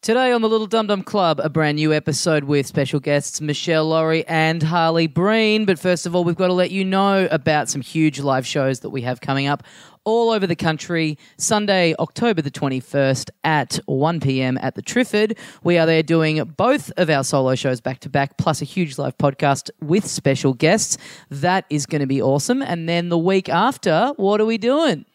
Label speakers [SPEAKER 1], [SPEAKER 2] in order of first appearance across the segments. [SPEAKER 1] Today on the Little Dum Dum Club, a brand new episode with special guests Michelle Laurie and Harley Breen. But first of all, we've got to let you know about some huge live shows that we have coming up all over the country. Sunday, October the 21st at 1 p.m. at the Trifford. We are there doing both of our solo shows back to back, plus a huge live podcast with special guests. That is going to be awesome. And then the week after, what are we doing?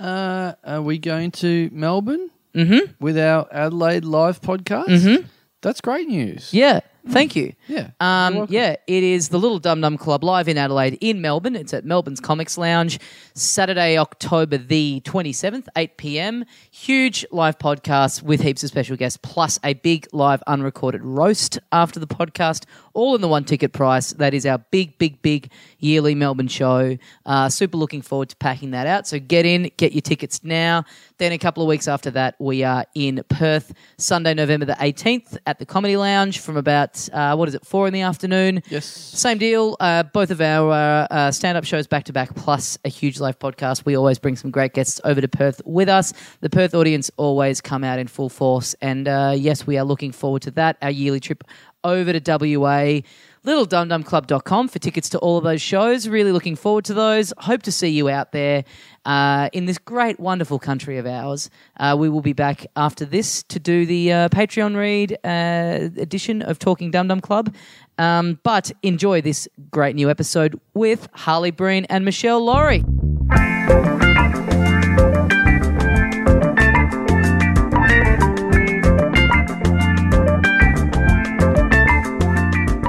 [SPEAKER 2] Uh, are we going to Melbourne mm-hmm. with our Adelaide live podcast? Mm-hmm. That's great news.
[SPEAKER 1] Yeah. Thank you.
[SPEAKER 2] Yeah. You're
[SPEAKER 1] Um,
[SPEAKER 2] welcome.
[SPEAKER 1] yeah, it is the Little Dum Dum Club live in Adelaide in Melbourne. It's at Melbourne's Comics Lounge, Saturday, October the 27th, 8 p.m. Huge live podcast with heaps of special guests, plus a big live unrecorded roast after the podcast, all in the one ticket price. That is our big, big, big yearly Melbourne show. Uh, super looking forward to packing that out. So get in, get your tickets now. Then a couple of weeks after that, we are in Perth, Sunday, November the 18th at the Comedy Lounge from about, uh, what is it, four in the afternoon?
[SPEAKER 2] Yes.
[SPEAKER 1] Same deal. Uh, both of our uh, uh, stand up shows back to back, plus a huge live podcast. We always bring some great guests over to Perth with us. The Perth audience always come out in full force. And uh, yes, we are looking forward to that, our yearly trip over to WA. LittleDumDumClub.com for tickets to all of those shows. Really looking forward to those. Hope to see you out there uh, in this great, wonderful country of ours. Uh, we will be back after this to do the uh, Patreon read uh, edition of Talking Dum Dum Club. Um, but enjoy this great new episode with Harley Breen and Michelle Laurie.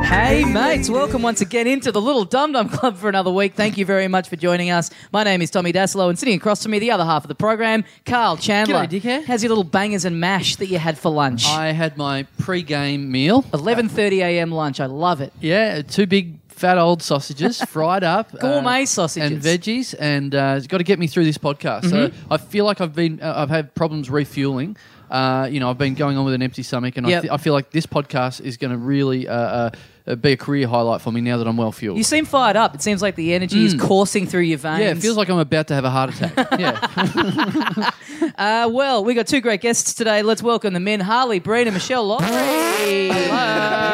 [SPEAKER 1] Hey, mates, welcome once again into the Little Dum Dum Club for another week. Thank you very much for joining us. My name is Tommy Daslow, and sitting across to me, the other half of the program, Carl Chandler.
[SPEAKER 2] G'day, dickhead.
[SPEAKER 1] How's your little bangers and mash that you had for lunch?
[SPEAKER 2] I had my pre-game meal.
[SPEAKER 1] 11.30 a.m. lunch. I love it.
[SPEAKER 2] Yeah, two big fat old sausages fried up. uh,
[SPEAKER 1] Gourmet sausages.
[SPEAKER 2] And veggies. And uh, it's got to get me through this podcast. So
[SPEAKER 1] Mm-hmm.
[SPEAKER 2] I feel like I've been, uh, I've had problems refueling. Uh, you know, I've been going on with an empty stomach, and
[SPEAKER 1] Yep.
[SPEAKER 2] I, th- I feel like this podcast is going to really uh, uh, uh, be a career highlight for me now that I'm well fueled.
[SPEAKER 1] You seem fired up. It seems like the energy is coursing through your veins.
[SPEAKER 2] yeah, it feels like I'm about to have a heart attack. yeah.
[SPEAKER 1] Uh, well, we got two great guests today. Let's welcome the men, Harley Breen and Michelle Laurie. Hello.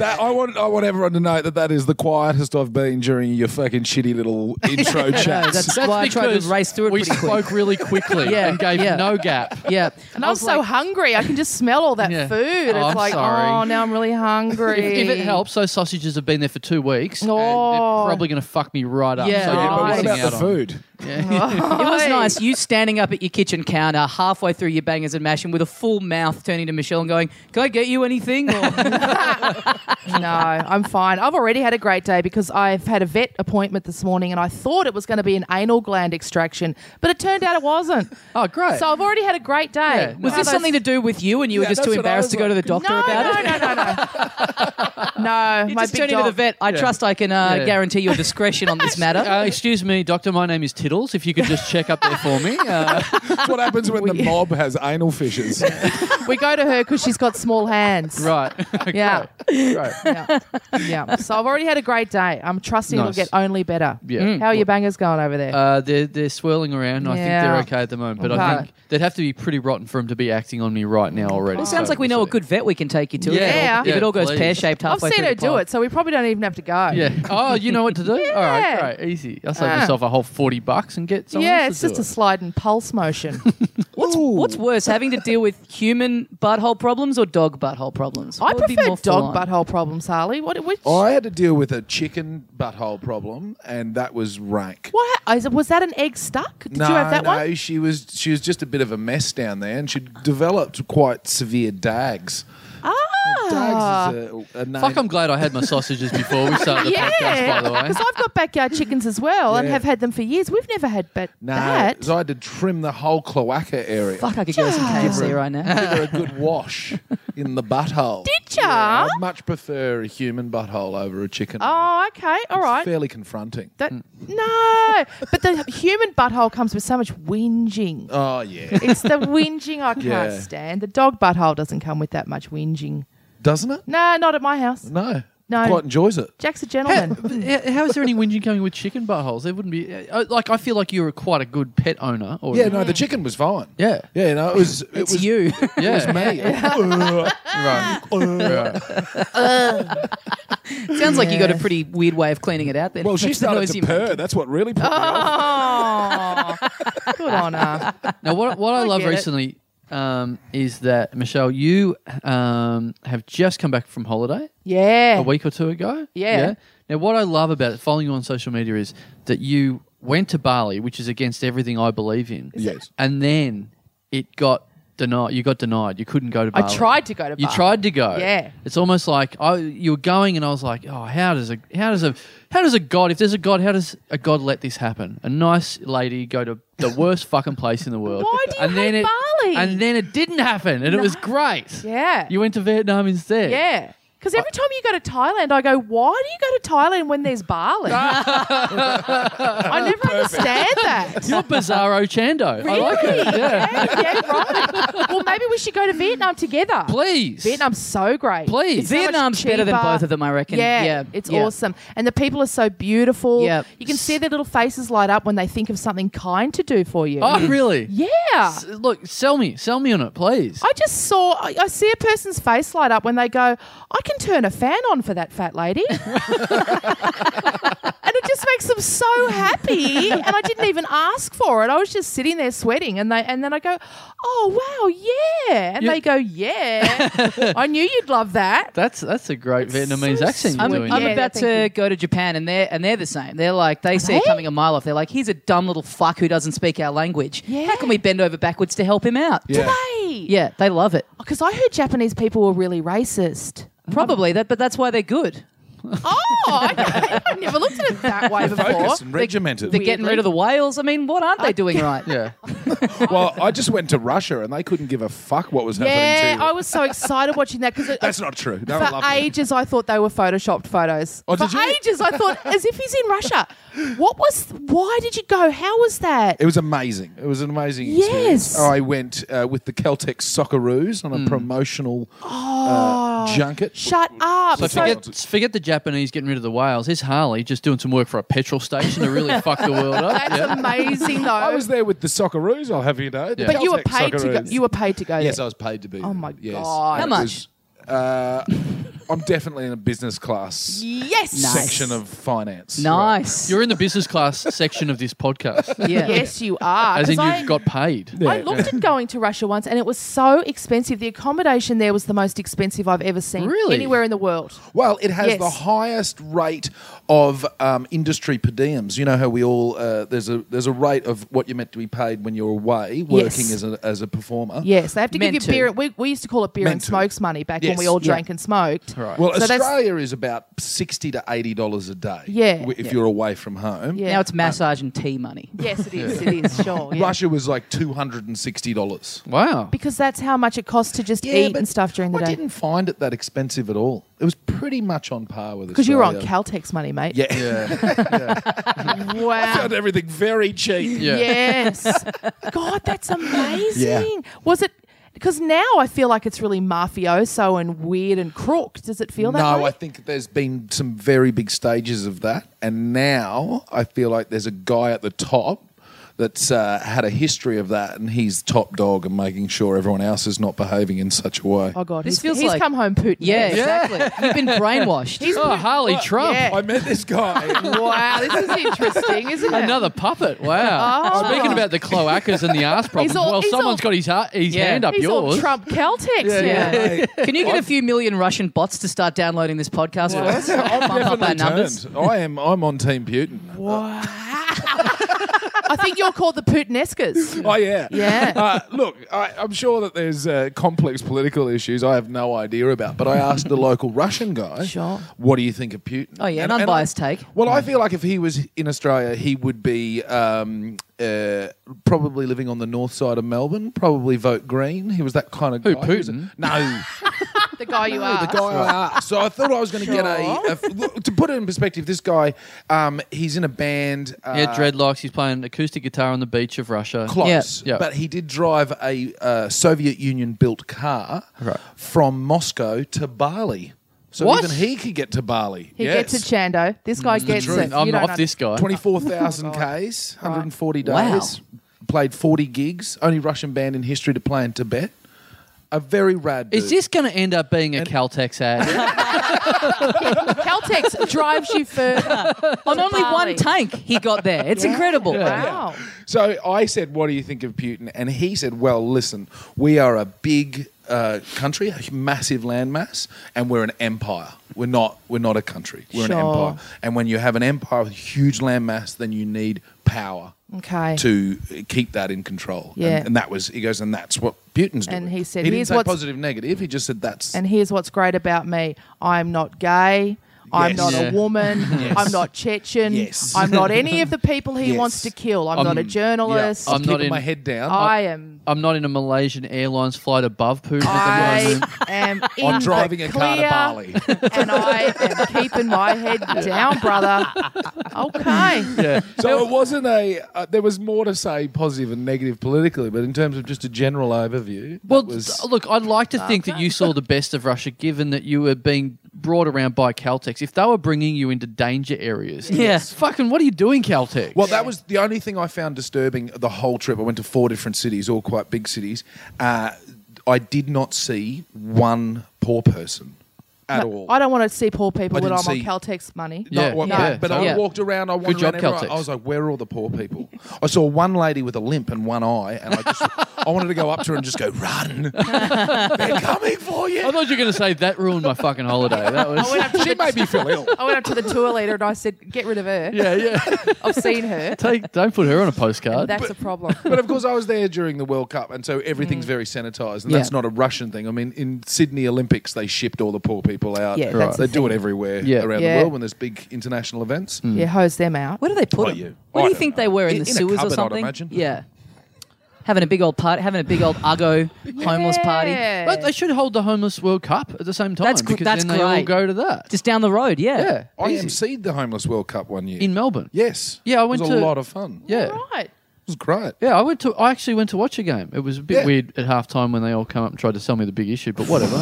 [SPEAKER 3] That, I want I want everyone to know that that is the quietest I've been during your fucking shitty little intro chats.
[SPEAKER 1] that's- why I tried to
[SPEAKER 2] because
[SPEAKER 1] race through it
[SPEAKER 2] We
[SPEAKER 1] pretty quick.
[SPEAKER 2] spoke really quickly
[SPEAKER 1] Yeah,
[SPEAKER 2] and gave
[SPEAKER 1] yeah.
[SPEAKER 2] no gap.
[SPEAKER 1] Yeah.
[SPEAKER 4] And I'm so hungry. I can just smell all that
[SPEAKER 2] Yeah.
[SPEAKER 4] food. It's
[SPEAKER 2] Oh, I'm
[SPEAKER 4] like,
[SPEAKER 2] sorry.
[SPEAKER 4] oh, now I'm really hungry.
[SPEAKER 2] If it helps, those sausages have been there for two weeks. and
[SPEAKER 4] Oh.
[SPEAKER 2] they're probably going to fuck me right up.
[SPEAKER 1] Yeah,
[SPEAKER 2] so you're
[SPEAKER 3] But
[SPEAKER 4] Right.
[SPEAKER 3] what
[SPEAKER 2] missing
[SPEAKER 3] about
[SPEAKER 2] out
[SPEAKER 3] the
[SPEAKER 2] on.
[SPEAKER 3] food?
[SPEAKER 1] It was nice you standing up at your kitchen counter halfway through your bangers and mashing with a full mouth turning to Michelle and going, Can I get you anything? Or,
[SPEAKER 4] No, I'm fine. I've already had a great day because I've had a vet appointment this morning, and I thought it was going to be an anal gland extraction, but it turned out it wasn't.
[SPEAKER 2] Oh, great.
[SPEAKER 4] So I've already had a great day.
[SPEAKER 2] Yeah.
[SPEAKER 1] was this something to do with you and you were
[SPEAKER 3] Yeah,
[SPEAKER 1] just too
[SPEAKER 3] that's what I
[SPEAKER 1] embarrassed
[SPEAKER 3] was
[SPEAKER 1] to go to the doctor
[SPEAKER 4] no,
[SPEAKER 1] about
[SPEAKER 4] no,
[SPEAKER 1] it?
[SPEAKER 4] no, no, no, no.
[SPEAKER 1] You
[SPEAKER 4] my
[SPEAKER 1] just
[SPEAKER 4] big
[SPEAKER 1] turn into the
[SPEAKER 4] dog.
[SPEAKER 1] vet. I trust I can uh,
[SPEAKER 2] Yeah.
[SPEAKER 1] guarantee your discretion on this matter.
[SPEAKER 2] Uh, excuse me, doctor, my name is Tiddles. If you could just check up there for me. Uh,
[SPEAKER 3] That's what happens when the mob has anal fissures.
[SPEAKER 4] We go to her because she's got small hands.
[SPEAKER 2] right.
[SPEAKER 4] Yeah.
[SPEAKER 2] Right.
[SPEAKER 4] yeah. Yeah. So I've already had a great day. I'm trusting
[SPEAKER 2] Nice.
[SPEAKER 4] it'll get only better.
[SPEAKER 2] Yeah. Mm.
[SPEAKER 4] How are your bangers going over there?
[SPEAKER 2] Uh, they're, they're swirling around. I think they're
[SPEAKER 4] Yeah.
[SPEAKER 2] okay at the moment, but I
[SPEAKER 4] Okay.
[SPEAKER 2] think they'd have to be pretty rotten for them to be acting on me right now already.
[SPEAKER 1] Well, it sounds
[SPEAKER 2] So
[SPEAKER 1] like we
[SPEAKER 2] we'll
[SPEAKER 1] know a
[SPEAKER 2] see.
[SPEAKER 1] good vet we can take you to. if it all-
[SPEAKER 4] Yeah.
[SPEAKER 1] If it all goes
[SPEAKER 2] Yeah, please.
[SPEAKER 1] pear shaped
[SPEAKER 4] I've
[SPEAKER 1] halfway
[SPEAKER 4] seen
[SPEAKER 1] through
[SPEAKER 4] her
[SPEAKER 1] the
[SPEAKER 4] do
[SPEAKER 1] pod.
[SPEAKER 4] it, so we probably don't even have to go.
[SPEAKER 2] Yeah. Oh, you know what to do? All
[SPEAKER 4] Yeah.
[SPEAKER 2] right, great. Easy. I'll save
[SPEAKER 4] Ah.
[SPEAKER 2] myself a whole 40 bucks and get someone
[SPEAKER 4] Yeah,
[SPEAKER 2] else
[SPEAKER 4] it's
[SPEAKER 2] to
[SPEAKER 4] just
[SPEAKER 2] do
[SPEAKER 4] a
[SPEAKER 2] it.
[SPEAKER 4] slide and pulse motion.
[SPEAKER 3] What's
[SPEAKER 1] What's worse, having to deal with human butthole problems or dog butthole problems?
[SPEAKER 4] I
[SPEAKER 1] What would be
[SPEAKER 4] prefer
[SPEAKER 1] more
[SPEAKER 4] dog
[SPEAKER 1] full-on?
[SPEAKER 4] butthole problems, Harley. What? Which?
[SPEAKER 3] I had to deal with a chicken butthole problem, and that was rank.
[SPEAKER 4] what? ha- is it- Was that an egg stuck? Did
[SPEAKER 3] no,
[SPEAKER 4] you have that
[SPEAKER 3] no,
[SPEAKER 4] one?
[SPEAKER 3] she was she was just a bit of a mess down there, and she developed quite severe dags.
[SPEAKER 4] Ah.
[SPEAKER 3] Dags is a, a name.
[SPEAKER 2] Fuck, I'm glad I had my sausages before we started the podcast, by
[SPEAKER 4] Yeah,
[SPEAKER 2] the way.
[SPEAKER 4] because I've got backyard chickens as well, and
[SPEAKER 3] Yeah.
[SPEAKER 4] have had them for years. We've never had ba-
[SPEAKER 3] no,
[SPEAKER 4] that.
[SPEAKER 3] so I had to trim the whole cloaca area.
[SPEAKER 1] Fuck, I could give her some KFC right now.
[SPEAKER 3] Give her a good wash in the butthole.
[SPEAKER 4] Did ya?
[SPEAKER 3] Yeah, I much prefer a human butthole over a chicken.
[SPEAKER 4] Oh, okay, all
[SPEAKER 3] It's
[SPEAKER 4] right.
[SPEAKER 3] fairly confronting.
[SPEAKER 4] That, no, but the human butthole comes with so much whinging.
[SPEAKER 3] Oh yeah,
[SPEAKER 4] It's the whinging I can't
[SPEAKER 3] Yeah.
[SPEAKER 4] stand. The dog butthole doesn't come with that much whinging.
[SPEAKER 3] doesn't it?
[SPEAKER 4] No, not at my house.
[SPEAKER 3] No.
[SPEAKER 4] No,
[SPEAKER 3] quite enjoys it.
[SPEAKER 4] Jack's a
[SPEAKER 2] How-
[SPEAKER 4] gentleman.
[SPEAKER 2] how- how is there any whinging coming with chicken buttholes? There wouldn't be. uh, Like, I feel like you were quite a good pet owner. Or
[SPEAKER 3] Yeah, no, the chicken was fine.
[SPEAKER 2] Yeah.
[SPEAKER 3] yeah, no, it was. It
[SPEAKER 1] It's
[SPEAKER 3] was
[SPEAKER 1] you.
[SPEAKER 2] yeah.
[SPEAKER 3] me.
[SPEAKER 2] right. right.
[SPEAKER 1] Sounds like you got a pretty weird way of cleaning it out. Then.
[SPEAKER 3] well, she
[SPEAKER 1] That's the
[SPEAKER 3] started
[SPEAKER 1] noise
[SPEAKER 3] to
[SPEAKER 1] you make.
[SPEAKER 3] purr. That's what really put me off.
[SPEAKER 4] oh, good on her.
[SPEAKER 2] Now, what what I, love
[SPEAKER 4] get it.
[SPEAKER 2] recently um, is that Michelle, you um, have just come back from holiday
[SPEAKER 4] Yeah.
[SPEAKER 2] a week or two ago.
[SPEAKER 4] Yeah.
[SPEAKER 2] Now, what I love about following you on social media is that you went to Bali, which is against everything I believe in.
[SPEAKER 3] Yes.
[SPEAKER 2] And then it got denied. You got denied. You couldn't go to
[SPEAKER 4] I
[SPEAKER 2] Bali.
[SPEAKER 4] tried to go to
[SPEAKER 2] You
[SPEAKER 4] Bali.
[SPEAKER 2] tried to go.
[SPEAKER 4] Yeah.
[SPEAKER 2] It's almost like I you were going, and I was like, oh, how does a how does a how does a god if there's a god how does a god let this happen? A nice lady go to the worst fucking place in the world.
[SPEAKER 4] Why do you hate
[SPEAKER 2] it,
[SPEAKER 4] Bali?
[SPEAKER 2] And then it didn't happen, and it was great.
[SPEAKER 4] Yeah.
[SPEAKER 2] You went to Vietnam instead.
[SPEAKER 4] Yeah. Because every time you go to Thailand, I go, why do you go to Thailand when there's Bali? I never understand that.
[SPEAKER 2] You're Bizarro Chando. I like it.
[SPEAKER 4] Really?
[SPEAKER 2] Yeah.
[SPEAKER 4] Yeah, yeah, right. Well, maybe we should go to Vietnam together.
[SPEAKER 2] Please.
[SPEAKER 4] Vietnam's so great.
[SPEAKER 2] Please.
[SPEAKER 4] It's so much
[SPEAKER 1] Vietnam's better than
[SPEAKER 4] cheaper.
[SPEAKER 1] both of them, I reckon.
[SPEAKER 4] Yeah,
[SPEAKER 1] Yeah,
[SPEAKER 4] it's
[SPEAKER 1] yeah.
[SPEAKER 4] awesome, and the people are so beautiful.
[SPEAKER 1] Yep.
[SPEAKER 4] you can see their little faces light up when they think of something kind to do for you.
[SPEAKER 2] Oh, really?
[SPEAKER 4] yeah.
[SPEAKER 2] S- Look, sell me. Sell me on it, please.
[SPEAKER 4] I just saw, I, I see a person's face light up when they go, I can turn a fan on for that fat lady. and it just makes them so happy. And I didn't even ask for it. I was just sitting there sweating. And they, and then I go, oh, wow, yeah. And
[SPEAKER 2] You-
[SPEAKER 4] they go, yeah. I knew you'd love that.
[SPEAKER 2] That's that's a great Vietnamese
[SPEAKER 4] so
[SPEAKER 2] accent you're
[SPEAKER 1] I'm,
[SPEAKER 2] doing.
[SPEAKER 1] I'm
[SPEAKER 4] Yeah,
[SPEAKER 1] about
[SPEAKER 4] thank
[SPEAKER 1] to
[SPEAKER 4] you.
[SPEAKER 1] go to Japan, and they're and they're the same. They're like they see it
[SPEAKER 4] they?
[SPEAKER 1] coming a mile off. They're like, he's a dumb little fuck who doesn't speak our language. How
[SPEAKER 4] Yeah.
[SPEAKER 1] can we bend over backwards to help him out?
[SPEAKER 3] Yeah.
[SPEAKER 4] Hey.
[SPEAKER 1] Yeah, they love it.
[SPEAKER 4] Because I heard Japanese people were really racist.
[SPEAKER 1] Probably that, but that's why they're good.
[SPEAKER 4] Oh, okay. I never looked at it that way before.
[SPEAKER 3] Focused and regimented.
[SPEAKER 1] They're getting
[SPEAKER 4] Weirdly.
[SPEAKER 1] rid of the whales. I mean, what aren't they doing right?
[SPEAKER 2] yeah.
[SPEAKER 3] well, I just went to Russia and they couldn't give a fuck what was
[SPEAKER 4] Yeah,
[SPEAKER 3] happening to you.
[SPEAKER 4] I was so excited watching that because
[SPEAKER 3] That's not true. No one
[SPEAKER 4] For
[SPEAKER 3] loved me.
[SPEAKER 4] ages, I thought they were photoshopped photos.
[SPEAKER 3] Oh,
[SPEAKER 4] For
[SPEAKER 3] did you?
[SPEAKER 4] ages, I thought as if he's in Russia. What was? Why did you go? How was that?
[SPEAKER 3] It was amazing. It was an amazing
[SPEAKER 4] Yes.
[SPEAKER 3] experience. Hmm. I went uh, with the Celtic Socceroos on a promotional
[SPEAKER 4] Oh,
[SPEAKER 3] uh, junket.
[SPEAKER 4] Shut up!
[SPEAKER 2] So
[SPEAKER 3] Sorry.
[SPEAKER 2] forget, forget the Japanese getting rid of the whales. Here's Harley just doing some work for a petrol station to really fuck the world up.
[SPEAKER 4] that's
[SPEAKER 2] Yeah.
[SPEAKER 4] amazing, though.
[SPEAKER 3] I was there with the Socceroos. I'll have you know. The
[SPEAKER 2] Yeah.
[SPEAKER 4] but you were
[SPEAKER 3] Celtic
[SPEAKER 4] paid to go.
[SPEAKER 3] Socceroos.
[SPEAKER 4] You were paid to go.
[SPEAKER 3] yes, I
[SPEAKER 4] there.
[SPEAKER 3] was paid to be.
[SPEAKER 4] Oh
[SPEAKER 3] there.
[SPEAKER 4] my
[SPEAKER 3] yes.
[SPEAKER 4] God.
[SPEAKER 3] And
[SPEAKER 1] How
[SPEAKER 3] it was- uh, I'm definitely in a business class
[SPEAKER 4] yes.
[SPEAKER 1] Nice.
[SPEAKER 3] section of finance.
[SPEAKER 1] Nice.
[SPEAKER 2] You're in the business class section of this podcast.
[SPEAKER 1] yeah.
[SPEAKER 4] Yes, you are.
[SPEAKER 2] As in
[SPEAKER 4] 'Cause
[SPEAKER 2] you've
[SPEAKER 4] I,
[SPEAKER 2] got paid.
[SPEAKER 3] Yeah.
[SPEAKER 4] I looked at going to Russia once, and it was so expensive. The accommodation there was the most expensive I've ever seen
[SPEAKER 2] Really?
[SPEAKER 4] anywhere in the world.
[SPEAKER 3] Well, it has
[SPEAKER 4] Yes.
[SPEAKER 3] the highest rate of um, industry per diems. You know how we all uh, there's a there's a rate of what you're meant to be paid when you're away working as a as a performer.
[SPEAKER 4] Yes, they have to
[SPEAKER 1] Meant
[SPEAKER 4] give you beer.
[SPEAKER 1] to.
[SPEAKER 4] We, we used to call it beer
[SPEAKER 3] Meant
[SPEAKER 4] and
[SPEAKER 3] to.
[SPEAKER 4] smokes money back when
[SPEAKER 3] Yes.
[SPEAKER 4] we all
[SPEAKER 3] Yeah.
[SPEAKER 4] drank and smoked. Right.
[SPEAKER 3] Well,
[SPEAKER 4] So that's-
[SPEAKER 3] Australia is about sixty to eighty dollars a day.
[SPEAKER 4] Yeah.
[SPEAKER 3] w- if
[SPEAKER 4] Yeah.
[SPEAKER 3] you're away from home.
[SPEAKER 4] Yeah.
[SPEAKER 1] Now it's massage and tea money.
[SPEAKER 4] Yes, it is. It is sure. yeah.
[SPEAKER 3] Russia was like two hundred and sixty dollars.
[SPEAKER 2] Wow.
[SPEAKER 4] Because that's how much it costs to just eat and stuff during the
[SPEAKER 3] I
[SPEAKER 4] day.
[SPEAKER 3] didn't find it that expensive at all. It was pretty much on par with.
[SPEAKER 4] Because you were on
[SPEAKER 3] Australia.
[SPEAKER 4] Caltex money, mate.
[SPEAKER 3] Yeah.
[SPEAKER 4] Wow.
[SPEAKER 3] Found everything very cheap.
[SPEAKER 2] Yeah.
[SPEAKER 4] Yes. God, that's amazing. Was it? Because now I feel like it's really mafioso and weird and crook. Does it feel that
[SPEAKER 3] no,
[SPEAKER 4] way?
[SPEAKER 3] I think there's been some very big stages of that, and now I feel like there's a guy at the top that's uh, had a history of that, and he's top dog and making sure everyone else is not behaving in such a way.
[SPEAKER 4] oh God,
[SPEAKER 1] This
[SPEAKER 4] he's,
[SPEAKER 1] feels
[SPEAKER 4] he's
[SPEAKER 1] like-
[SPEAKER 4] come home Putin.
[SPEAKER 1] Yeah, exactly. You've been brainwashed.
[SPEAKER 2] Oh, Harley Trump.
[SPEAKER 4] Yeah.
[SPEAKER 3] I met this guy.
[SPEAKER 4] Wow, this is interesting, isn't it?
[SPEAKER 2] Another puppet. Wow.
[SPEAKER 4] Oh.
[SPEAKER 2] Speaking about the cloacas and the ass problem.
[SPEAKER 4] all-
[SPEAKER 2] well,
[SPEAKER 4] he's
[SPEAKER 2] someone's
[SPEAKER 4] all-
[SPEAKER 2] got his, ha- his
[SPEAKER 1] Yeah.
[SPEAKER 2] hand up
[SPEAKER 4] he's
[SPEAKER 2] yours.
[SPEAKER 4] all Trump Caltex. Yeah.
[SPEAKER 1] Can you get a few million Russian bots to start downloading this podcast? for us? Bump up our
[SPEAKER 3] Definitely
[SPEAKER 1] numbers.
[SPEAKER 3] turned. I am. I'm on Team Putin.
[SPEAKER 4] I think you're called the Putinescas.
[SPEAKER 3] Oh yeah,
[SPEAKER 4] Yeah.
[SPEAKER 3] Uh, look, I, I'm sure that there's uh, complex political issues I have no idea about, but I asked the local Russian guy,
[SPEAKER 4] Sure.
[SPEAKER 3] "What do you think of Putin?"
[SPEAKER 1] Oh, yeah, an
[SPEAKER 3] I-
[SPEAKER 1] unbiased take.
[SPEAKER 3] Well, I feel like if he was in Australia, he would be um, uh, probably living on the north side of Melbourne, probably vote Green. He was that kind of
[SPEAKER 2] Who,
[SPEAKER 3] guy. He was a-
[SPEAKER 2] Putin?
[SPEAKER 3] no.
[SPEAKER 4] The guy you
[SPEAKER 3] No,
[SPEAKER 4] are.
[SPEAKER 3] The guy
[SPEAKER 1] Ah.
[SPEAKER 3] I asked. So I thought I was going to get a, a- look, To put it in perspective, this guy, um, he's in a band. Uh,
[SPEAKER 2] Yeah, dreadlocks. He's playing acoustic guitar on the beach of Russia.
[SPEAKER 3] close,
[SPEAKER 2] Yeah. Yeah.
[SPEAKER 3] but he did drive a uh, Soviet Union built car
[SPEAKER 2] Right.
[SPEAKER 3] from Moscow to Bali. So
[SPEAKER 2] What?
[SPEAKER 3] even he could get to Bali.
[SPEAKER 4] He
[SPEAKER 3] yes. Mm,
[SPEAKER 4] gets it, Chando. This guy gets
[SPEAKER 3] truth.
[SPEAKER 4] it.
[SPEAKER 3] You
[SPEAKER 2] I'm
[SPEAKER 4] don't
[SPEAKER 2] not
[SPEAKER 4] know.
[SPEAKER 2] this guy.
[SPEAKER 3] 24,000 Ks, 140
[SPEAKER 1] Wow.
[SPEAKER 3] days. Played 40 gigs, only Russian band in history to play in Tibet. A very rad
[SPEAKER 2] Is
[SPEAKER 3] dude.
[SPEAKER 2] this going to end up being a Caltex ad?
[SPEAKER 4] Caltex drives you further.
[SPEAKER 1] On only
[SPEAKER 4] Bali.
[SPEAKER 1] one tank, he got there. It's incredible.
[SPEAKER 4] Wow.
[SPEAKER 3] So I said, "What do you think of Putin?" And he said, "Well, listen, we are a big uh, country, a massive landmass, and we're an empire. We're not. We're not a country. We're an
[SPEAKER 4] Sure.
[SPEAKER 3] empire. And when you have an empire with a huge landmass, then you need power
[SPEAKER 4] Okay.
[SPEAKER 3] to keep that in control.
[SPEAKER 4] Yeah.
[SPEAKER 3] And, and that was he goes, and that's what Putin's doing.
[SPEAKER 4] And he said,
[SPEAKER 3] he didn't
[SPEAKER 4] "Here's
[SPEAKER 3] say
[SPEAKER 4] what's-
[SPEAKER 3] positive, negative. He just said that's
[SPEAKER 4] And here's what's great about me I'm not gay. I'm
[SPEAKER 3] Yes.
[SPEAKER 4] not
[SPEAKER 2] Yeah.
[SPEAKER 4] a woman. I'm not Chechen.
[SPEAKER 3] Yes.
[SPEAKER 4] I'm not any of the people he
[SPEAKER 3] Yes.
[SPEAKER 4] wants to kill. I'm, not a journalist.
[SPEAKER 3] I'm
[SPEAKER 2] I'm not
[SPEAKER 3] keeping
[SPEAKER 2] in-
[SPEAKER 3] my head down.
[SPEAKER 4] I am.
[SPEAKER 2] I'm not in a Malaysian Airlines flight above Putin at the
[SPEAKER 4] I
[SPEAKER 2] moment.
[SPEAKER 4] am in
[SPEAKER 3] I'm driving
[SPEAKER 4] the
[SPEAKER 3] a car to
[SPEAKER 4] clear,
[SPEAKER 3] Bali.
[SPEAKER 4] and I am keeping my head down, brother. Okay.
[SPEAKER 3] So it wasn't a. Uh, there was more to say, positive and negative politically, but in terms of just a general overview, that
[SPEAKER 2] Well,
[SPEAKER 3] was-
[SPEAKER 2] d- uh, look, I'd like to think that you saw the best of Russia, given that you were being brought around by Caltex. If they were bringing you into danger areas,
[SPEAKER 1] Yeah.
[SPEAKER 2] fucking, what are you doing, Caltex?
[SPEAKER 3] well, that was the only thing I found disturbing the whole trip. I went to four different cities, all quite big cities. Uh, I did not see one poor person at all.
[SPEAKER 4] I don't want to see poor people
[SPEAKER 3] I
[SPEAKER 4] when I'm
[SPEAKER 3] didn't
[SPEAKER 4] on
[SPEAKER 3] see-
[SPEAKER 4] Caltex money.
[SPEAKER 3] No,
[SPEAKER 2] Yeah,
[SPEAKER 3] what-
[SPEAKER 2] yeah.
[SPEAKER 3] but I
[SPEAKER 2] Yeah.
[SPEAKER 3] walked around. I wandered
[SPEAKER 2] Good job,
[SPEAKER 3] around everywhere.
[SPEAKER 2] Celtics.
[SPEAKER 3] I was like, "Where are all the poor people?" I saw one lady with a limp and one eye, and I just, I wanted to go up to her and just go, "Run! They're coming for
[SPEAKER 2] I
[SPEAKER 3] you!"
[SPEAKER 2] thought you were going to say that ruined my fucking holiday. That was.
[SPEAKER 3] She made me feel ill.
[SPEAKER 4] I went up to the tour leader and I said, "Get rid of her.
[SPEAKER 2] Yeah, yeah.
[SPEAKER 4] I've seen her.
[SPEAKER 2] Take, don't put her on a postcard.
[SPEAKER 4] That's a problem."
[SPEAKER 3] but of course, I was there during the World Cup, and so everything's very sanitised, and
[SPEAKER 1] Yeah.
[SPEAKER 3] that's not a Russian thing. I mean, in Sydney Olympics, they shipped all the poor people out.
[SPEAKER 4] Yeah, that's Right. the
[SPEAKER 3] they do it everywhere
[SPEAKER 2] Yeah.
[SPEAKER 3] around
[SPEAKER 4] Yeah. Mm.
[SPEAKER 3] the world when there's big international events.
[SPEAKER 2] Hmm.
[SPEAKER 4] yeah, hose them out.
[SPEAKER 1] Where do they put
[SPEAKER 3] Oh,
[SPEAKER 1] them?
[SPEAKER 3] you-
[SPEAKER 1] What
[SPEAKER 3] I
[SPEAKER 1] do you
[SPEAKER 3] don't
[SPEAKER 1] think
[SPEAKER 3] know.
[SPEAKER 1] they were in,
[SPEAKER 3] In-
[SPEAKER 1] the
[SPEAKER 3] in a
[SPEAKER 1] sewers
[SPEAKER 3] cupboard,
[SPEAKER 1] or
[SPEAKER 3] I'd
[SPEAKER 1] something?
[SPEAKER 3] imagine.
[SPEAKER 1] Yeah, having a big old party, having a big old uggo homeless party
[SPEAKER 4] Yeah.
[SPEAKER 2] But they should hold the Homeless World Cup at the same time
[SPEAKER 1] That's gr-
[SPEAKER 2] because
[SPEAKER 1] that's
[SPEAKER 2] then they all
[SPEAKER 1] great.
[SPEAKER 2] go to that.
[SPEAKER 1] just down the road.
[SPEAKER 2] yeah,
[SPEAKER 1] Yeah,
[SPEAKER 3] I
[SPEAKER 2] easy.
[SPEAKER 3] emceed the homeless World Cup one year
[SPEAKER 2] in Melbourne.
[SPEAKER 3] Yes.
[SPEAKER 2] Yeah, I went
[SPEAKER 3] It was a
[SPEAKER 2] to-
[SPEAKER 3] lot of fun. It
[SPEAKER 2] yeah.
[SPEAKER 4] Right.
[SPEAKER 3] was great.
[SPEAKER 2] Yeah, I went to. I actually went to watch a game. It was a bit
[SPEAKER 3] Yeah.
[SPEAKER 2] weird at halftime when they all come up and tried to sell me the big issue, but whatever.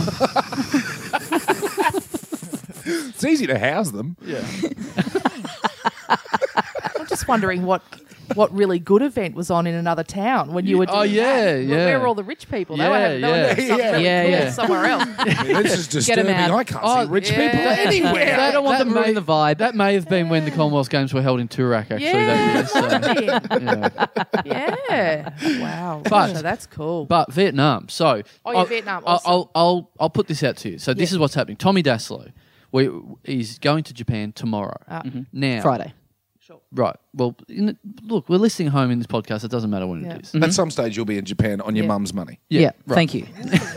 [SPEAKER 3] It's easy to house them. Yeah.
[SPEAKER 4] I'm just wondering what what really good event was on in another town when you were. Doing
[SPEAKER 2] Oh, yeah,
[SPEAKER 4] that. Where-
[SPEAKER 2] yeah.
[SPEAKER 4] Where were all the rich people? They were
[SPEAKER 2] Yeah,
[SPEAKER 4] having- they were
[SPEAKER 2] yeah.
[SPEAKER 4] doing something
[SPEAKER 3] Yeah.
[SPEAKER 4] really
[SPEAKER 1] Yeah,
[SPEAKER 4] cool
[SPEAKER 1] yeah.
[SPEAKER 4] somewhere else.
[SPEAKER 3] this is
[SPEAKER 1] Get 'em
[SPEAKER 3] disturbing.
[SPEAKER 1] out.
[SPEAKER 3] I can't
[SPEAKER 2] Oh,
[SPEAKER 3] see rich
[SPEAKER 4] yeah.
[SPEAKER 3] people anywhere.
[SPEAKER 1] they don't want
[SPEAKER 2] That
[SPEAKER 1] them ruining
[SPEAKER 2] may-
[SPEAKER 1] the vibe.
[SPEAKER 2] That may have been when the Commonwealth Games were held in Turak, actually.
[SPEAKER 4] yeah.
[SPEAKER 2] That year,
[SPEAKER 4] yeah.
[SPEAKER 2] so, yeah.
[SPEAKER 4] Wow.
[SPEAKER 2] uh, But-
[SPEAKER 4] So that's cool.
[SPEAKER 2] But Vietnam. So,
[SPEAKER 4] Oh, yeah, Vietnam,
[SPEAKER 2] I'll,
[SPEAKER 4] awesome.
[SPEAKER 2] I'll, I'll, I'll put this out to you. So, this
[SPEAKER 4] Yeah.
[SPEAKER 2] is what's happening. Tommy Daslow, we, he's going to Japan tomorrow. Mm-hmm. Now,
[SPEAKER 1] Ah. Mm-hmm. Friday.
[SPEAKER 2] Right. Well, in the, look, we're listening home in this podcast. It doesn't matter when
[SPEAKER 4] Yeah.
[SPEAKER 2] it is.
[SPEAKER 3] At some stage, you'll be in Japan on your
[SPEAKER 4] Yeah.
[SPEAKER 3] mum's money.
[SPEAKER 1] Yeah, thank you.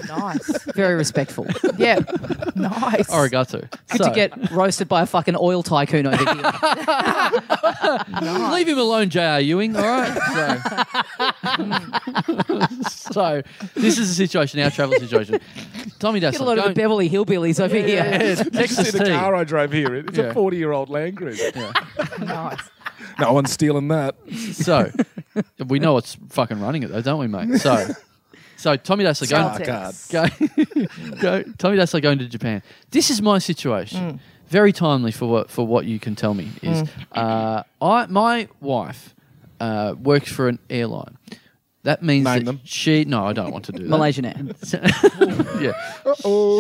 [SPEAKER 4] nice.
[SPEAKER 1] Very respectful.
[SPEAKER 4] Yeah. nice.
[SPEAKER 2] Arigato.
[SPEAKER 1] Good to get roasted by a fucking oil tycoon over here.
[SPEAKER 2] Leave him alone, J.R. Ewing. All right. So, so this is the situation. Our travel situation. Tommy Daslow.
[SPEAKER 1] Get a load of the
[SPEAKER 2] going-
[SPEAKER 1] Beverly Hillbillies over here.
[SPEAKER 3] Just
[SPEAKER 2] Texas
[SPEAKER 3] see the
[SPEAKER 2] tea.
[SPEAKER 3] car I drove here. in. It's
[SPEAKER 2] Yeah.
[SPEAKER 3] a 40 year old Land Cruiser.
[SPEAKER 4] Nice.
[SPEAKER 3] No one's stealing that.
[SPEAKER 2] So we know it's fucking running it though, don't we, mate? So so Tommy Dassler going, go,
[SPEAKER 4] Celtics.
[SPEAKER 2] go Tommy Dassler going to Japan. This is my
[SPEAKER 1] Mm.
[SPEAKER 2] situation. Very timely for what for what you can tell me is uh, I my wife uh, works for an airline. That means
[SPEAKER 3] Name
[SPEAKER 2] that
[SPEAKER 3] them.
[SPEAKER 2] she no, I don't want to do that.
[SPEAKER 1] Malaysian Air.
[SPEAKER 2] yeah.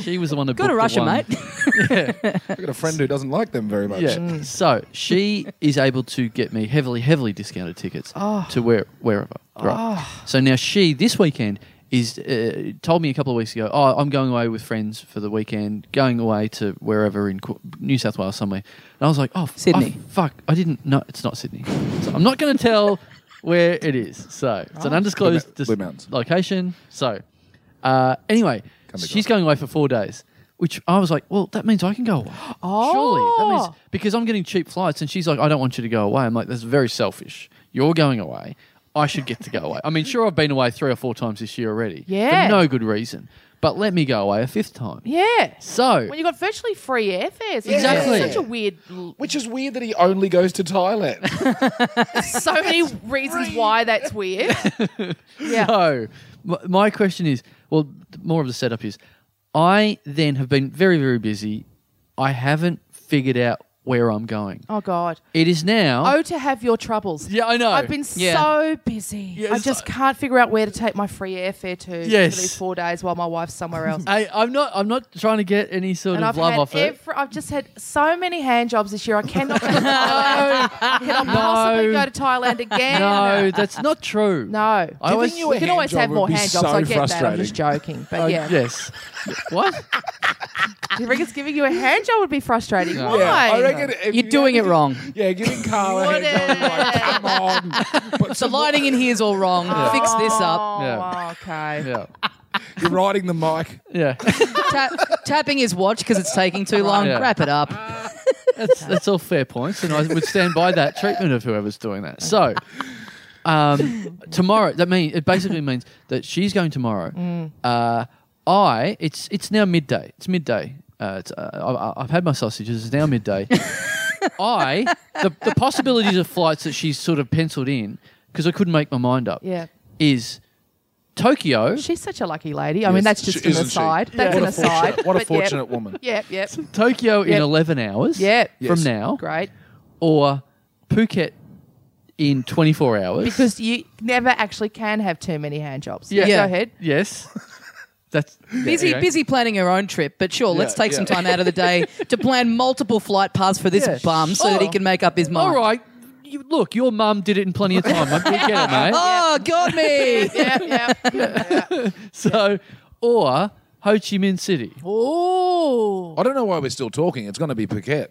[SPEAKER 2] She was the one who
[SPEAKER 1] Go
[SPEAKER 2] booked
[SPEAKER 1] to
[SPEAKER 2] the
[SPEAKER 1] Russia,
[SPEAKER 2] one-
[SPEAKER 1] mate.
[SPEAKER 3] I've got a friend who doesn't like them very much.
[SPEAKER 2] Yeah. So she is able to get me heavily, heavily discounted tickets to where wherever. Right. So now she this weekend is uh, told me a couple of weeks ago. Oh, I'm going away with friends for the weekend, going away to wherever in Qu- New South Wales somewhere. And I was like, oh, f-
[SPEAKER 1] Sydney.
[SPEAKER 2] I- fuck, I didn't. No, it's not Sydney. So I'm not going to tell where it is. So it's an undisclosed
[SPEAKER 3] Blue Mou-
[SPEAKER 2] dis-
[SPEAKER 3] Blue Mountains.
[SPEAKER 2] location. So uh, anyway,
[SPEAKER 3] Can't be
[SPEAKER 2] she's going away for four days. Which I was like, well, that means I can go away. Surely. That means
[SPEAKER 4] Oh.
[SPEAKER 2] because I'm getting cheap flights, and she's like, I don't want you to go away. I'm like, that's very selfish. You're going away. I should get to go away. I mean, sure, I've been away three or four times this year already.
[SPEAKER 4] Yeah.
[SPEAKER 2] For no good reason. But let me go away a fifth time.
[SPEAKER 4] Yeah.
[SPEAKER 2] So,
[SPEAKER 4] When you got virtually free airfares.
[SPEAKER 2] Exactly.
[SPEAKER 4] It's such a weird. l-
[SPEAKER 3] Which is weird that he only goes to Thailand.
[SPEAKER 4] So many reasons why that's weird. Yeah.
[SPEAKER 2] so m- my question is well, th- more of the setup is I then have been very, very busy I haven't figured out where I'm going.
[SPEAKER 4] Oh God.
[SPEAKER 2] It is now.
[SPEAKER 4] Oh, to have your troubles.
[SPEAKER 2] Yeah, I know.
[SPEAKER 4] I've been
[SPEAKER 2] Yeah.
[SPEAKER 4] so busy.
[SPEAKER 2] Yeah,
[SPEAKER 4] I
[SPEAKER 2] it's
[SPEAKER 4] just
[SPEAKER 2] like-
[SPEAKER 4] can't figure out where to take my free airfare to
[SPEAKER 2] Yes.
[SPEAKER 4] for these four days while my wife's somewhere else.
[SPEAKER 2] I, I'm not. I'm not trying to get any sort
[SPEAKER 4] and
[SPEAKER 2] of
[SPEAKER 4] I've
[SPEAKER 2] love
[SPEAKER 4] had
[SPEAKER 2] off it.
[SPEAKER 4] every, I've just had so many hand jobs this year. I cannot. no, I cannot possibly go to Thailand again.
[SPEAKER 2] No, that's not true.
[SPEAKER 4] No.
[SPEAKER 2] I always
[SPEAKER 3] you
[SPEAKER 4] we
[SPEAKER 3] a
[SPEAKER 4] can
[SPEAKER 3] hand
[SPEAKER 4] always
[SPEAKER 3] job
[SPEAKER 4] have
[SPEAKER 3] would
[SPEAKER 4] more
[SPEAKER 3] be
[SPEAKER 4] hand jobs.
[SPEAKER 3] so
[SPEAKER 4] I get that. I'm
[SPEAKER 3] frustrating.
[SPEAKER 4] just joking. But
[SPEAKER 2] Oh,
[SPEAKER 4] yeah.
[SPEAKER 2] Yes. what?
[SPEAKER 4] Do you reckon it's giving you a hand job would be frustrating? Why?
[SPEAKER 3] I reckon if
[SPEAKER 1] You're
[SPEAKER 3] you
[SPEAKER 1] doing
[SPEAKER 3] had
[SPEAKER 1] it
[SPEAKER 3] to-
[SPEAKER 1] wrong.
[SPEAKER 3] Yeah, giving Carl a
[SPEAKER 4] What
[SPEAKER 3] hand job, like, come on. But
[SPEAKER 1] The
[SPEAKER 3] some-
[SPEAKER 1] lighting in here is all wrong. Fix this up.
[SPEAKER 4] Oh,
[SPEAKER 2] Yeah.
[SPEAKER 4] okay.
[SPEAKER 2] Yeah.
[SPEAKER 3] you're riding the mic.
[SPEAKER 2] Yeah.
[SPEAKER 1] Ta- tapping his watch because it's taking too long.
[SPEAKER 2] Yeah.
[SPEAKER 1] Wrap it up.
[SPEAKER 2] That's, that's all fair points, and I would stand by that treatment of whoever's doing that. So, um, tomorrow that mean it basically means that she's going tomorrow.
[SPEAKER 4] Mm.
[SPEAKER 2] Uh, I it's it's now midday. It's midday. Uh, it's, uh, I- I, I've had my sausages. It's now midday. I the, the possibilities of flights that she's sort of penciled in because I couldn't make my mind up.
[SPEAKER 4] Yeah.
[SPEAKER 2] is Tokyo.
[SPEAKER 4] She's such a lucky lady. I mean, that's just
[SPEAKER 3] She-
[SPEAKER 4] an
[SPEAKER 3] isn't she?
[SPEAKER 4] aside. That's
[SPEAKER 3] What
[SPEAKER 4] an
[SPEAKER 3] a fortunate-
[SPEAKER 4] aside.
[SPEAKER 3] What a
[SPEAKER 4] But yep.
[SPEAKER 3] fortunate woman.
[SPEAKER 4] Yep, yep.
[SPEAKER 2] Tokyo in
[SPEAKER 4] Yep.
[SPEAKER 2] 11 hours
[SPEAKER 4] Yep.
[SPEAKER 2] from
[SPEAKER 3] Yes.
[SPEAKER 2] now,
[SPEAKER 4] Great.
[SPEAKER 2] or Phuket in 24 hours.
[SPEAKER 4] Because you never actually can have too many hand jobs.
[SPEAKER 2] Yeah.
[SPEAKER 4] Go ahead.
[SPEAKER 2] Yes. That's yeah,
[SPEAKER 1] Busy,
[SPEAKER 2] okay.
[SPEAKER 1] busy planning her own trip, but sure, let's take some
[SPEAKER 3] yeah.
[SPEAKER 1] time out of the day to plan multiple flight paths for this
[SPEAKER 2] Yeah.
[SPEAKER 1] bum so that he
[SPEAKER 2] Oh.
[SPEAKER 1] can make up his mind.
[SPEAKER 2] All right. You, look, your mum did it in plenty of time. I we get it, mate.
[SPEAKER 1] Oh, got me.
[SPEAKER 4] Yeah, yeah.
[SPEAKER 2] So, or Ho Chi Minh City.
[SPEAKER 4] Ooh.
[SPEAKER 3] I don't know why we're still talking. It's going to be Phuket.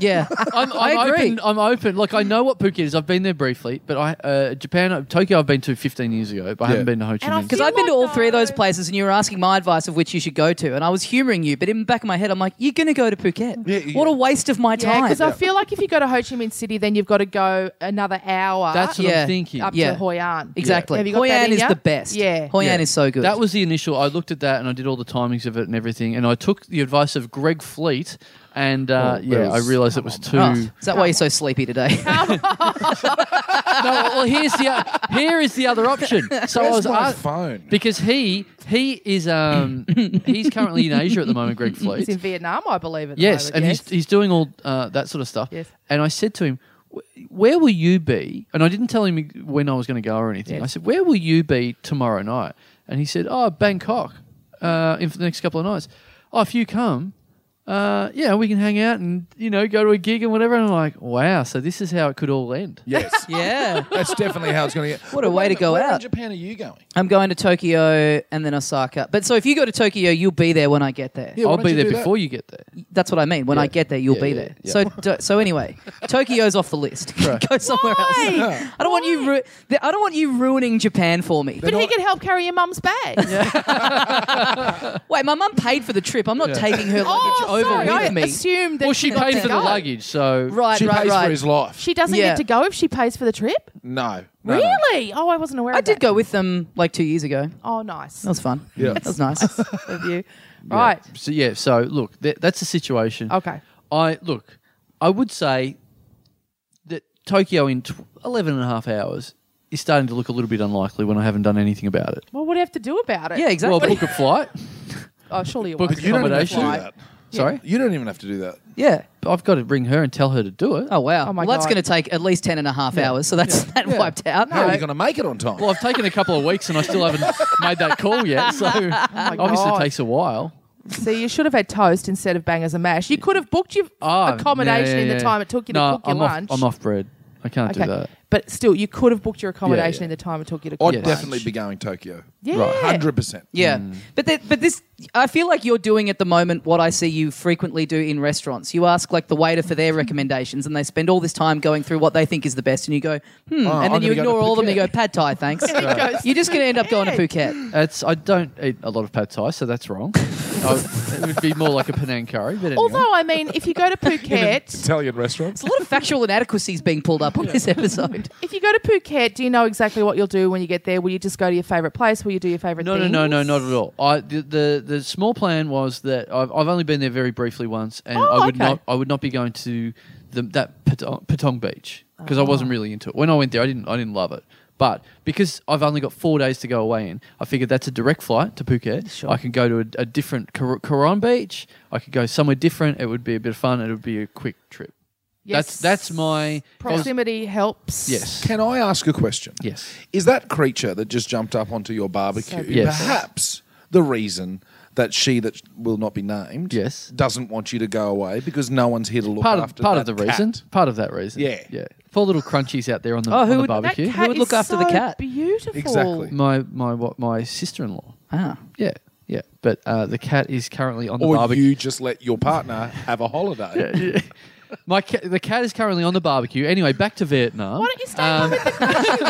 [SPEAKER 1] yeah.
[SPEAKER 2] I'm, I'm
[SPEAKER 1] I agree.
[SPEAKER 2] open. I'm open. Like I know what Phuket is. I've been there briefly, but I uh, Japan, Tokyo. I've been to 15 years ago, but I haven't
[SPEAKER 3] Yeah.
[SPEAKER 2] been to Ho Chi
[SPEAKER 4] And I
[SPEAKER 2] Minh.
[SPEAKER 4] feel-
[SPEAKER 1] Because I've been to all three of those
[SPEAKER 4] Like, uh,
[SPEAKER 1] places, and you were asking my advice of which you should go to, and I was humouring you, but in the back of my head, I'm like, "You're going to go to Phuket?
[SPEAKER 3] Yeah, yeah.
[SPEAKER 1] What a waste of my
[SPEAKER 4] Yeah,
[SPEAKER 1] time!"
[SPEAKER 4] because I feel like if you go to Ho Chi Minh City, then you've got to go another hour
[SPEAKER 2] That's what
[SPEAKER 1] yeah.
[SPEAKER 2] I'm thinking.
[SPEAKER 4] up
[SPEAKER 1] yeah.
[SPEAKER 4] to Hoi An.
[SPEAKER 1] exactly.
[SPEAKER 4] Have you got
[SPEAKER 1] Hoi
[SPEAKER 4] that
[SPEAKER 1] An
[SPEAKER 4] in
[SPEAKER 1] is
[SPEAKER 4] ya?
[SPEAKER 1] the best.
[SPEAKER 4] Yeah.
[SPEAKER 1] Hoi An
[SPEAKER 2] Yeah.
[SPEAKER 1] is so good.
[SPEAKER 2] That was the initial. I looked at that and I did all the timings of it and everything, and I took the advice of Greg Fleet, and uh,
[SPEAKER 3] Oh,
[SPEAKER 2] yeah,
[SPEAKER 3] that
[SPEAKER 2] I
[SPEAKER 3] was-
[SPEAKER 2] realised it was too.
[SPEAKER 1] Oh, is that why you're so sleepy today?
[SPEAKER 2] no, well, here's the o- here is the other option. So I
[SPEAKER 3] Where's
[SPEAKER 2] was
[SPEAKER 3] my
[SPEAKER 2] ask-
[SPEAKER 3] phone?
[SPEAKER 2] because he he is um he's currently in Asia at the moment, Greg Fleet.
[SPEAKER 4] It's in Vietnam, I believe. At the
[SPEAKER 2] yes,
[SPEAKER 4] moment,
[SPEAKER 2] and
[SPEAKER 4] yes.
[SPEAKER 2] he's he's doing all uh, that sort of stuff.
[SPEAKER 4] Yes.
[SPEAKER 2] and I said to him, "Wh- "Where will you be?" And I didn't tell him when I was going to go or anything.
[SPEAKER 4] Yes.
[SPEAKER 2] I said, "Where will you be tomorrow night?" And he said, "Oh, Bangkok, uh, in for the next couple of nights. Oh, if you come." Uh, yeah, we can hang out and you know go to a gig and whatever. And I'm like, wow, so this is how it could all end.
[SPEAKER 3] Yes.
[SPEAKER 1] yeah.
[SPEAKER 3] That's definitely how it's going to get.
[SPEAKER 1] What a way to go
[SPEAKER 3] where
[SPEAKER 1] out.
[SPEAKER 3] in Japan are you going?
[SPEAKER 1] I'm going to Tokyo and then Osaka. But so if you go to Tokyo, you'll be there when I get there.
[SPEAKER 3] why
[SPEAKER 2] I'll
[SPEAKER 3] don't
[SPEAKER 2] be
[SPEAKER 3] you
[SPEAKER 2] there
[SPEAKER 3] do that?
[SPEAKER 2] before you get there.
[SPEAKER 1] That's what I mean. When I
[SPEAKER 2] Yeah.
[SPEAKER 1] get there, you'll
[SPEAKER 2] Yeah,
[SPEAKER 1] be
[SPEAKER 2] yeah,
[SPEAKER 1] there.
[SPEAKER 2] yeah.
[SPEAKER 1] So do, so anyway, Tokyo's off the list. Go somewhere else.
[SPEAKER 3] Yeah.
[SPEAKER 1] I don't want you. Ru- the- I don't want you ruining Japan for me.
[SPEAKER 4] but he could help carry your mum's bag.
[SPEAKER 1] Wait, my mum paid for the trip. I'm not taking her luggage
[SPEAKER 4] Oh,
[SPEAKER 1] over
[SPEAKER 4] sorry,
[SPEAKER 1] with
[SPEAKER 4] I
[SPEAKER 1] me.
[SPEAKER 4] assumed that
[SPEAKER 2] Well, she
[SPEAKER 4] got
[SPEAKER 2] paid
[SPEAKER 4] to
[SPEAKER 2] for the
[SPEAKER 4] go.
[SPEAKER 2] luggage, so
[SPEAKER 1] right,
[SPEAKER 3] She
[SPEAKER 1] right,
[SPEAKER 3] pays
[SPEAKER 1] right.
[SPEAKER 3] for his life.
[SPEAKER 4] She doesn't
[SPEAKER 1] Yeah.
[SPEAKER 4] get to go if she pays for the trip.
[SPEAKER 3] no, no, no.
[SPEAKER 4] Really? Oh, I wasn't aware.
[SPEAKER 1] I
[SPEAKER 4] of
[SPEAKER 1] did
[SPEAKER 4] that.
[SPEAKER 1] go with them like two years ago. That
[SPEAKER 4] Oh, nice.
[SPEAKER 1] was fun.
[SPEAKER 3] Yeah.
[SPEAKER 1] that was nice.
[SPEAKER 4] of you. Right.
[SPEAKER 2] So yeah, so look, that, that's the situation.
[SPEAKER 4] Oh. Okay.
[SPEAKER 2] I look, I would say that Tokyo in tw- 11 and a half hours is starting to look a little bit unlikely when I haven't done anything about it.
[SPEAKER 4] Well, what do you have to do about it?
[SPEAKER 1] Yeah, exactly.
[SPEAKER 2] Well, book a flight.
[SPEAKER 4] Oh, surely you
[SPEAKER 2] Book a
[SPEAKER 4] won't.
[SPEAKER 3] You don't even have to do
[SPEAKER 2] accommodation.
[SPEAKER 3] that.
[SPEAKER 2] Sorry,
[SPEAKER 3] You don't even have to do that.
[SPEAKER 1] yeah.
[SPEAKER 2] I've got to ring her and tell her to do it.
[SPEAKER 1] Oh wow.
[SPEAKER 4] Oh, my
[SPEAKER 1] well, that's
[SPEAKER 4] God.
[SPEAKER 1] going to take at least ten and a half hours. So that's that wiped out.
[SPEAKER 3] How are you going to make it on time?
[SPEAKER 2] Well, I've taken a couple of weeks and I still haven't made that call yet. So obviously it
[SPEAKER 4] Oh, God.
[SPEAKER 2] takes a while.
[SPEAKER 4] See, you should have had toast instead of bangers and mash. You could have booked your
[SPEAKER 2] Ah,
[SPEAKER 4] accommodation
[SPEAKER 2] yeah, yeah,
[SPEAKER 4] in
[SPEAKER 2] yeah.
[SPEAKER 4] the time it took you
[SPEAKER 2] No,
[SPEAKER 4] to cook your
[SPEAKER 2] I'm off-
[SPEAKER 4] lunch.
[SPEAKER 2] I'm off bread. I can't do that.
[SPEAKER 4] But still, you could have booked your accommodation
[SPEAKER 2] yeah.
[SPEAKER 4] in the time it took you to cook
[SPEAKER 3] I'd
[SPEAKER 4] lunch.
[SPEAKER 3] definitely be going Tokyo.
[SPEAKER 4] Yeah.
[SPEAKER 3] hundred percent.
[SPEAKER 1] Yeah, but the, but this, I feel like you're doing at the moment what I see you frequently do in restaurants. You ask like the waiter for
[SPEAKER 4] Hmm.
[SPEAKER 1] their recommendations, and they spend all this time going through what they think is the best, and you go, hmm, and then
[SPEAKER 3] Oh, I'm
[SPEAKER 1] you
[SPEAKER 3] gonna go to
[SPEAKER 1] ignore all of them. and You
[SPEAKER 3] Phuket.
[SPEAKER 1] go, pad thai, thanks.
[SPEAKER 4] Right. goes
[SPEAKER 1] You're just going to end up going to
[SPEAKER 4] Phuket.
[SPEAKER 1] Phuket.
[SPEAKER 2] It's, I don't eat a lot of pad thai, so that's wrong. I would- it would be more like a Penang curry. But anyway.
[SPEAKER 4] Although, I mean, if you go to Phuket,
[SPEAKER 3] Italian restaurants.
[SPEAKER 1] It's a lot of factual inadequacies being pulled up on this episode.
[SPEAKER 4] if you go to Phuket, do you know exactly what you'll do when you get there? Will you just go to your favourite place? Will you do your favourite
[SPEAKER 2] No, no,
[SPEAKER 4] things?
[SPEAKER 2] no, no, not at all. I the the, the small plan was that I've, I've only been there very briefly once, and
[SPEAKER 4] Oh,
[SPEAKER 2] I would
[SPEAKER 4] okay.
[SPEAKER 2] not I would not be going
[SPEAKER 4] Oh.
[SPEAKER 2] to the, that Patong, Patong Beach because I wasn't really into it. When I went there, I didn't I didn't love it, But because I've only got four days to go away in, I figured that's a direct flight to Phuket.
[SPEAKER 1] Sure.
[SPEAKER 2] I can go to a, a different Kor- Koran beach. I could go somewhere different. It would be a bit of fun. It would be a quick trip. That's that's my
[SPEAKER 4] proximity helps.
[SPEAKER 2] Yes.
[SPEAKER 3] Can I ask a question?
[SPEAKER 2] Yes.
[SPEAKER 3] Is that creature that just jumped up onto your barbecue
[SPEAKER 4] So-
[SPEAKER 2] Yes.
[SPEAKER 3] perhaps the reason that she that will not be named
[SPEAKER 2] Yes.
[SPEAKER 3] doesn't want you to go away because no one's here to look
[SPEAKER 2] part of
[SPEAKER 3] after
[SPEAKER 2] part of the
[SPEAKER 3] that
[SPEAKER 2] reason.
[SPEAKER 3] cat?
[SPEAKER 2] Part of that reason.
[SPEAKER 3] Yeah.
[SPEAKER 2] Yeah. Poor little crunchies out there on the,
[SPEAKER 1] Oh, who
[SPEAKER 2] on the
[SPEAKER 1] would- that
[SPEAKER 4] That
[SPEAKER 2] barbecue.
[SPEAKER 4] cat
[SPEAKER 1] would
[SPEAKER 4] is
[SPEAKER 1] look after the
[SPEAKER 4] so
[SPEAKER 1] cat?
[SPEAKER 4] Beautiful.
[SPEAKER 3] Exactly.
[SPEAKER 2] my my wa- my sister in law.
[SPEAKER 1] Ah.
[SPEAKER 2] Yeah. Yeah. But uh, the cat is currently on the
[SPEAKER 3] Or
[SPEAKER 2] barbecue.
[SPEAKER 3] Oh, you just let your partner have a holiday.
[SPEAKER 2] Yeah. My ca- the cat is currently on the barbecue. Anyway, back to Vietnam.
[SPEAKER 4] Why don't you stay
[SPEAKER 2] Um,
[SPEAKER 4] home with the crunch?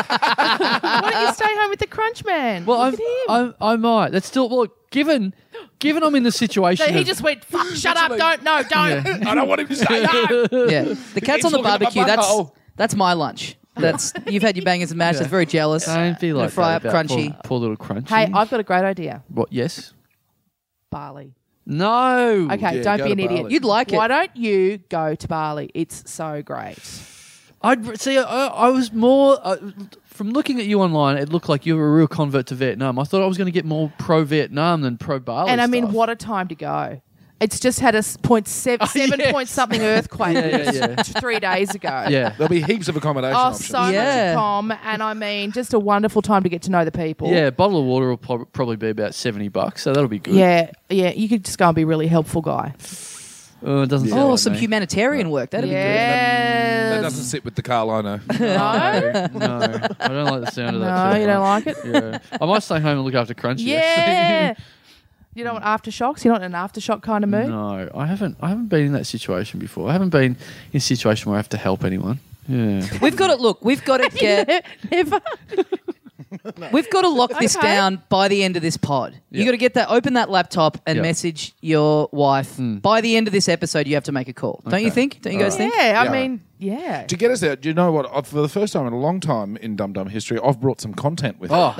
[SPEAKER 4] Why don't you stay home with the crunch man?
[SPEAKER 2] well,
[SPEAKER 4] Look
[SPEAKER 2] I've,
[SPEAKER 4] at him.
[SPEAKER 2] I'm, I might. That's still look. Given given I'm in the situation.
[SPEAKER 4] so he
[SPEAKER 2] of-
[SPEAKER 4] just went, fuck, shut up, don't, no, don't.
[SPEAKER 3] I don't want him to say no.
[SPEAKER 1] Yeah, the cat's on the
[SPEAKER 3] looking at my
[SPEAKER 1] barbecue. That's
[SPEAKER 3] butthole.
[SPEAKER 1] that's my lunch. That's you've had your bangers and mash. That's very jealous.
[SPEAKER 2] don't be
[SPEAKER 1] Gonna
[SPEAKER 2] like
[SPEAKER 1] fry up
[SPEAKER 2] that about
[SPEAKER 1] crunchy.
[SPEAKER 2] Poor, poor little crunchy.
[SPEAKER 4] Hey, I've got a great idea.
[SPEAKER 2] what? Yes.
[SPEAKER 4] Bali.
[SPEAKER 2] No.
[SPEAKER 4] Okay,
[SPEAKER 3] Yeah,
[SPEAKER 4] don't
[SPEAKER 3] go
[SPEAKER 4] be
[SPEAKER 3] to
[SPEAKER 4] an idiot.
[SPEAKER 3] Bali.
[SPEAKER 1] You'd like it.
[SPEAKER 4] Why don't you go to Bali? It's so great.
[SPEAKER 2] I'd see. I, I was more uh, from looking at you online. It looked like you were a real convert to Vietnam. I thought I was going to get more pro Vietnam than pro Bali.
[SPEAKER 4] and I mean,
[SPEAKER 2] stuff.
[SPEAKER 4] what a time to go. It's just had a s- point sev- seven
[SPEAKER 2] yes.
[SPEAKER 4] point something earthquake
[SPEAKER 2] Yeah, yeah, yeah.
[SPEAKER 4] t- three days ago.
[SPEAKER 2] Yeah.
[SPEAKER 3] There'll be heaps of accommodation
[SPEAKER 4] Oh,
[SPEAKER 3] options.
[SPEAKER 4] so
[SPEAKER 1] Yeah.
[SPEAKER 4] much com, and I mean, just a wonderful time to get to know the people.
[SPEAKER 2] Yeah, a bottle of water will prob- probably be about seventy bucks, so that'll be good.
[SPEAKER 4] yeah, yeah. You could just go and be a really helpful guy.
[SPEAKER 2] Oh, it doesn't. sound
[SPEAKER 1] Oh,
[SPEAKER 2] like
[SPEAKER 1] some
[SPEAKER 2] me.
[SPEAKER 1] humanitarian work. That'd
[SPEAKER 4] Yes.
[SPEAKER 3] that doesn't sit with the Carl I know.
[SPEAKER 4] no,
[SPEAKER 2] No, I don't like the sound of that.
[SPEAKER 4] no,
[SPEAKER 2] so
[SPEAKER 4] you don't
[SPEAKER 2] much.
[SPEAKER 4] like it.
[SPEAKER 2] Yeah. I might stay home and look after Crunchy.
[SPEAKER 4] Yeah. you don't want aftershocks. You're not in an aftershock kind of mood.
[SPEAKER 2] actually. No, I haven't. I haven't been in that situation before. I haven't been in a situation where I have to help anyone. Yeah.
[SPEAKER 1] be good. We've got to look. We've got to get.
[SPEAKER 4] Never.
[SPEAKER 1] We've got to lock this
[SPEAKER 4] Okay.
[SPEAKER 1] down by the end of this pod. You
[SPEAKER 2] Yeah.
[SPEAKER 1] got to get that. Open that laptop and
[SPEAKER 2] Yeah. Hmm.
[SPEAKER 1] message your wife. By the end of this episode, you have to make a call. Don't you
[SPEAKER 2] Okay.
[SPEAKER 1] think? Don't you guys think?
[SPEAKER 4] Yeah, I
[SPEAKER 3] Yeah.
[SPEAKER 4] mean, yeah.
[SPEAKER 3] To get us out, do you know what? I've- For the first time in a long time in Dum Dum history, I've brought some content with
[SPEAKER 2] Oh,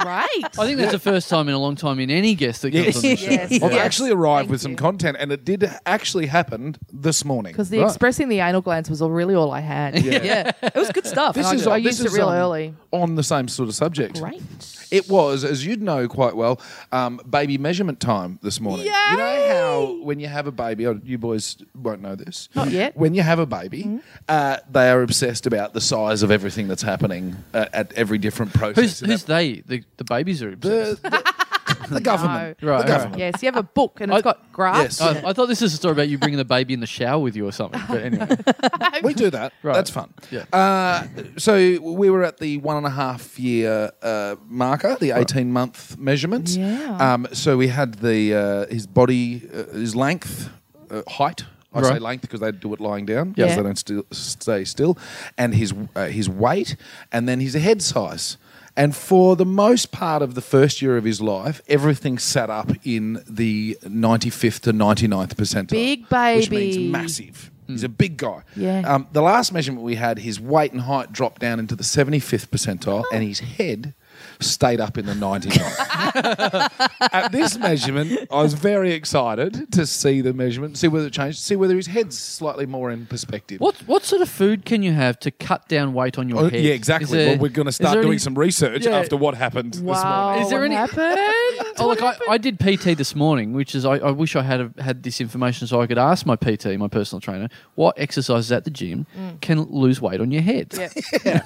[SPEAKER 4] Great.
[SPEAKER 2] I think that's the first time in a long time in any guest that comes on the show.
[SPEAKER 4] Yes.
[SPEAKER 3] me. I've
[SPEAKER 4] Yes.
[SPEAKER 3] actually arrived
[SPEAKER 4] Thank
[SPEAKER 3] with some
[SPEAKER 4] you.
[SPEAKER 3] content, and it did actually happen this morning.
[SPEAKER 4] Because the
[SPEAKER 2] Right.
[SPEAKER 4] expressing the anal glands was all, really all I had.
[SPEAKER 1] Yeah, it was good stuff.
[SPEAKER 3] This
[SPEAKER 1] I
[SPEAKER 3] is
[SPEAKER 1] enjoyed
[SPEAKER 4] I
[SPEAKER 3] uh,
[SPEAKER 4] used
[SPEAKER 3] this
[SPEAKER 4] it
[SPEAKER 3] is,
[SPEAKER 4] real
[SPEAKER 3] um,
[SPEAKER 4] early.
[SPEAKER 3] on the same sort of subject.
[SPEAKER 4] Great.
[SPEAKER 3] It was, as you'd know quite well, um, baby measurement time this morning. You know how when you have a baby, oh, you boys won't know this.
[SPEAKER 4] Not yet. Mm-hmm.
[SPEAKER 3] When you have a baby, uh, they are obsessed about the size of everything that's happening uh, at every different process.
[SPEAKER 2] Who's
[SPEAKER 3] in
[SPEAKER 2] who's
[SPEAKER 3] that-
[SPEAKER 2] they? The the babies are obsessed.
[SPEAKER 3] the, the- the government?
[SPEAKER 4] No.
[SPEAKER 2] Right,
[SPEAKER 3] The
[SPEAKER 2] right.
[SPEAKER 3] government.
[SPEAKER 4] Yes, you have a book and it's
[SPEAKER 2] I-
[SPEAKER 4] got
[SPEAKER 3] Yes.
[SPEAKER 4] graphs.
[SPEAKER 2] I, I thought this was a story about you bringing the baby in the shower with you or something. But anyway,
[SPEAKER 3] we do that.
[SPEAKER 2] Right.
[SPEAKER 3] That's fun.
[SPEAKER 2] Yeah.
[SPEAKER 3] Uh, so we were at the one and a half year uh, marker, the eighteen month measurement.
[SPEAKER 4] Yeah.
[SPEAKER 3] Um, so we had the uh, his body, uh, his length, uh, height. I say
[SPEAKER 2] Right.
[SPEAKER 3] length because they do it lying down
[SPEAKER 4] Yeah.
[SPEAKER 3] because they don't still stay still, and his uh, his weight, and then his head size. And for the most part of the first year of his life, everything sat up in the 95th to 99th percentile.
[SPEAKER 4] Big
[SPEAKER 3] Which means
[SPEAKER 4] baby.
[SPEAKER 3] massive massive. He's
[SPEAKER 2] Hmm.
[SPEAKER 3] a big guy.
[SPEAKER 4] Yeah.
[SPEAKER 3] Um, the last measurement we had, his weight and height dropped down into the 75th percentile, and his head stayed up in the 99th. At this measurement, I was very excited to see the measurement, see whether it changed, see whether his head's slightly more in perspective.
[SPEAKER 2] what what sort of food can you have to cut down weight on your
[SPEAKER 3] Oh,
[SPEAKER 2] head?
[SPEAKER 3] yeah,
[SPEAKER 2] Is
[SPEAKER 3] exactly.
[SPEAKER 2] there-
[SPEAKER 3] well, we're going to
[SPEAKER 2] is
[SPEAKER 3] start
[SPEAKER 2] there
[SPEAKER 3] doing
[SPEAKER 2] any-
[SPEAKER 3] some research
[SPEAKER 2] Yeah.
[SPEAKER 3] after what happened this
[SPEAKER 4] Wow.
[SPEAKER 3] morning.
[SPEAKER 2] Is there
[SPEAKER 4] Oh, what
[SPEAKER 2] any-
[SPEAKER 4] happened?
[SPEAKER 2] Oh, look, I, I did PT this morning, which is I, I wish I had have had this information so I could ask my PT, my personal trainer, what exercises at the gym
[SPEAKER 4] Mm.
[SPEAKER 2] can lose weight on your head.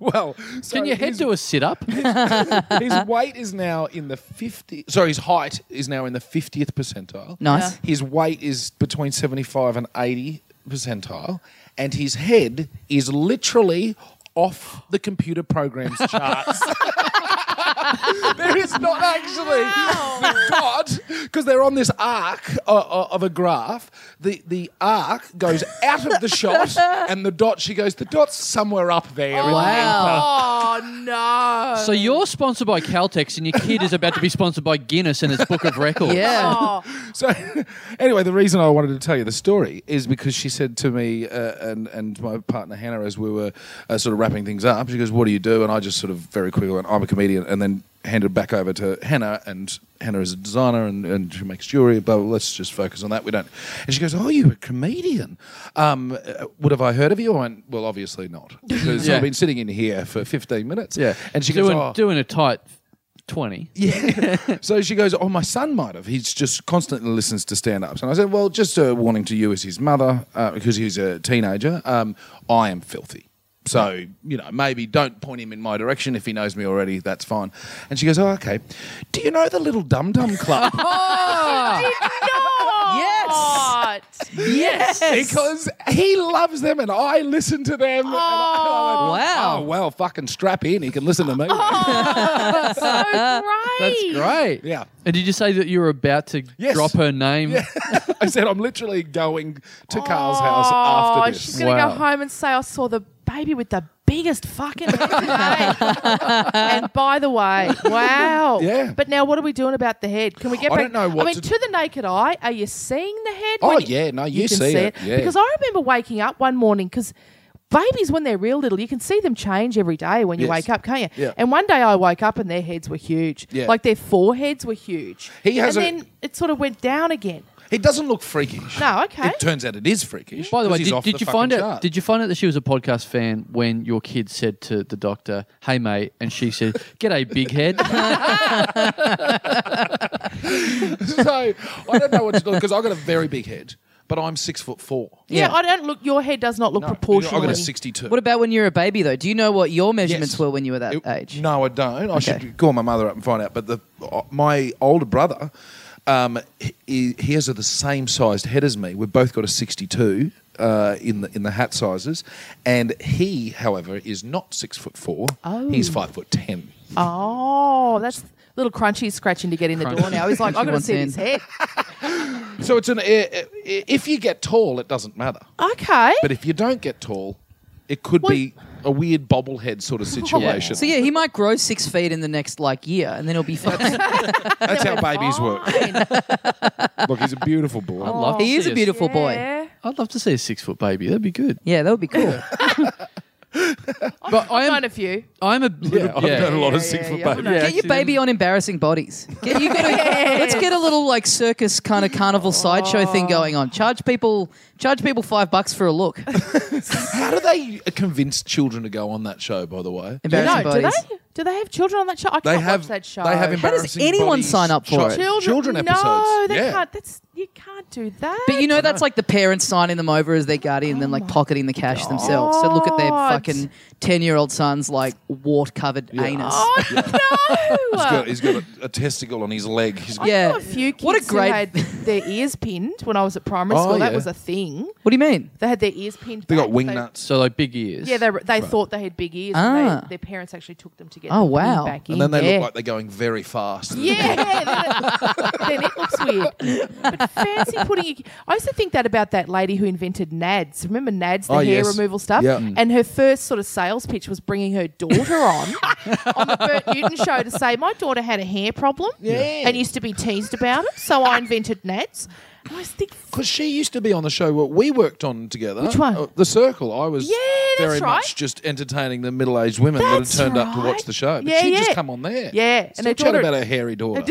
[SPEAKER 3] Well, so
[SPEAKER 2] Can your head
[SPEAKER 3] his-
[SPEAKER 2] do a sit up?
[SPEAKER 3] His weight is now in the 50. Sorry, his height is now in the 50th percentile.
[SPEAKER 1] Nice. Yeah.
[SPEAKER 3] His weight is between 75 and 80 percentile. And his head is literally off the computer program's charts. there is not actually the dot because they're on this arc uh, uh, of a graph. The the arc goes out of the shot, and the dot. She goes, the dot's somewhere up there. in the
[SPEAKER 1] Wow.
[SPEAKER 4] Oh, no.
[SPEAKER 2] so you're sponsored by Caltex and your kid is about to be sponsored by Guinness and its book of records.
[SPEAKER 1] Yeah.
[SPEAKER 4] Oh,
[SPEAKER 3] So, anyway, the reason I wanted to tell you the story is because she said to me uh, and and my partner Hannah as we were uh, sort of wrapping things up. She goes, "What do you do?" And I just sort of very quickly went, "I'm a comedian." And then handed back over to Hannah, and Hannah is a designer and, and she makes jewelry. But let's just focus on that. We don't. And she goes, "Oh, you're a comedian. Um, uh, would have I heard of you?" I went, "Well, obviously not, because
[SPEAKER 2] Yeah.
[SPEAKER 3] I've been sitting in here for 15 minutes."
[SPEAKER 2] Yeah.
[SPEAKER 3] and she
[SPEAKER 2] doing,
[SPEAKER 3] goes, "Oh."
[SPEAKER 2] doing a tight 20.
[SPEAKER 3] Yeah. so she goes, Oh, my son might have. He's just constantly listens to stand ups. And I said, Well, just a warning to you as his mother, uh, because he's a teenager, um, I am filthy. So, you know, maybe don't point him in my direction. If he knows me already, that's fine. And she goes, Oh, okay. Do you know the Little Dum Dum Club? Oh.
[SPEAKER 4] Yes.
[SPEAKER 1] Yes.
[SPEAKER 3] because he loves them and I listen to them. and I- and I went,
[SPEAKER 1] Wow.
[SPEAKER 3] Oh, well, fucking strap in. He can listen to me.
[SPEAKER 4] so great.
[SPEAKER 2] That's great.
[SPEAKER 3] Yeah.
[SPEAKER 2] And did you say that you were about to
[SPEAKER 3] Yes.
[SPEAKER 2] drop her name?
[SPEAKER 3] I said, I'm literally going to Carl's house after
[SPEAKER 4] Oh,
[SPEAKER 3] this.
[SPEAKER 4] she's gonna
[SPEAKER 2] Wow.
[SPEAKER 4] go home and say, "I saw the baby with the biggest fucking." head today." and by the way, wow.
[SPEAKER 3] Yeah.
[SPEAKER 4] But now, what are we doing about the head? Can we get
[SPEAKER 3] I
[SPEAKER 4] back?
[SPEAKER 3] don't know what
[SPEAKER 4] I mean,
[SPEAKER 3] to
[SPEAKER 4] to,
[SPEAKER 3] d-
[SPEAKER 4] the naked eye, are you seeing the head?
[SPEAKER 3] Oh,
[SPEAKER 4] when y-
[SPEAKER 3] yeah, no, you
[SPEAKER 4] can
[SPEAKER 3] see it, yeah.
[SPEAKER 4] Because I remember waking up one morning because. Babies, when they're real little, you can see them change every day when you
[SPEAKER 3] Yes.
[SPEAKER 4] wake up, can't you?
[SPEAKER 3] Yeah.
[SPEAKER 4] And one day I woke up and their heads were huge.
[SPEAKER 3] Yeah.
[SPEAKER 4] Like their foreheads were huge.
[SPEAKER 3] He has
[SPEAKER 4] and
[SPEAKER 3] a-
[SPEAKER 4] then it sort of went down again.
[SPEAKER 3] He doesn't look freakish.
[SPEAKER 4] No, okay.
[SPEAKER 3] It turns out it is freakish.
[SPEAKER 2] By the
[SPEAKER 3] 'cause
[SPEAKER 2] way,
[SPEAKER 3] he's
[SPEAKER 2] did,
[SPEAKER 3] off
[SPEAKER 2] did
[SPEAKER 3] the
[SPEAKER 2] you find
[SPEAKER 3] fucking
[SPEAKER 2] out?
[SPEAKER 3] chart.
[SPEAKER 2] Did you find out that she was a podcast fan when your kid said to the doctor, "Hey mate," and she said, "Get a big head."
[SPEAKER 3] so I don't know what to do because I've got a very big head, but I'm six foot four.
[SPEAKER 4] Yeah,
[SPEAKER 2] Yeah.
[SPEAKER 4] I don't look. Your head does not look proportional.
[SPEAKER 3] I've got a sixty-two.
[SPEAKER 1] What about when you were a baby, though? Do you know what your measurements
[SPEAKER 3] Yes.
[SPEAKER 1] were when you were that
[SPEAKER 3] It-
[SPEAKER 1] age?
[SPEAKER 3] No, I don't. I should call my mother up and find out. But the uh, my older brother, um, he, he has the same sized head as me. We've both got a sixty-two. Uh, in the in the hat sizes, and he, however, is not six foot four.
[SPEAKER 4] Oh.
[SPEAKER 3] He's five foot ten.
[SPEAKER 4] Oh, that's little crunchy scratching to get in the door
[SPEAKER 2] Crunchy.
[SPEAKER 4] now. He's like,
[SPEAKER 1] Crunchy
[SPEAKER 4] I've got to
[SPEAKER 1] wants
[SPEAKER 4] see
[SPEAKER 1] in.
[SPEAKER 4] his head.
[SPEAKER 3] So it's an i- i- if you get tall, it doesn't matter.
[SPEAKER 4] Okay.
[SPEAKER 3] But if you don't get tall, it could
[SPEAKER 4] Well-
[SPEAKER 3] be a weird bobblehead sort of situation.
[SPEAKER 1] So yeah, he might grow six feet in the next like year, and then he'll be fine.
[SPEAKER 3] That's how babies work.
[SPEAKER 4] Fine.
[SPEAKER 3] Look, he's a beautiful boy.
[SPEAKER 2] I'd love.
[SPEAKER 1] he
[SPEAKER 2] to
[SPEAKER 1] is
[SPEAKER 2] see
[SPEAKER 1] a beautiful boy.
[SPEAKER 4] Yeah.
[SPEAKER 2] I'd love to see a six foot baby. That'd be good.
[SPEAKER 1] Yeah, that would be cool.
[SPEAKER 2] But I
[SPEAKER 4] I've
[SPEAKER 2] am.
[SPEAKER 1] Um,
[SPEAKER 4] known a few.
[SPEAKER 2] I'm a little.
[SPEAKER 3] Yeah, I've known a lot of
[SPEAKER 4] yeah,
[SPEAKER 3] six foot
[SPEAKER 4] yeah, I've
[SPEAKER 3] babies.
[SPEAKER 4] known-
[SPEAKER 2] Yeah.
[SPEAKER 1] Get your baby on embarrassing bodies. Get, you gotta, Let's get a little like circus kind of carnival sideshow
[SPEAKER 4] Oh.
[SPEAKER 1] thing going on. Charge people, charge people five bucks for a look.
[SPEAKER 3] How do they convince children to go on that show? By the way,
[SPEAKER 1] Embarrassing
[SPEAKER 4] no, do
[SPEAKER 1] bodies.
[SPEAKER 4] they? Do they have children on that show? I
[SPEAKER 3] they
[SPEAKER 4] can't
[SPEAKER 3] have
[SPEAKER 4] watch that show.
[SPEAKER 3] They have
[SPEAKER 1] does
[SPEAKER 3] embarrassing
[SPEAKER 1] anyone
[SPEAKER 3] bodies
[SPEAKER 1] sign up for
[SPEAKER 3] show-
[SPEAKER 1] it?
[SPEAKER 4] children,
[SPEAKER 3] Children episodes.
[SPEAKER 4] No, they
[SPEAKER 3] yeah.
[SPEAKER 4] can't. That's you can't do that.
[SPEAKER 1] But you know that's like the parents signing them over as their guardian, and then
[SPEAKER 4] Oh
[SPEAKER 1] like pocketing the cash themselves. So look at their
[SPEAKER 4] God.
[SPEAKER 1] fucking ten-year-old son's like wart-covered anus.
[SPEAKER 4] oh no!
[SPEAKER 3] He's got, he's got a, a testicle on his leg. He's got-
[SPEAKER 1] yeah.
[SPEAKER 4] I know a few kids
[SPEAKER 1] What a great-
[SPEAKER 4] who had their ears pinned when I was at primary
[SPEAKER 3] Oh,
[SPEAKER 4] school. That
[SPEAKER 3] yeah.
[SPEAKER 4] was a thing.
[SPEAKER 1] What do you mean?
[SPEAKER 4] They had their ears pinned.
[SPEAKER 3] They got
[SPEAKER 4] back.
[SPEAKER 3] wing nuts.
[SPEAKER 2] So like big ears.
[SPEAKER 4] Yeah, they, were- they thought they had big ears. and
[SPEAKER 1] Ah.
[SPEAKER 4] they, their parents actually took them to get
[SPEAKER 1] Oh,
[SPEAKER 4] them pinned
[SPEAKER 1] wow.
[SPEAKER 4] back
[SPEAKER 3] And
[SPEAKER 4] in.
[SPEAKER 3] then they
[SPEAKER 4] yeah.
[SPEAKER 3] look like they're going very fast.
[SPEAKER 4] Yeah, then, then it looks weird. But fancy putting. Your, I used to think that about that lady who invented Nads. Remember Nads, the
[SPEAKER 3] Oh,
[SPEAKER 4] hair
[SPEAKER 3] yes.
[SPEAKER 4] removal stuff?
[SPEAKER 3] Yeah.
[SPEAKER 1] Mm.
[SPEAKER 4] And her first sort of sales pitch was bringing her daughter on on the Bert Newton show to say, "My daughter had a hair problem and used to be teased about it, so I invented Nads." And I was thinking,
[SPEAKER 3] Because she used to be on the show what we worked on together.
[SPEAKER 4] Which one?
[SPEAKER 3] Uh, the Circle. I was
[SPEAKER 4] Yeah, that's
[SPEAKER 3] very
[SPEAKER 4] right.
[SPEAKER 3] much just entertaining the middle aged women
[SPEAKER 4] That's
[SPEAKER 3] that had turned up to
[SPEAKER 4] right.
[SPEAKER 3] watch the show. But
[SPEAKER 4] Yeah,
[SPEAKER 3] she'd just
[SPEAKER 4] yeah.
[SPEAKER 3] come on there.
[SPEAKER 4] Yeah, and
[SPEAKER 3] Still
[SPEAKER 4] her
[SPEAKER 3] and chat
[SPEAKER 4] daughter-
[SPEAKER 3] about her hairy daughter.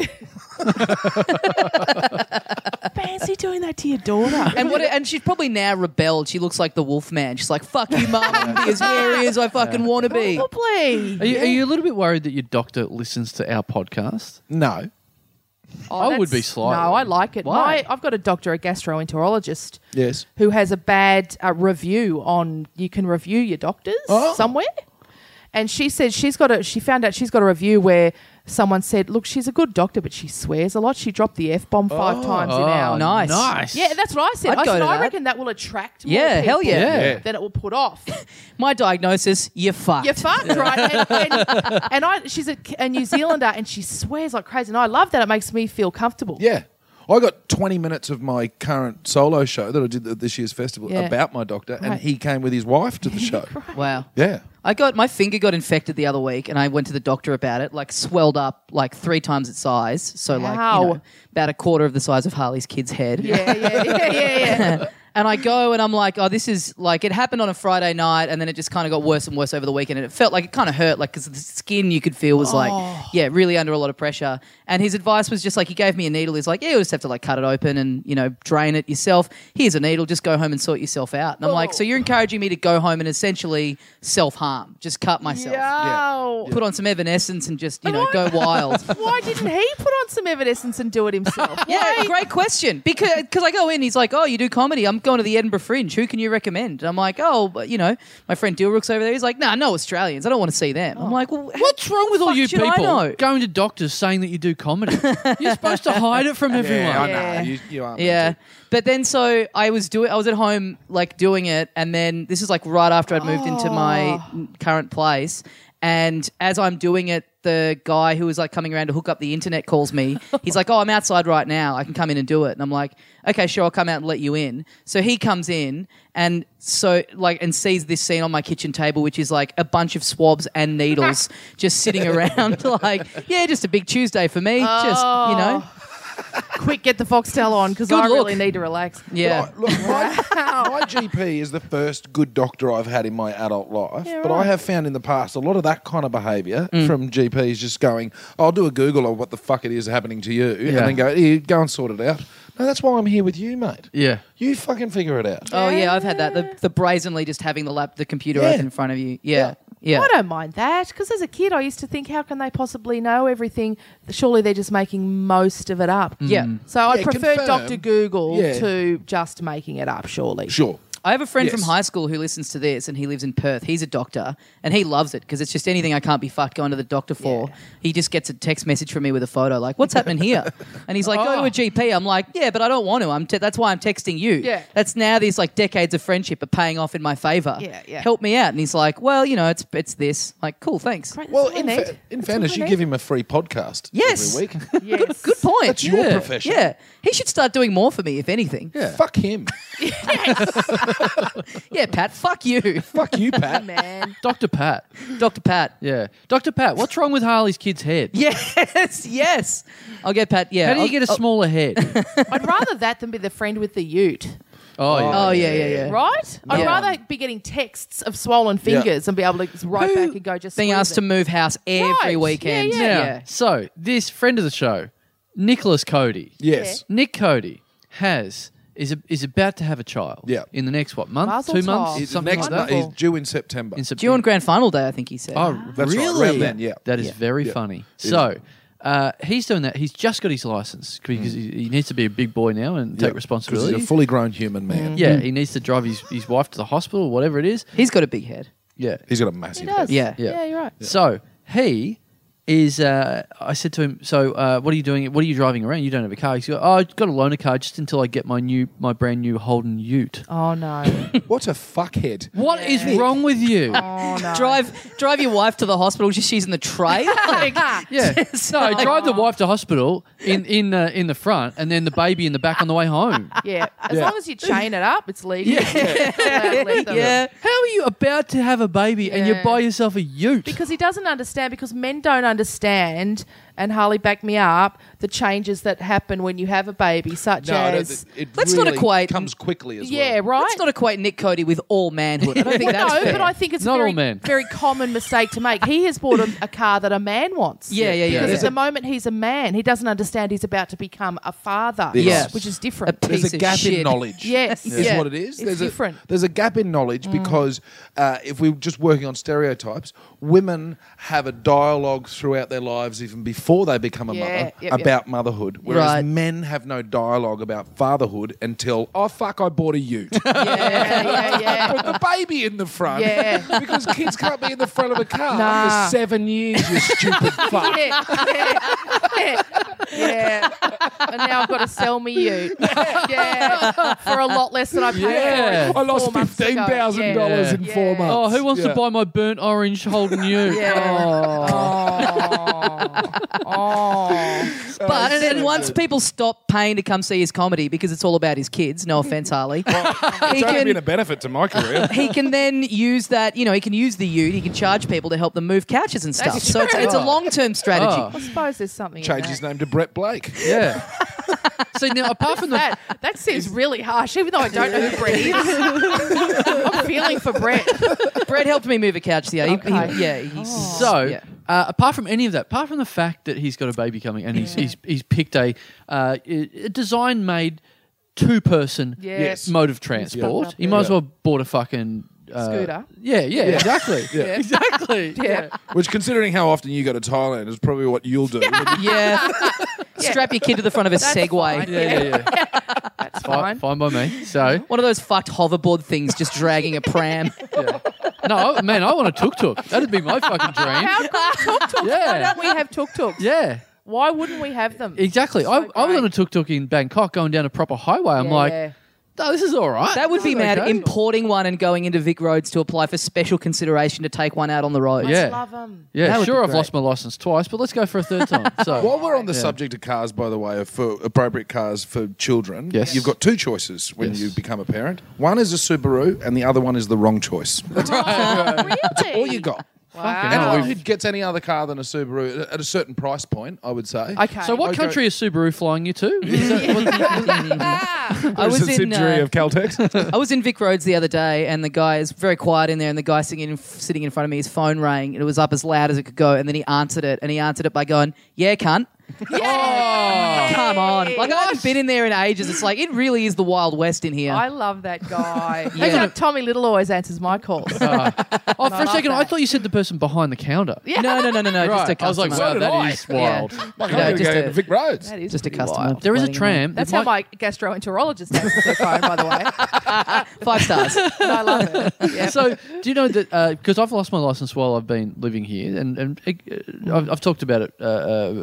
[SPEAKER 4] "Fancy doing that to your daughter?"
[SPEAKER 1] And what? And she's probably now rebelled. She looks like the wolf man. She's like, "Fuck you, mum. I'm gonna be as hairy as I fucking want to be."
[SPEAKER 4] Probably.
[SPEAKER 2] Are you, are you a little bit worried that your doctor listens to our podcast?
[SPEAKER 3] no.
[SPEAKER 4] Oh,
[SPEAKER 2] I would be
[SPEAKER 4] that's-
[SPEAKER 2] slightly.
[SPEAKER 4] No, I like it.
[SPEAKER 2] Why?
[SPEAKER 4] My, I've got a doctor, a gastroenterologist,
[SPEAKER 3] Yes.
[SPEAKER 4] who has a bad uh, review on. You can review your doctors
[SPEAKER 3] Oh.
[SPEAKER 4] somewhere, and she said she's got a. She found out she's got a review where someone said, "Look, she's a good doctor, but she swears a lot. She dropped the f bomb five times in
[SPEAKER 2] Oh,
[SPEAKER 4] an hour."
[SPEAKER 1] nice.
[SPEAKER 2] Nice.
[SPEAKER 4] Yeah, that's what I said.
[SPEAKER 1] I'd
[SPEAKER 4] I,
[SPEAKER 1] go
[SPEAKER 4] said,
[SPEAKER 1] to
[SPEAKER 4] I
[SPEAKER 1] that.
[SPEAKER 4] reckon that will attract. More
[SPEAKER 1] Yeah, hell
[SPEAKER 4] people
[SPEAKER 1] yeah.
[SPEAKER 2] Yeah.
[SPEAKER 4] Than it will put off.
[SPEAKER 1] My diagnosis: you fucked.
[SPEAKER 4] You're fucked, right? And, and, and I, she's a, a New Zealander, and she swears like crazy, and I love that. It makes me feel comfortable.
[SPEAKER 3] Yeah. I got 20 minutes of my current solo show that I did at this year's festival
[SPEAKER 4] Yeah.
[SPEAKER 3] about my doctor, and
[SPEAKER 4] Right.
[SPEAKER 3] he came with his wife to the show.
[SPEAKER 1] Wow.
[SPEAKER 3] yeah.
[SPEAKER 1] I got my finger got infected the other week, and I went to the doctor about it. Like swelled up like three times its size, so like you
[SPEAKER 4] Wow.
[SPEAKER 1] know, about a quarter of the size of Harley's kid's head.
[SPEAKER 4] Yeah, yeah, yeah, yeah, yeah.
[SPEAKER 1] And I go and I'm like, oh, this is like, it happened on a Friday night and then it just kind of got worse and worse over the weekend. And it felt like it kind of hurt, like, because the skin you could feel was like, yeah, really under a lot of pressure. And his advice was just like, he gave me a needle. He's like, yeah, you'll just have to like cut it open and, you know, drain it yourself. Here's a needle, just go home and sort yourself out. And I'm like, so you're encouraging me to go home and essentially self harm, just cut myself.
[SPEAKER 4] Yo.
[SPEAKER 1] Put on some evanescence and just, you know, go wild.
[SPEAKER 4] Why didn't he put on some evanescence and do it himself?
[SPEAKER 1] Yeah, great question. Because cause I go in, he's like, "Oh, you do comedy? I'm going to the Edinburgh Fringe. Who can you recommend?" And I'm like, "Oh, but, you know, my friend Dilrook's over there." He's like, "Nah, no Australians. I don't want to see them." I'm like, well,
[SPEAKER 2] Oh. What's wrong with all
[SPEAKER 1] fuck
[SPEAKER 2] you
[SPEAKER 1] should I know?
[SPEAKER 2] people going to doctors saying that you do comedy? You're supposed to hide it from everyone.
[SPEAKER 3] Yeah, I know.
[SPEAKER 4] Yeah.
[SPEAKER 3] You, you aren't
[SPEAKER 1] Yeah, but then so I was doing. I was at home like doing it, and then this is like right after I'd moved into my n- current place, and as I'm doing it. The guy who was like coming around to hook up the internet calls me. He's like, "Oh, I'm outside right now. I can come in and do it." And I'm like, "Okay, sure, I'll come out and let you in." So he comes in and so like and sees this scene on my kitchen table, which is like a bunch of swabs and needles just sitting around. like, yeah, just a big Tuesday for me. Just you know,
[SPEAKER 4] Quick, get the foxtel on because
[SPEAKER 1] Good
[SPEAKER 4] I
[SPEAKER 1] look.
[SPEAKER 4] really need to relax.
[SPEAKER 1] yeah.
[SPEAKER 3] Right, Look, my, my GP is the first good doctor I've had in my adult life,
[SPEAKER 4] Yeah,
[SPEAKER 3] but I
[SPEAKER 4] right.
[SPEAKER 3] have found in the past a lot of that kind of behaviour
[SPEAKER 2] Mm.
[SPEAKER 3] from GPs just going, "I'll do a Google of what the fuck it is happening to you," and
[SPEAKER 2] Yeah.
[SPEAKER 3] then go, "Here, "Go and sort it out." No, that's why I'm here with you, mate.
[SPEAKER 2] Yeah. Uh,
[SPEAKER 3] you fucking figure it out.
[SPEAKER 1] Oh yeah, I've had that. The, the brazenly just having the lap, the computer
[SPEAKER 3] Yeah.
[SPEAKER 1] open in front of you. Yeah, yeah.
[SPEAKER 4] I don't mind that because as a kid, I used to think, how can they possibly know everything? Surely they're just making most of it up.
[SPEAKER 1] Mm. Yeah.
[SPEAKER 4] So I
[SPEAKER 3] Yeah,
[SPEAKER 4] prefer
[SPEAKER 3] confirm.
[SPEAKER 4] Doctor Google
[SPEAKER 3] Yeah.
[SPEAKER 4] to just making it up. Surely.
[SPEAKER 3] Sure.
[SPEAKER 1] I have a friend from
[SPEAKER 3] Yes.
[SPEAKER 1] high school who listens to this, and he lives in Perth. He's a doctor, and he loves it because it's just anything I can't be fucked going to the doctor for. He just gets a text message from me with a photo, like, "What's happening here?" And he's like, "Go to a GP." I'm like, "Yeah, but I don't want to. I'm te- that's why I'm texting you.
[SPEAKER 4] Yeah.
[SPEAKER 1] That's now these like decades of friendship are paying off in my favor.
[SPEAKER 4] Yeah, yeah.
[SPEAKER 1] Help me out." And he's like, "Well, you know, it's it's this. Like, cool, thanks.
[SPEAKER 4] Great, that's
[SPEAKER 3] Well,
[SPEAKER 4] all I
[SPEAKER 3] in,
[SPEAKER 4] need.
[SPEAKER 3] fa- in
[SPEAKER 4] That's all I
[SPEAKER 3] fairness, you
[SPEAKER 4] need.
[SPEAKER 3] give him a free podcast
[SPEAKER 1] Yes.
[SPEAKER 3] every week.
[SPEAKER 4] Yes.
[SPEAKER 1] Good point.
[SPEAKER 3] That's your
[SPEAKER 1] Yeah.
[SPEAKER 3] profession.
[SPEAKER 1] Yeah, he should start doing more for me, if anything.
[SPEAKER 3] Fuck him.
[SPEAKER 1] Yeah, Pat, fuck you.
[SPEAKER 3] Fuck you, Pat.
[SPEAKER 4] man.
[SPEAKER 2] Dr. Pat.
[SPEAKER 1] Dr. Pat.
[SPEAKER 2] Yeah. Dr. Pat, what's wrong with Harley's kid's head?
[SPEAKER 1] Yes, yes. I'll get Pat. Yeah.
[SPEAKER 2] How do you
[SPEAKER 1] I'll-
[SPEAKER 2] get a
[SPEAKER 1] I'll-
[SPEAKER 2] smaller head?
[SPEAKER 4] I'd rather that than be the friend with the Ute,
[SPEAKER 2] Oh, yeah.
[SPEAKER 1] Oh, yeah, yeah, yeah.
[SPEAKER 4] right? I'd
[SPEAKER 1] Yeah.
[SPEAKER 4] rather be getting texts of swollen fingers and be able to write back and go just
[SPEAKER 1] Being
[SPEAKER 4] smooth
[SPEAKER 1] asked
[SPEAKER 4] it.
[SPEAKER 1] to move house every
[SPEAKER 4] Right.
[SPEAKER 1] weekend.
[SPEAKER 4] Yeah,
[SPEAKER 2] Now,
[SPEAKER 4] yeah.
[SPEAKER 2] so this friend of the show, Nicholas Cody.
[SPEAKER 3] Yes.
[SPEAKER 2] Nick Cody has is a, is about to have a child.
[SPEAKER 3] Yeah.
[SPEAKER 2] In the next what month?
[SPEAKER 4] Mazel
[SPEAKER 2] Two
[SPEAKER 4] tov.
[SPEAKER 2] months?
[SPEAKER 3] He's,
[SPEAKER 2] something
[SPEAKER 3] next
[SPEAKER 2] like that.
[SPEAKER 3] month, he's due in September.
[SPEAKER 2] in September.
[SPEAKER 1] Due on grand final day, I think he said.
[SPEAKER 2] Oh,
[SPEAKER 3] That's right, around
[SPEAKER 2] really?
[SPEAKER 3] then, yeah.
[SPEAKER 2] That is
[SPEAKER 3] Yeah.
[SPEAKER 2] very
[SPEAKER 3] Yeah.
[SPEAKER 2] funny.
[SPEAKER 3] It
[SPEAKER 2] So uh, he's doing that. He's just got his license because he, he needs to be a big boy now and
[SPEAKER 3] Mm. Yeah,
[SPEAKER 2] take
[SPEAKER 3] 'cause
[SPEAKER 2] responsibility.
[SPEAKER 3] He's a fully grown human man.
[SPEAKER 2] yeah, he needs to drive his, his wife to the hospital, whatever it is.
[SPEAKER 1] He's got a big head.
[SPEAKER 2] Yeah.
[SPEAKER 3] He's got a massive.
[SPEAKER 4] He does.
[SPEAKER 1] Yeah.
[SPEAKER 2] Yeah.
[SPEAKER 4] yeah, you're right.
[SPEAKER 2] So he is. Uh, I said to him, "So uh, what are you doing? What are you driving around? You don't have a car." He's like, "Oh, I got a loaner car just until I get my new, my brand new Holden Ute."
[SPEAKER 4] Oh no.
[SPEAKER 3] What a fuckhead.
[SPEAKER 2] What is wrong with you?
[SPEAKER 4] Oh no.
[SPEAKER 1] Drive drive your wife to the hospital. Just she's in the tray. Like,
[SPEAKER 2] Yeah,
[SPEAKER 1] so-
[SPEAKER 2] no, drive the wife to hospital in in uh, in the front, and then the baby in the back on the way home.
[SPEAKER 4] Yeah. As long as you chain it up, it's legal.
[SPEAKER 1] yeah. yeah.
[SPEAKER 2] How are you about to have a baby and you
[SPEAKER 4] Yeah.
[SPEAKER 2] buy yourself a Ute?
[SPEAKER 4] Because he doesn't understand, because men don't understand, and Harley backed me up, the changes that happen when you have a baby, such
[SPEAKER 3] I don't
[SPEAKER 4] as.
[SPEAKER 3] thi- it
[SPEAKER 1] Let's not equate-
[SPEAKER 3] Comes quickly as
[SPEAKER 4] yeah,
[SPEAKER 3] well.
[SPEAKER 4] right?
[SPEAKER 1] Let's not equate Nick Cody with all manhood. I don't think
[SPEAKER 4] Well,
[SPEAKER 1] that's
[SPEAKER 4] no,
[SPEAKER 1] fair.
[SPEAKER 4] but I think it's
[SPEAKER 2] Not
[SPEAKER 4] a very,
[SPEAKER 2] all men.
[SPEAKER 4] very common mistake to make. He has bought a, a car that a man wants.
[SPEAKER 1] Yeah, yeah, yeah.
[SPEAKER 4] Because
[SPEAKER 1] Yeah.
[SPEAKER 4] at the moment he's a man, he doesn't understand he's about to become a father.
[SPEAKER 3] Yes.
[SPEAKER 1] Yeah.
[SPEAKER 4] which is
[SPEAKER 1] a
[SPEAKER 4] different.
[SPEAKER 1] piece
[SPEAKER 3] There's a
[SPEAKER 1] of
[SPEAKER 3] gap
[SPEAKER 1] shit.
[SPEAKER 3] in knowledge.
[SPEAKER 4] yes,
[SPEAKER 3] is
[SPEAKER 1] Yeah.
[SPEAKER 3] what it is.
[SPEAKER 4] It's
[SPEAKER 3] there's
[SPEAKER 4] different. Mm.
[SPEAKER 3] A, there's a gap in knowledge because uh, if we're just working on stereotypes, women have a dialogue throughout their lives, even before they become a
[SPEAKER 4] Yeah,
[SPEAKER 3] mother,
[SPEAKER 4] yep, yep.
[SPEAKER 3] about motherhood. Whereas
[SPEAKER 1] Right.
[SPEAKER 3] men have no dialogue about fatherhood until, oh, fuck, I bought a ute.
[SPEAKER 4] yeah, yeah, yeah.
[SPEAKER 3] Put the baby in the front.
[SPEAKER 4] Yeah.
[SPEAKER 3] Because kids can't be in the front of a car
[SPEAKER 4] Nah.
[SPEAKER 3] for seven years, you stupid fuck.
[SPEAKER 4] yeah, yeah, yeah. And now I've got to sell me you. Yeah, for a lot less than I paid
[SPEAKER 2] Yeah.
[SPEAKER 4] for it.
[SPEAKER 3] I lost
[SPEAKER 4] four months ago.
[SPEAKER 3] $15,000
[SPEAKER 4] Yeah.
[SPEAKER 3] in four
[SPEAKER 4] Yeah.
[SPEAKER 3] months.
[SPEAKER 2] Oh, who wants
[SPEAKER 3] Yeah.
[SPEAKER 2] to buy my burnt orange Holden Ute?
[SPEAKER 4] Yeah. Oh. Oh.
[SPEAKER 1] But and, and once people stop paying to come see his comedy because it's all about his kids, no offense, Harley. he, can,
[SPEAKER 3] benefit to my career.
[SPEAKER 1] he can then use that, you know, he can use the ute, he can charge people to help them move couches and stuff.
[SPEAKER 4] That's
[SPEAKER 1] So it's,
[SPEAKER 4] true. Oh.
[SPEAKER 1] it's a long term strategy.
[SPEAKER 4] I suppose there's something. in
[SPEAKER 3] Change
[SPEAKER 4] that.
[SPEAKER 3] his name to Brett Blake.
[SPEAKER 2] Yeah. See now, apart from the
[SPEAKER 4] That that seems really harsh, even though I don't know who Brett is. I'm feeling for Brett.
[SPEAKER 1] Brett helped me move a couch the other. he- he-
[SPEAKER 4] Okay. Oh.
[SPEAKER 1] yeah, he's
[SPEAKER 2] so,
[SPEAKER 1] yeah.
[SPEAKER 2] uh, apart from any of that, apart from the fact that he's got a baby coming and he's he's, he's picked a, uh, a design made two person
[SPEAKER 4] Yes.
[SPEAKER 2] mode of transport,
[SPEAKER 4] up
[SPEAKER 2] he might as
[SPEAKER 3] there.
[SPEAKER 2] well bought a fucking. Uh,
[SPEAKER 4] Scooter.
[SPEAKER 2] Yeah, yeah, exactly.
[SPEAKER 3] Yeah.
[SPEAKER 2] Exactly.
[SPEAKER 4] Yeah.
[SPEAKER 3] Which, considering how often you go to Thailand, is probably what you'll do.
[SPEAKER 1] yeah. Strap your kid to the front of a
[SPEAKER 4] That's
[SPEAKER 1] Segway.
[SPEAKER 4] fine.
[SPEAKER 2] Yeah, yeah, yeah.
[SPEAKER 4] That's
[SPEAKER 2] Fine.
[SPEAKER 4] fine.
[SPEAKER 2] Fine by me. So,
[SPEAKER 1] One of those fucked hoverboard things just dragging a pram.
[SPEAKER 2] yeah. no, I- man, I want a tuk tuk. That'd be my fucking dream.
[SPEAKER 4] How good tuk tuk? Why
[SPEAKER 2] Yeah.
[SPEAKER 4] don't we have tuk tuks?
[SPEAKER 2] Yeah,
[SPEAKER 4] Why wouldn't we have them?
[SPEAKER 2] exactly.
[SPEAKER 4] So
[SPEAKER 2] I, I was
[SPEAKER 4] great.
[SPEAKER 2] on a tuk tuk in Bangkok going down a proper highway. I'm
[SPEAKER 4] Yeah.
[SPEAKER 2] like, oh, this is all right.
[SPEAKER 1] That would
[SPEAKER 2] This
[SPEAKER 1] be
[SPEAKER 2] is
[SPEAKER 1] mad.
[SPEAKER 2] okay."
[SPEAKER 1] Importing one and going into Vic Roads to apply for special consideration to take one out on the road.
[SPEAKER 2] Yeah.
[SPEAKER 4] I love them.
[SPEAKER 1] That
[SPEAKER 2] Yeah,
[SPEAKER 1] would
[SPEAKER 2] sure,
[SPEAKER 1] be
[SPEAKER 2] I've
[SPEAKER 1] great.
[SPEAKER 2] lost my license twice, but let's go for a third time. So,
[SPEAKER 3] While we're on the
[SPEAKER 2] Yeah.
[SPEAKER 3] subject of cars, by the way, for appropriate cars for children,
[SPEAKER 2] Yes.
[SPEAKER 3] you've got two choices when
[SPEAKER 2] Yes.
[SPEAKER 3] you become a parent. One is a Subaru, and the other one is the wrong choice. That's
[SPEAKER 4] Really?
[SPEAKER 3] all you got.
[SPEAKER 2] hell.
[SPEAKER 4] Wow.
[SPEAKER 3] Anyone who gets any other car than a Subaru at a certain price point, I would say.
[SPEAKER 4] Okay.
[SPEAKER 2] so what
[SPEAKER 3] Okay.
[SPEAKER 2] country is Subaru flying you to? Is that-
[SPEAKER 1] I was in uh,
[SPEAKER 3] Caltex.
[SPEAKER 1] I was in Vic Roads the other day, and the guy is very quiet in there, and the guy sitting in, sitting in front of me, his phone rang, and it was up as loud as it could go, and then he answered it, and he answered it by going, "Yeah, cunt." Come on, like I haven't been in there in ages. It's like it really is the Wild West in here.
[SPEAKER 4] I love that guy.
[SPEAKER 1] Yeah.
[SPEAKER 4] That's what Tommy Little always answers my calls.
[SPEAKER 2] oh, for a
[SPEAKER 4] love
[SPEAKER 2] second, I
[SPEAKER 4] that.
[SPEAKER 2] thought you said the person behind the counter.
[SPEAKER 4] Yeah.
[SPEAKER 1] No, no, no, no, no. Just a
[SPEAKER 2] Right. I was
[SPEAKER 1] customer.
[SPEAKER 2] like, wow,
[SPEAKER 3] So did I.
[SPEAKER 2] that is wild.
[SPEAKER 3] My
[SPEAKER 1] Yeah,
[SPEAKER 3] God,
[SPEAKER 1] just
[SPEAKER 3] going
[SPEAKER 1] a-
[SPEAKER 3] to Vic Roads.
[SPEAKER 4] That is
[SPEAKER 1] Just a
[SPEAKER 4] pretty
[SPEAKER 1] customer.
[SPEAKER 4] wild.
[SPEAKER 2] There is a
[SPEAKER 1] Bloody
[SPEAKER 2] tram.
[SPEAKER 4] That's
[SPEAKER 2] It
[SPEAKER 4] how
[SPEAKER 2] might-
[SPEAKER 4] my gastroenterologist answers their phone, by the way.
[SPEAKER 1] hell. Five stars.
[SPEAKER 4] And I love it. Yeah.
[SPEAKER 2] So, do you know that? Because I've lost my license while I've been living here, and, and uh, I've, I've talked about it uh, uh,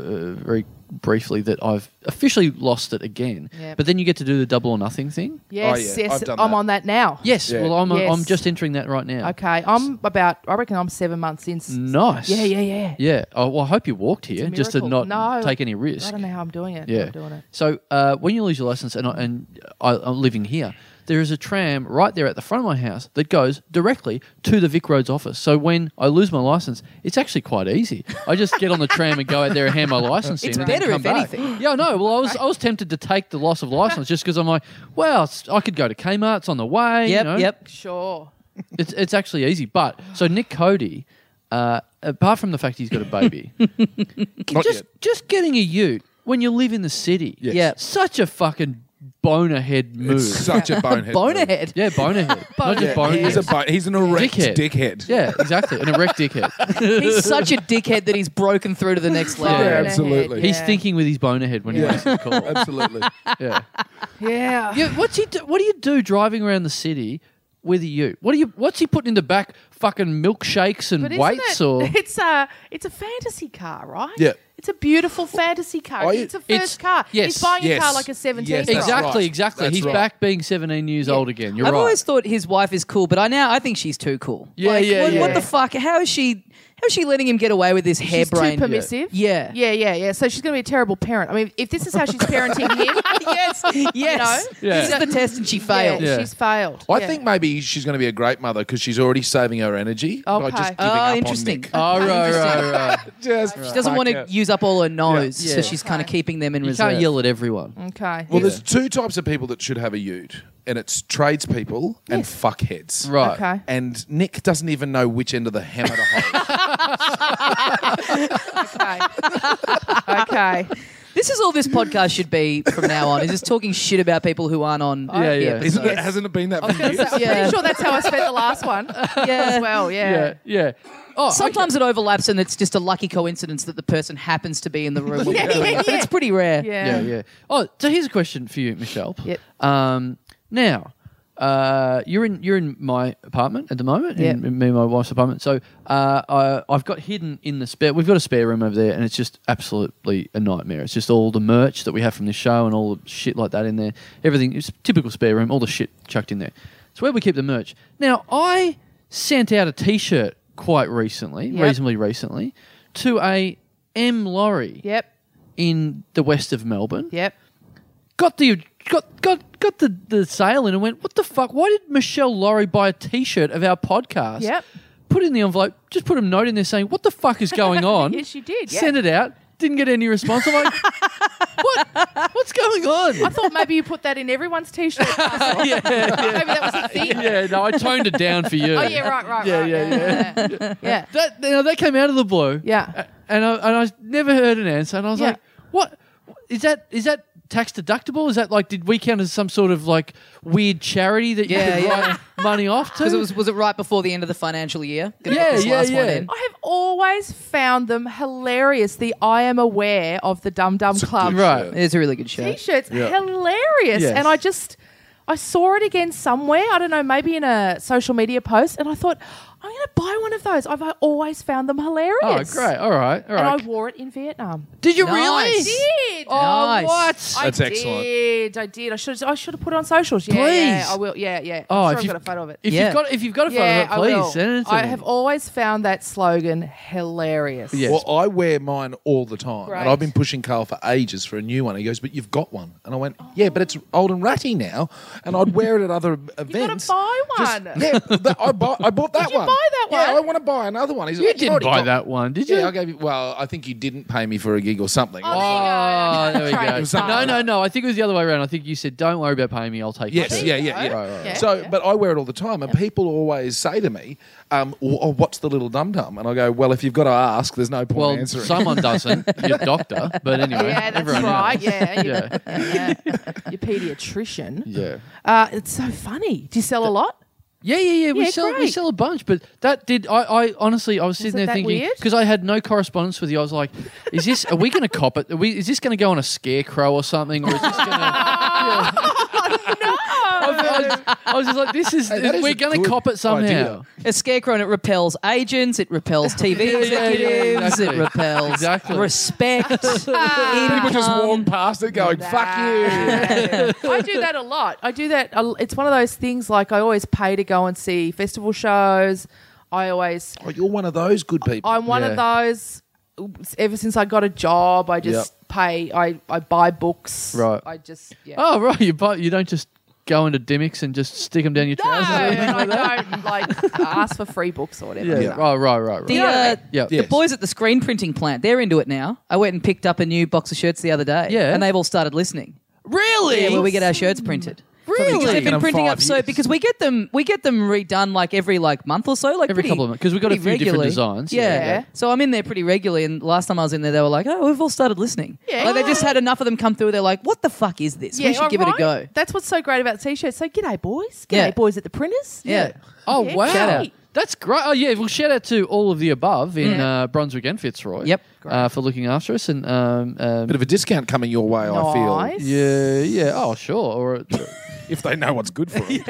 [SPEAKER 2] very briefly that I've officially lost it again.
[SPEAKER 4] Yep.
[SPEAKER 2] But then you get to do the double or nothing thing.
[SPEAKER 4] yes,
[SPEAKER 3] yeah,
[SPEAKER 4] yes,
[SPEAKER 3] I've done
[SPEAKER 4] I'm
[SPEAKER 3] that.
[SPEAKER 4] on that now.
[SPEAKER 2] Yes.
[SPEAKER 3] Yeah.
[SPEAKER 2] Well, I'm, uh,
[SPEAKER 4] Yes.
[SPEAKER 2] I'm just entering that right now.
[SPEAKER 4] Okay, I'm about. I reckon I'm seven months in. s-
[SPEAKER 2] Nice.
[SPEAKER 4] Yeah, yeah, yeah.
[SPEAKER 2] Yeah. Oh, well, I hope you walked
[SPEAKER 4] a
[SPEAKER 2] here just to
[SPEAKER 4] miracle.
[SPEAKER 2] not
[SPEAKER 4] No.
[SPEAKER 2] take any risk.
[SPEAKER 4] I don't know how I'm doing it.
[SPEAKER 2] Yeah.
[SPEAKER 4] I'm doing it.
[SPEAKER 2] So uh, when you lose your license, and, I, and I, I'm living here, there is a tram right there at the front of my house that goes directly to the Vic Roads office. So when I lose my license, it's actually quite easy. I just get on the tram and go out there and hand my license
[SPEAKER 1] It's
[SPEAKER 2] in. and then
[SPEAKER 1] better,
[SPEAKER 2] come
[SPEAKER 1] if
[SPEAKER 2] back.
[SPEAKER 1] anything.
[SPEAKER 2] Yeah, I know. Well, I was I was tempted to take the loss of license just because I'm like, well, it's- I could go to Kmart's on the way. you
[SPEAKER 1] Yep,
[SPEAKER 2] know?
[SPEAKER 1] yep.
[SPEAKER 4] Sure.
[SPEAKER 2] It's it's actually easy. But so Nick Cody, uh, apart from the fact he's got a baby, just
[SPEAKER 3] yet.
[SPEAKER 2] just getting a Ute when you live in the city,
[SPEAKER 3] Yes.
[SPEAKER 1] Yeah.
[SPEAKER 2] such a fucking bonerhead move.
[SPEAKER 3] It's such a bonehead.
[SPEAKER 1] Bonerhead.
[SPEAKER 2] yeah, bonerhead, not just
[SPEAKER 3] move.
[SPEAKER 2] bonehead.
[SPEAKER 3] He's a bone. He's an erect
[SPEAKER 2] Dickhead.
[SPEAKER 3] dickhead.
[SPEAKER 2] yeah, exactly, an erect dickhead.
[SPEAKER 1] He's such a dickhead that he's broken through to the next
[SPEAKER 4] Fine,
[SPEAKER 1] level.
[SPEAKER 3] Yeah,
[SPEAKER 4] ahead,
[SPEAKER 3] absolutely.
[SPEAKER 2] He's thinking with his bonerhead when he
[SPEAKER 3] Yeah.
[SPEAKER 2] makes the call.
[SPEAKER 3] Absolutely.
[SPEAKER 2] Yeah,
[SPEAKER 4] Yeah.
[SPEAKER 2] yeah. What's he? Do, what do you do driving around the city? With a Ute? What do you? What's he putting in the back? Fucking milkshakes and
[SPEAKER 4] But isn't
[SPEAKER 2] weights,
[SPEAKER 4] it-
[SPEAKER 2] or
[SPEAKER 4] it's a it's a fantasy car, right?
[SPEAKER 3] Yeah.
[SPEAKER 4] It's a beautiful fantasy car.
[SPEAKER 3] Are you-
[SPEAKER 4] it's a first
[SPEAKER 2] It's-
[SPEAKER 4] car.
[SPEAKER 2] yes,
[SPEAKER 4] He's buying a car
[SPEAKER 3] yes,
[SPEAKER 4] like a
[SPEAKER 3] yes,
[SPEAKER 4] seventeen. year old.
[SPEAKER 3] that's
[SPEAKER 2] exactly,
[SPEAKER 3] right.
[SPEAKER 2] exactly.
[SPEAKER 3] That's
[SPEAKER 2] He's
[SPEAKER 3] right.
[SPEAKER 2] back being seventeen years old again. You're
[SPEAKER 1] I've
[SPEAKER 2] right.
[SPEAKER 1] always thought his wife is cool, but I now I think she's too cool.
[SPEAKER 2] Yeah,
[SPEAKER 1] Like,
[SPEAKER 2] yeah,
[SPEAKER 1] what, what
[SPEAKER 2] yeah.
[SPEAKER 1] the fuck? How is she? How is she letting him get away with this
[SPEAKER 4] She's too
[SPEAKER 1] hairbrained?
[SPEAKER 4] permissive.
[SPEAKER 1] Yeah.
[SPEAKER 4] Yeah, yeah, yeah. So she's going to be a terrible parent. I mean, if this is how she's parenting him,
[SPEAKER 1] yes, yes.
[SPEAKER 4] You
[SPEAKER 2] know?
[SPEAKER 1] This is the test, and she
[SPEAKER 4] yeah,
[SPEAKER 1] failed.
[SPEAKER 2] Yeah.
[SPEAKER 4] she's failed.
[SPEAKER 3] I
[SPEAKER 4] Yeah.
[SPEAKER 3] think maybe she's going to be a great mother because she's already saving her energy by
[SPEAKER 4] Okay.
[SPEAKER 3] just giving
[SPEAKER 1] Oh,
[SPEAKER 3] up on
[SPEAKER 1] interesting.
[SPEAKER 3] Nick.
[SPEAKER 2] Oh, right, right, Oh, right.
[SPEAKER 3] Just
[SPEAKER 1] She doesn't want to use up all her no's,
[SPEAKER 2] Yeah.
[SPEAKER 1] so she's kind of keeping them in
[SPEAKER 2] You
[SPEAKER 1] reserve.
[SPEAKER 2] can't yell at everyone.
[SPEAKER 4] Okay.
[SPEAKER 3] Well, there's two types of people that should have a ute, and it's tradespeople and fuckheads.
[SPEAKER 2] Right.
[SPEAKER 4] okay.
[SPEAKER 3] And Nick doesn't even know which end of the hammer to hold.
[SPEAKER 4] Okay. okay.
[SPEAKER 1] This is all this podcast should be from now on. Is just talking shit about people who aren't on.
[SPEAKER 2] Yeah, yeah.
[SPEAKER 1] the
[SPEAKER 3] Isn't it,
[SPEAKER 1] episode.
[SPEAKER 3] hasn't it been that
[SPEAKER 4] I was
[SPEAKER 3] for
[SPEAKER 4] going to say,
[SPEAKER 3] years?
[SPEAKER 4] I'm
[SPEAKER 1] Yeah.
[SPEAKER 4] pretty sure that's how I spent the last one as
[SPEAKER 1] Yeah.
[SPEAKER 4] well.
[SPEAKER 2] Yeah,
[SPEAKER 4] Yeah.
[SPEAKER 2] yeah. Oh,
[SPEAKER 1] Sometimes it overlaps, and it's just a lucky coincidence that the person happens to be in the room.
[SPEAKER 4] Yeah, yeah,
[SPEAKER 1] But it's
[SPEAKER 4] yeah.
[SPEAKER 1] pretty rare.
[SPEAKER 2] Yeah,
[SPEAKER 4] Yeah.
[SPEAKER 2] yeah. Oh, so here's a question for you, Michelle.
[SPEAKER 4] Yep.
[SPEAKER 2] Um, now, uh, you're in you're in my apartment at the moment, in,
[SPEAKER 4] Yep.
[SPEAKER 2] in me and my wife's apartment. So uh, I, I've got hidden in the spare. We've got a spare room over there, and it's just absolutely a nightmare. It's just all the merch that we have from the show and all the shit like that in there. Everything. It's typical spare room. All the shit chucked in there. It's where we keep the merch. Now I sent out a T-shirt quite recently,
[SPEAKER 4] Yep.
[SPEAKER 2] reasonably recently, to a M Lorry
[SPEAKER 4] Yep.
[SPEAKER 2] in the west of Melbourne.
[SPEAKER 4] Yep.
[SPEAKER 2] Got the got got got the, the sale in and went, what the fuck? Why did Michelle Laurie buy a t shirt of our podcast?
[SPEAKER 4] Yep.
[SPEAKER 2] Put it in the envelope, just put a note in there saying, What the fuck is going on?
[SPEAKER 4] Yes, you did, yeah.
[SPEAKER 2] Send it out. didn't get any response. I'm like, what? What's going
[SPEAKER 4] I
[SPEAKER 2] on?
[SPEAKER 4] thought maybe you put that in everyone's t-shirt. maybe
[SPEAKER 2] yeah, yeah,
[SPEAKER 4] that was a thing.
[SPEAKER 2] yeah. No, I toned it down for you.
[SPEAKER 4] Oh yeah, right, right,
[SPEAKER 2] Yeah,
[SPEAKER 4] right.
[SPEAKER 2] yeah,
[SPEAKER 4] yeah, yeah. yeah.
[SPEAKER 2] That you know, that came out of the blue.
[SPEAKER 4] Yeah.
[SPEAKER 2] A- and I and I never heard an answer, and I was
[SPEAKER 4] Yeah.
[SPEAKER 2] like, what? Is that is that tax deductible? Is that like did we count as some sort of like weird charity that
[SPEAKER 1] Yeah,
[SPEAKER 2] you could
[SPEAKER 1] yeah.
[SPEAKER 2] write money off to?
[SPEAKER 1] Because it was was it right before the end of the financial year? Gonna
[SPEAKER 2] Yeah,
[SPEAKER 1] get this
[SPEAKER 2] yeah,
[SPEAKER 1] last one
[SPEAKER 2] yeah.
[SPEAKER 1] in.
[SPEAKER 4] I have always found them hilarious. The I am aware of the Dum Dum
[SPEAKER 3] It's a
[SPEAKER 4] Club
[SPEAKER 3] good
[SPEAKER 2] Right.
[SPEAKER 3] shirt.
[SPEAKER 1] It's a really good show.
[SPEAKER 4] t-shirts, hilarious.
[SPEAKER 2] Yes.
[SPEAKER 4] And I just, I saw it again somewhere. I don't know, maybe in a social media post, and I thought, I'm going to buy one of those. I've always found them
[SPEAKER 2] Oh,
[SPEAKER 4] hilarious.
[SPEAKER 2] great! All right, all
[SPEAKER 4] And
[SPEAKER 2] right.
[SPEAKER 4] I wore it in Vietnam.
[SPEAKER 2] did you
[SPEAKER 1] Nice.
[SPEAKER 2] really?
[SPEAKER 1] Did.
[SPEAKER 4] Did.
[SPEAKER 2] Oh,
[SPEAKER 1] Nice.
[SPEAKER 2] what?
[SPEAKER 4] I
[SPEAKER 3] That's
[SPEAKER 4] did.
[SPEAKER 3] excellent.
[SPEAKER 4] I did. I should. I should have put it on socials. Yeah, yeah,
[SPEAKER 2] Please.
[SPEAKER 4] I will. Yeah, yeah.
[SPEAKER 2] Oh, if
[SPEAKER 4] I'm sure I've
[SPEAKER 2] you've-
[SPEAKER 4] got a photo of it.
[SPEAKER 2] If
[SPEAKER 1] Yeah.
[SPEAKER 2] you've got if you've got a photo,
[SPEAKER 4] yeah, I
[SPEAKER 2] please
[SPEAKER 4] will.
[SPEAKER 2] send it to
[SPEAKER 4] I
[SPEAKER 2] me.
[SPEAKER 4] have always found that slogan hilarious.
[SPEAKER 2] Yes.
[SPEAKER 3] Well, I wear mine all the time,
[SPEAKER 4] Great.
[SPEAKER 3] and I've been pushing Carl for ages for a new one. He goes, "But you've got one," and I went, "Yeah, but it's old and ratty now, and I'd wear it at other events."
[SPEAKER 4] buy
[SPEAKER 3] Just-
[SPEAKER 4] one.
[SPEAKER 3] yeah, but I, bought, I bought that
[SPEAKER 4] you
[SPEAKER 3] one.
[SPEAKER 4] buy that
[SPEAKER 3] Yeah,
[SPEAKER 4] one?
[SPEAKER 3] I want to buy another one. He's
[SPEAKER 2] you
[SPEAKER 3] like, "You've
[SPEAKER 2] didn't
[SPEAKER 3] already
[SPEAKER 2] buy
[SPEAKER 3] got-"
[SPEAKER 2] that one, did you?
[SPEAKER 3] Yeah, I gave you. Well, I think you didn't pay me for a gig or something.
[SPEAKER 4] Oh,
[SPEAKER 2] Oh, there
[SPEAKER 4] there you go.
[SPEAKER 2] we go.
[SPEAKER 4] Trying to be
[SPEAKER 2] No,
[SPEAKER 4] smart.
[SPEAKER 2] no, no. I think it was the other way around. I think you said, "Don't worry about paying me. I'll take
[SPEAKER 3] Oh, Yes,
[SPEAKER 2] it."
[SPEAKER 3] yeah, yeah, yeah.
[SPEAKER 4] Oh,
[SPEAKER 2] Right, right, right.
[SPEAKER 3] So, but I wear it all the time, and people always say to me, um, "Oh, oh, what's the little dum dum?" And I go, "Well, if you've got to ask, there's no point
[SPEAKER 2] Well,
[SPEAKER 3] answering."
[SPEAKER 2] someone doesn't. Your doctor, but anyway,
[SPEAKER 4] Yeah, that's
[SPEAKER 2] everyone
[SPEAKER 4] right.
[SPEAKER 2] else.
[SPEAKER 4] Yeah, you-
[SPEAKER 2] Yeah.
[SPEAKER 4] yeah. Your pediatrician.
[SPEAKER 2] Yeah.
[SPEAKER 4] Uh, it's so funny. Do you sell a lot?
[SPEAKER 2] Yeah, yeah, yeah. We
[SPEAKER 4] Yeah,
[SPEAKER 2] sell we
[SPEAKER 4] great.
[SPEAKER 2] sell a bunch, but that did I, I honestly I was sitting
[SPEAKER 4] it
[SPEAKER 2] there
[SPEAKER 4] that
[SPEAKER 2] thinking
[SPEAKER 4] weird?
[SPEAKER 2] because I had no correspondence with you. I was like, is this are we going to cop it? Are we, is this going to go on a scarecrow or something? Or is this going to? I, was- I was just like, this is,
[SPEAKER 3] Hey, that is
[SPEAKER 2] we're
[SPEAKER 3] a
[SPEAKER 2] going
[SPEAKER 3] good
[SPEAKER 2] to cop it somehow.
[SPEAKER 3] idea.
[SPEAKER 1] A scarecrow and it repels agents, it repels TV
[SPEAKER 2] yeah,
[SPEAKER 1] executives,
[SPEAKER 2] exactly.
[SPEAKER 1] it repels
[SPEAKER 2] Exactly.
[SPEAKER 1] respect.
[SPEAKER 3] people just
[SPEAKER 4] Um,
[SPEAKER 3] walk past it, going, "Fuck you."
[SPEAKER 4] I do that a lot. I do that. A, it's one of those things like I always pay to go and see festival shows. I always,
[SPEAKER 3] Oh, you're one of those good people.
[SPEAKER 4] I'm one of those. Ever since I got a job, I just pay. I, I buy books.
[SPEAKER 2] Right.
[SPEAKER 4] I just yeah.
[SPEAKER 2] Oh right, you buy, you don't just go into Dimmicks and just stick them down your
[SPEAKER 4] No,
[SPEAKER 2] trousers.
[SPEAKER 4] and I don't like ask for free books or whatever.
[SPEAKER 2] Yeah.
[SPEAKER 3] Yeah.
[SPEAKER 2] Right, right, right, right.
[SPEAKER 1] The, uh,
[SPEAKER 2] Yeah.
[SPEAKER 1] the boys at the screen printing plant, they're into it now. I went and picked up a new box of shirts the other day.
[SPEAKER 2] Yeah.
[SPEAKER 1] And they've all started listening.
[SPEAKER 2] really?
[SPEAKER 1] Yeah, where we get our shirts printed.
[SPEAKER 2] Really?
[SPEAKER 1] Because they've
[SPEAKER 3] Taking
[SPEAKER 1] been
[SPEAKER 3] them
[SPEAKER 1] printing
[SPEAKER 3] five
[SPEAKER 1] up so
[SPEAKER 3] years.
[SPEAKER 1] because we get them we get them redone like every like month or so like
[SPEAKER 2] Every
[SPEAKER 1] pretty-
[SPEAKER 2] couple of months, 'cause we've got a
[SPEAKER 1] pretty
[SPEAKER 2] few different
[SPEAKER 1] regularly.
[SPEAKER 2] designs.
[SPEAKER 1] Yeah.
[SPEAKER 2] Yeah, yeah.
[SPEAKER 1] so I'm in there pretty regularly, and last time I was in there, they were like, "Oh, we've all started listening."
[SPEAKER 4] Yeah.
[SPEAKER 1] like they just had enough of them come through. They're like, "What the fuck is this? we should give it a
[SPEAKER 4] alright.
[SPEAKER 1] go."
[SPEAKER 4] That's what's so great about t-shirts. So g'day boys, g'day
[SPEAKER 1] Yeah.
[SPEAKER 4] boys at the printers.
[SPEAKER 1] Yeah.
[SPEAKER 2] Oh
[SPEAKER 4] Yeah,
[SPEAKER 2] wow,
[SPEAKER 4] shout out.
[SPEAKER 2] that's great. Oh yeah, well shout out to all of the above in uh, Brunswick and Fitzroy.
[SPEAKER 1] Yep.
[SPEAKER 2] uh, for looking after us and um, um,
[SPEAKER 3] Bit of a discount coming your way, I feel.
[SPEAKER 4] Nice.
[SPEAKER 2] yeah, yeah. Oh sure, or
[SPEAKER 3] If they know what's good for them.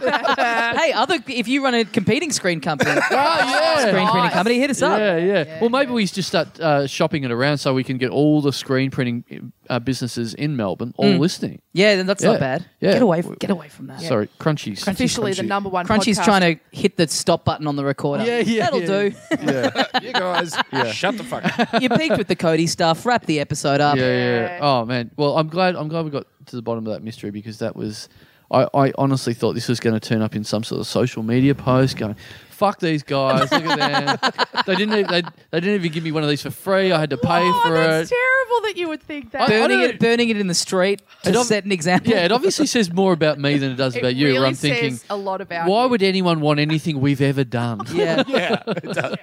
[SPEAKER 1] hey, other if you run a competing screen company,
[SPEAKER 2] yeah.
[SPEAKER 1] screen printing
[SPEAKER 4] Nice.
[SPEAKER 1] company, hit us
[SPEAKER 2] yeah,
[SPEAKER 1] up.
[SPEAKER 2] yeah, Well, maybe we just start uh, shopping it around so we can get all the screen printing uh, businesses in Melbourne all listening.
[SPEAKER 1] Yeah, then that's
[SPEAKER 2] Yeah.
[SPEAKER 1] not bad.
[SPEAKER 2] Yeah.
[SPEAKER 1] Get away, get away from that.
[SPEAKER 2] Sorry, crunchies.
[SPEAKER 4] Officially the number one.
[SPEAKER 1] Crunchy's
[SPEAKER 4] podcast.
[SPEAKER 1] trying to hit the stop button on the recorder.
[SPEAKER 2] Yeah, yeah,
[SPEAKER 1] That'll
[SPEAKER 2] yeah.
[SPEAKER 1] do.
[SPEAKER 3] you guys, shut the fuck up.
[SPEAKER 1] you peaked with the Cody stuff. Wrap the episode up.
[SPEAKER 2] Yeah, yeah,
[SPEAKER 4] Yeah.
[SPEAKER 2] Oh man. Well, I'm glad. I'm glad we got to the bottom of that mystery because that was. I, I honestly thought this was going to turn up in some sort of social media post going, "Fuck these guys! Look at them. they didn't. e- They, they didn't even give me one of these for free. I had to pay
[SPEAKER 4] Oh,
[SPEAKER 2] for it.
[SPEAKER 4] that's terrible that you would think that.
[SPEAKER 2] I- I
[SPEAKER 1] burning
[SPEAKER 2] don't-
[SPEAKER 1] it, burning it in the street to
[SPEAKER 2] It ob-
[SPEAKER 1] set an example.
[SPEAKER 2] Yeah, it obviously says more about me than it does
[SPEAKER 4] It
[SPEAKER 2] about you. where
[SPEAKER 4] really
[SPEAKER 2] I'm thinking,
[SPEAKER 4] says a lot about
[SPEAKER 2] why
[SPEAKER 4] you.
[SPEAKER 2] would anyone want anything we've ever done?
[SPEAKER 1] yeah,
[SPEAKER 3] Yeah.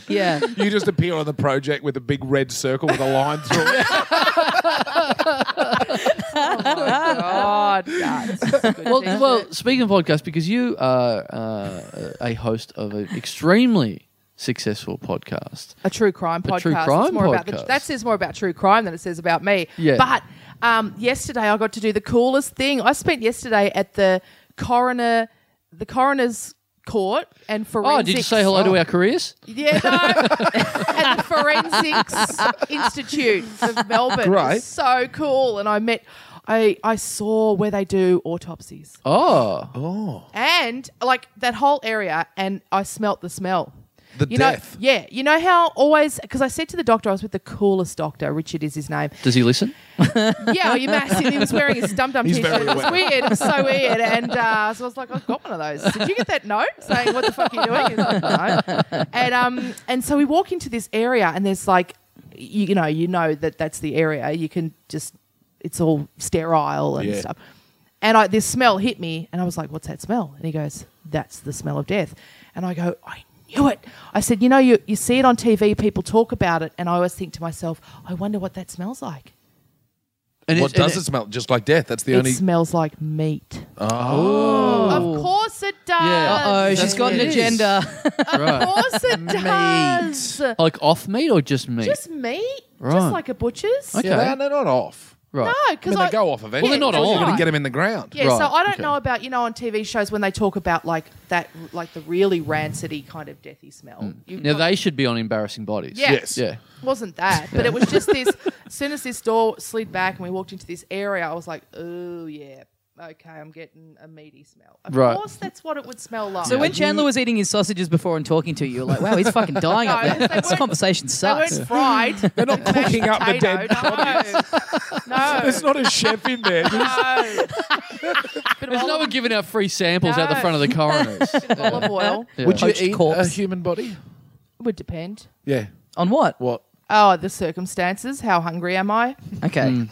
[SPEAKER 1] yeah.
[SPEAKER 3] You just appear on the project with a big red circle with a line through it.
[SPEAKER 4] Oh God, no, it's just a good
[SPEAKER 2] well,
[SPEAKER 4] t-shirt.
[SPEAKER 2] well, speaking of podcasts, because you are uh, a host of an extremely successful podcast.
[SPEAKER 4] a true crime podcast.
[SPEAKER 2] A true
[SPEAKER 4] It's
[SPEAKER 2] crime
[SPEAKER 4] more about the-
[SPEAKER 2] podcast.
[SPEAKER 4] that says more about true crime than it says about me.
[SPEAKER 2] Yeah.
[SPEAKER 4] But um, yesterday I got to do the coolest thing. I spent yesterday at the coroner, the coroner's court and forensics.
[SPEAKER 2] Oh, did you say hello to our careers?
[SPEAKER 4] Yeah, no. at the Forensics Institute of Melbourne.
[SPEAKER 3] Right.
[SPEAKER 4] It's so cool. And I met, I, I saw where they do autopsies.
[SPEAKER 2] Oh,
[SPEAKER 4] And like that whole area, and I smelt the smell.
[SPEAKER 3] The
[SPEAKER 4] you
[SPEAKER 3] death.
[SPEAKER 4] Know, yeah. You know how always, because I said to the doctor, I was with the coolest doctor, Richard is his name.
[SPEAKER 2] does he listen?
[SPEAKER 4] yeah, well, you massive. He was wearing his dum dum
[SPEAKER 3] He's
[SPEAKER 4] t shirt.
[SPEAKER 3] very
[SPEAKER 4] It was
[SPEAKER 3] aware.
[SPEAKER 4] weird. It was so weird. And uh, so I was like, I've got one of those. Did you get that note saying, what the fuck are you doing? He's like, no. And, um, and so we walk into this area and there's like, you, you know, you know that that's the area. You can just, it's all sterile and
[SPEAKER 3] Yeah.
[SPEAKER 4] stuff. And I, this smell hit me, and I was like, "What's that smell?" And he goes, "That's the smell of death." And I go, "I knew it." I said, "You know, you, you see it on TV. People talk about it, and I always think to myself, I wonder what that smells like.
[SPEAKER 2] And
[SPEAKER 3] what
[SPEAKER 2] it- and
[SPEAKER 3] does it, smell? Just like death. That's the
[SPEAKER 4] it
[SPEAKER 3] only.
[SPEAKER 4] smells like meat.
[SPEAKER 2] Oh,
[SPEAKER 4] Of course it does.
[SPEAKER 2] Yeah.
[SPEAKER 1] Oh,
[SPEAKER 2] That's
[SPEAKER 1] she's got an
[SPEAKER 2] what it is.
[SPEAKER 1] agenda.
[SPEAKER 4] Of
[SPEAKER 2] right.
[SPEAKER 4] course it does.
[SPEAKER 2] Like off meat or just meat?
[SPEAKER 4] Just meat,
[SPEAKER 2] Right.
[SPEAKER 4] just like a butcher's.
[SPEAKER 2] Okay.
[SPEAKER 3] Yeah, they're, they're not off.
[SPEAKER 2] right.
[SPEAKER 4] No,
[SPEAKER 3] I
[SPEAKER 4] because
[SPEAKER 3] mean, they go off eventually.
[SPEAKER 2] they're not
[SPEAKER 3] so
[SPEAKER 2] all.
[SPEAKER 3] You're going
[SPEAKER 2] Right.
[SPEAKER 3] to get them in the ground.
[SPEAKER 4] Yeah, so
[SPEAKER 2] Right,
[SPEAKER 4] I don't
[SPEAKER 2] okay.
[SPEAKER 4] know about you know on TV shows when they talk about like that, like the really rancidy kind of deathy smell. You
[SPEAKER 2] Mm. Now
[SPEAKER 4] got-
[SPEAKER 2] they should be on embarrassing bodies.
[SPEAKER 4] Yeah.
[SPEAKER 3] Yes.
[SPEAKER 2] Yeah.
[SPEAKER 4] wasn't that, but it was just this. As soon as this door slid back and we walked into this area, I was like, oh yeah, okay, I'm getting a meaty smell. Of
[SPEAKER 2] Right.
[SPEAKER 4] course, that's what it would smell like.
[SPEAKER 1] So when Chandler was eating his sausages before and talking to you, you're like, wow, he's fucking dying
[SPEAKER 4] No,
[SPEAKER 1] up
[SPEAKER 4] they
[SPEAKER 1] there. This
[SPEAKER 4] weren't-
[SPEAKER 1] conversation
[SPEAKER 4] they
[SPEAKER 1] sucks.
[SPEAKER 4] weren't fried, they're
[SPEAKER 3] not cooking up the dead
[SPEAKER 4] No, no.
[SPEAKER 3] There's not a chef in there.
[SPEAKER 4] no. Bit of
[SPEAKER 2] There's no
[SPEAKER 4] olive-
[SPEAKER 2] one giving out free samples out the
[SPEAKER 4] No.
[SPEAKER 2] front of the coroners.
[SPEAKER 4] olive oil.
[SPEAKER 2] Yeah.
[SPEAKER 3] Would you
[SPEAKER 1] Poached
[SPEAKER 3] eat
[SPEAKER 1] corpse.
[SPEAKER 3] a human body?
[SPEAKER 4] Would depend.
[SPEAKER 3] Yeah.
[SPEAKER 1] On what?
[SPEAKER 3] What?
[SPEAKER 4] Oh, the circumstances. How hungry am I?
[SPEAKER 1] Okay.
[SPEAKER 2] Hmm.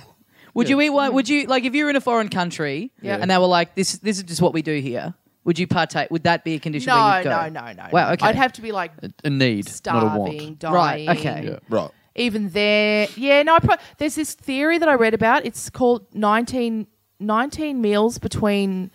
[SPEAKER 1] Would you eat one? Would you like if you were in a foreign country
[SPEAKER 4] Yeah.
[SPEAKER 1] and they were like, this this is just what we do here? Would you partake? Would that be a condition where
[SPEAKER 4] No,
[SPEAKER 1] you'd go?
[SPEAKER 4] no, no, no.
[SPEAKER 1] Wow,
[SPEAKER 4] no.
[SPEAKER 1] okay.
[SPEAKER 4] I'd have to be like
[SPEAKER 2] a need, not a
[SPEAKER 4] starving,
[SPEAKER 2] want.
[SPEAKER 4] dying.
[SPEAKER 1] Right, okay. Yeah.
[SPEAKER 3] Right.
[SPEAKER 4] Even there, yeah. No, I pro- there's this theory that I read about. It's called 19, 19 meals between,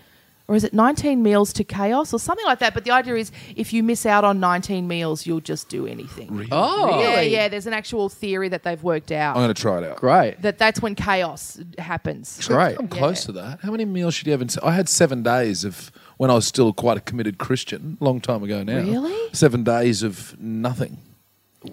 [SPEAKER 4] or is it nineteen meals to chaos or something like that? But the idea is, if you miss out on nineteen meals, you'll just do anything.
[SPEAKER 2] Oh,
[SPEAKER 4] Yeah, yeah. There's an actual theory that they've worked out
[SPEAKER 3] I'm going to try it out.
[SPEAKER 2] great.
[SPEAKER 4] that that's when chaos happens.
[SPEAKER 2] Great.
[SPEAKER 3] I'm close to that. How many meals should you have? In se- I had seven days of when I was still quite a committed Christian, long time ago now.
[SPEAKER 4] Really?
[SPEAKER 3] Seven days of nothing.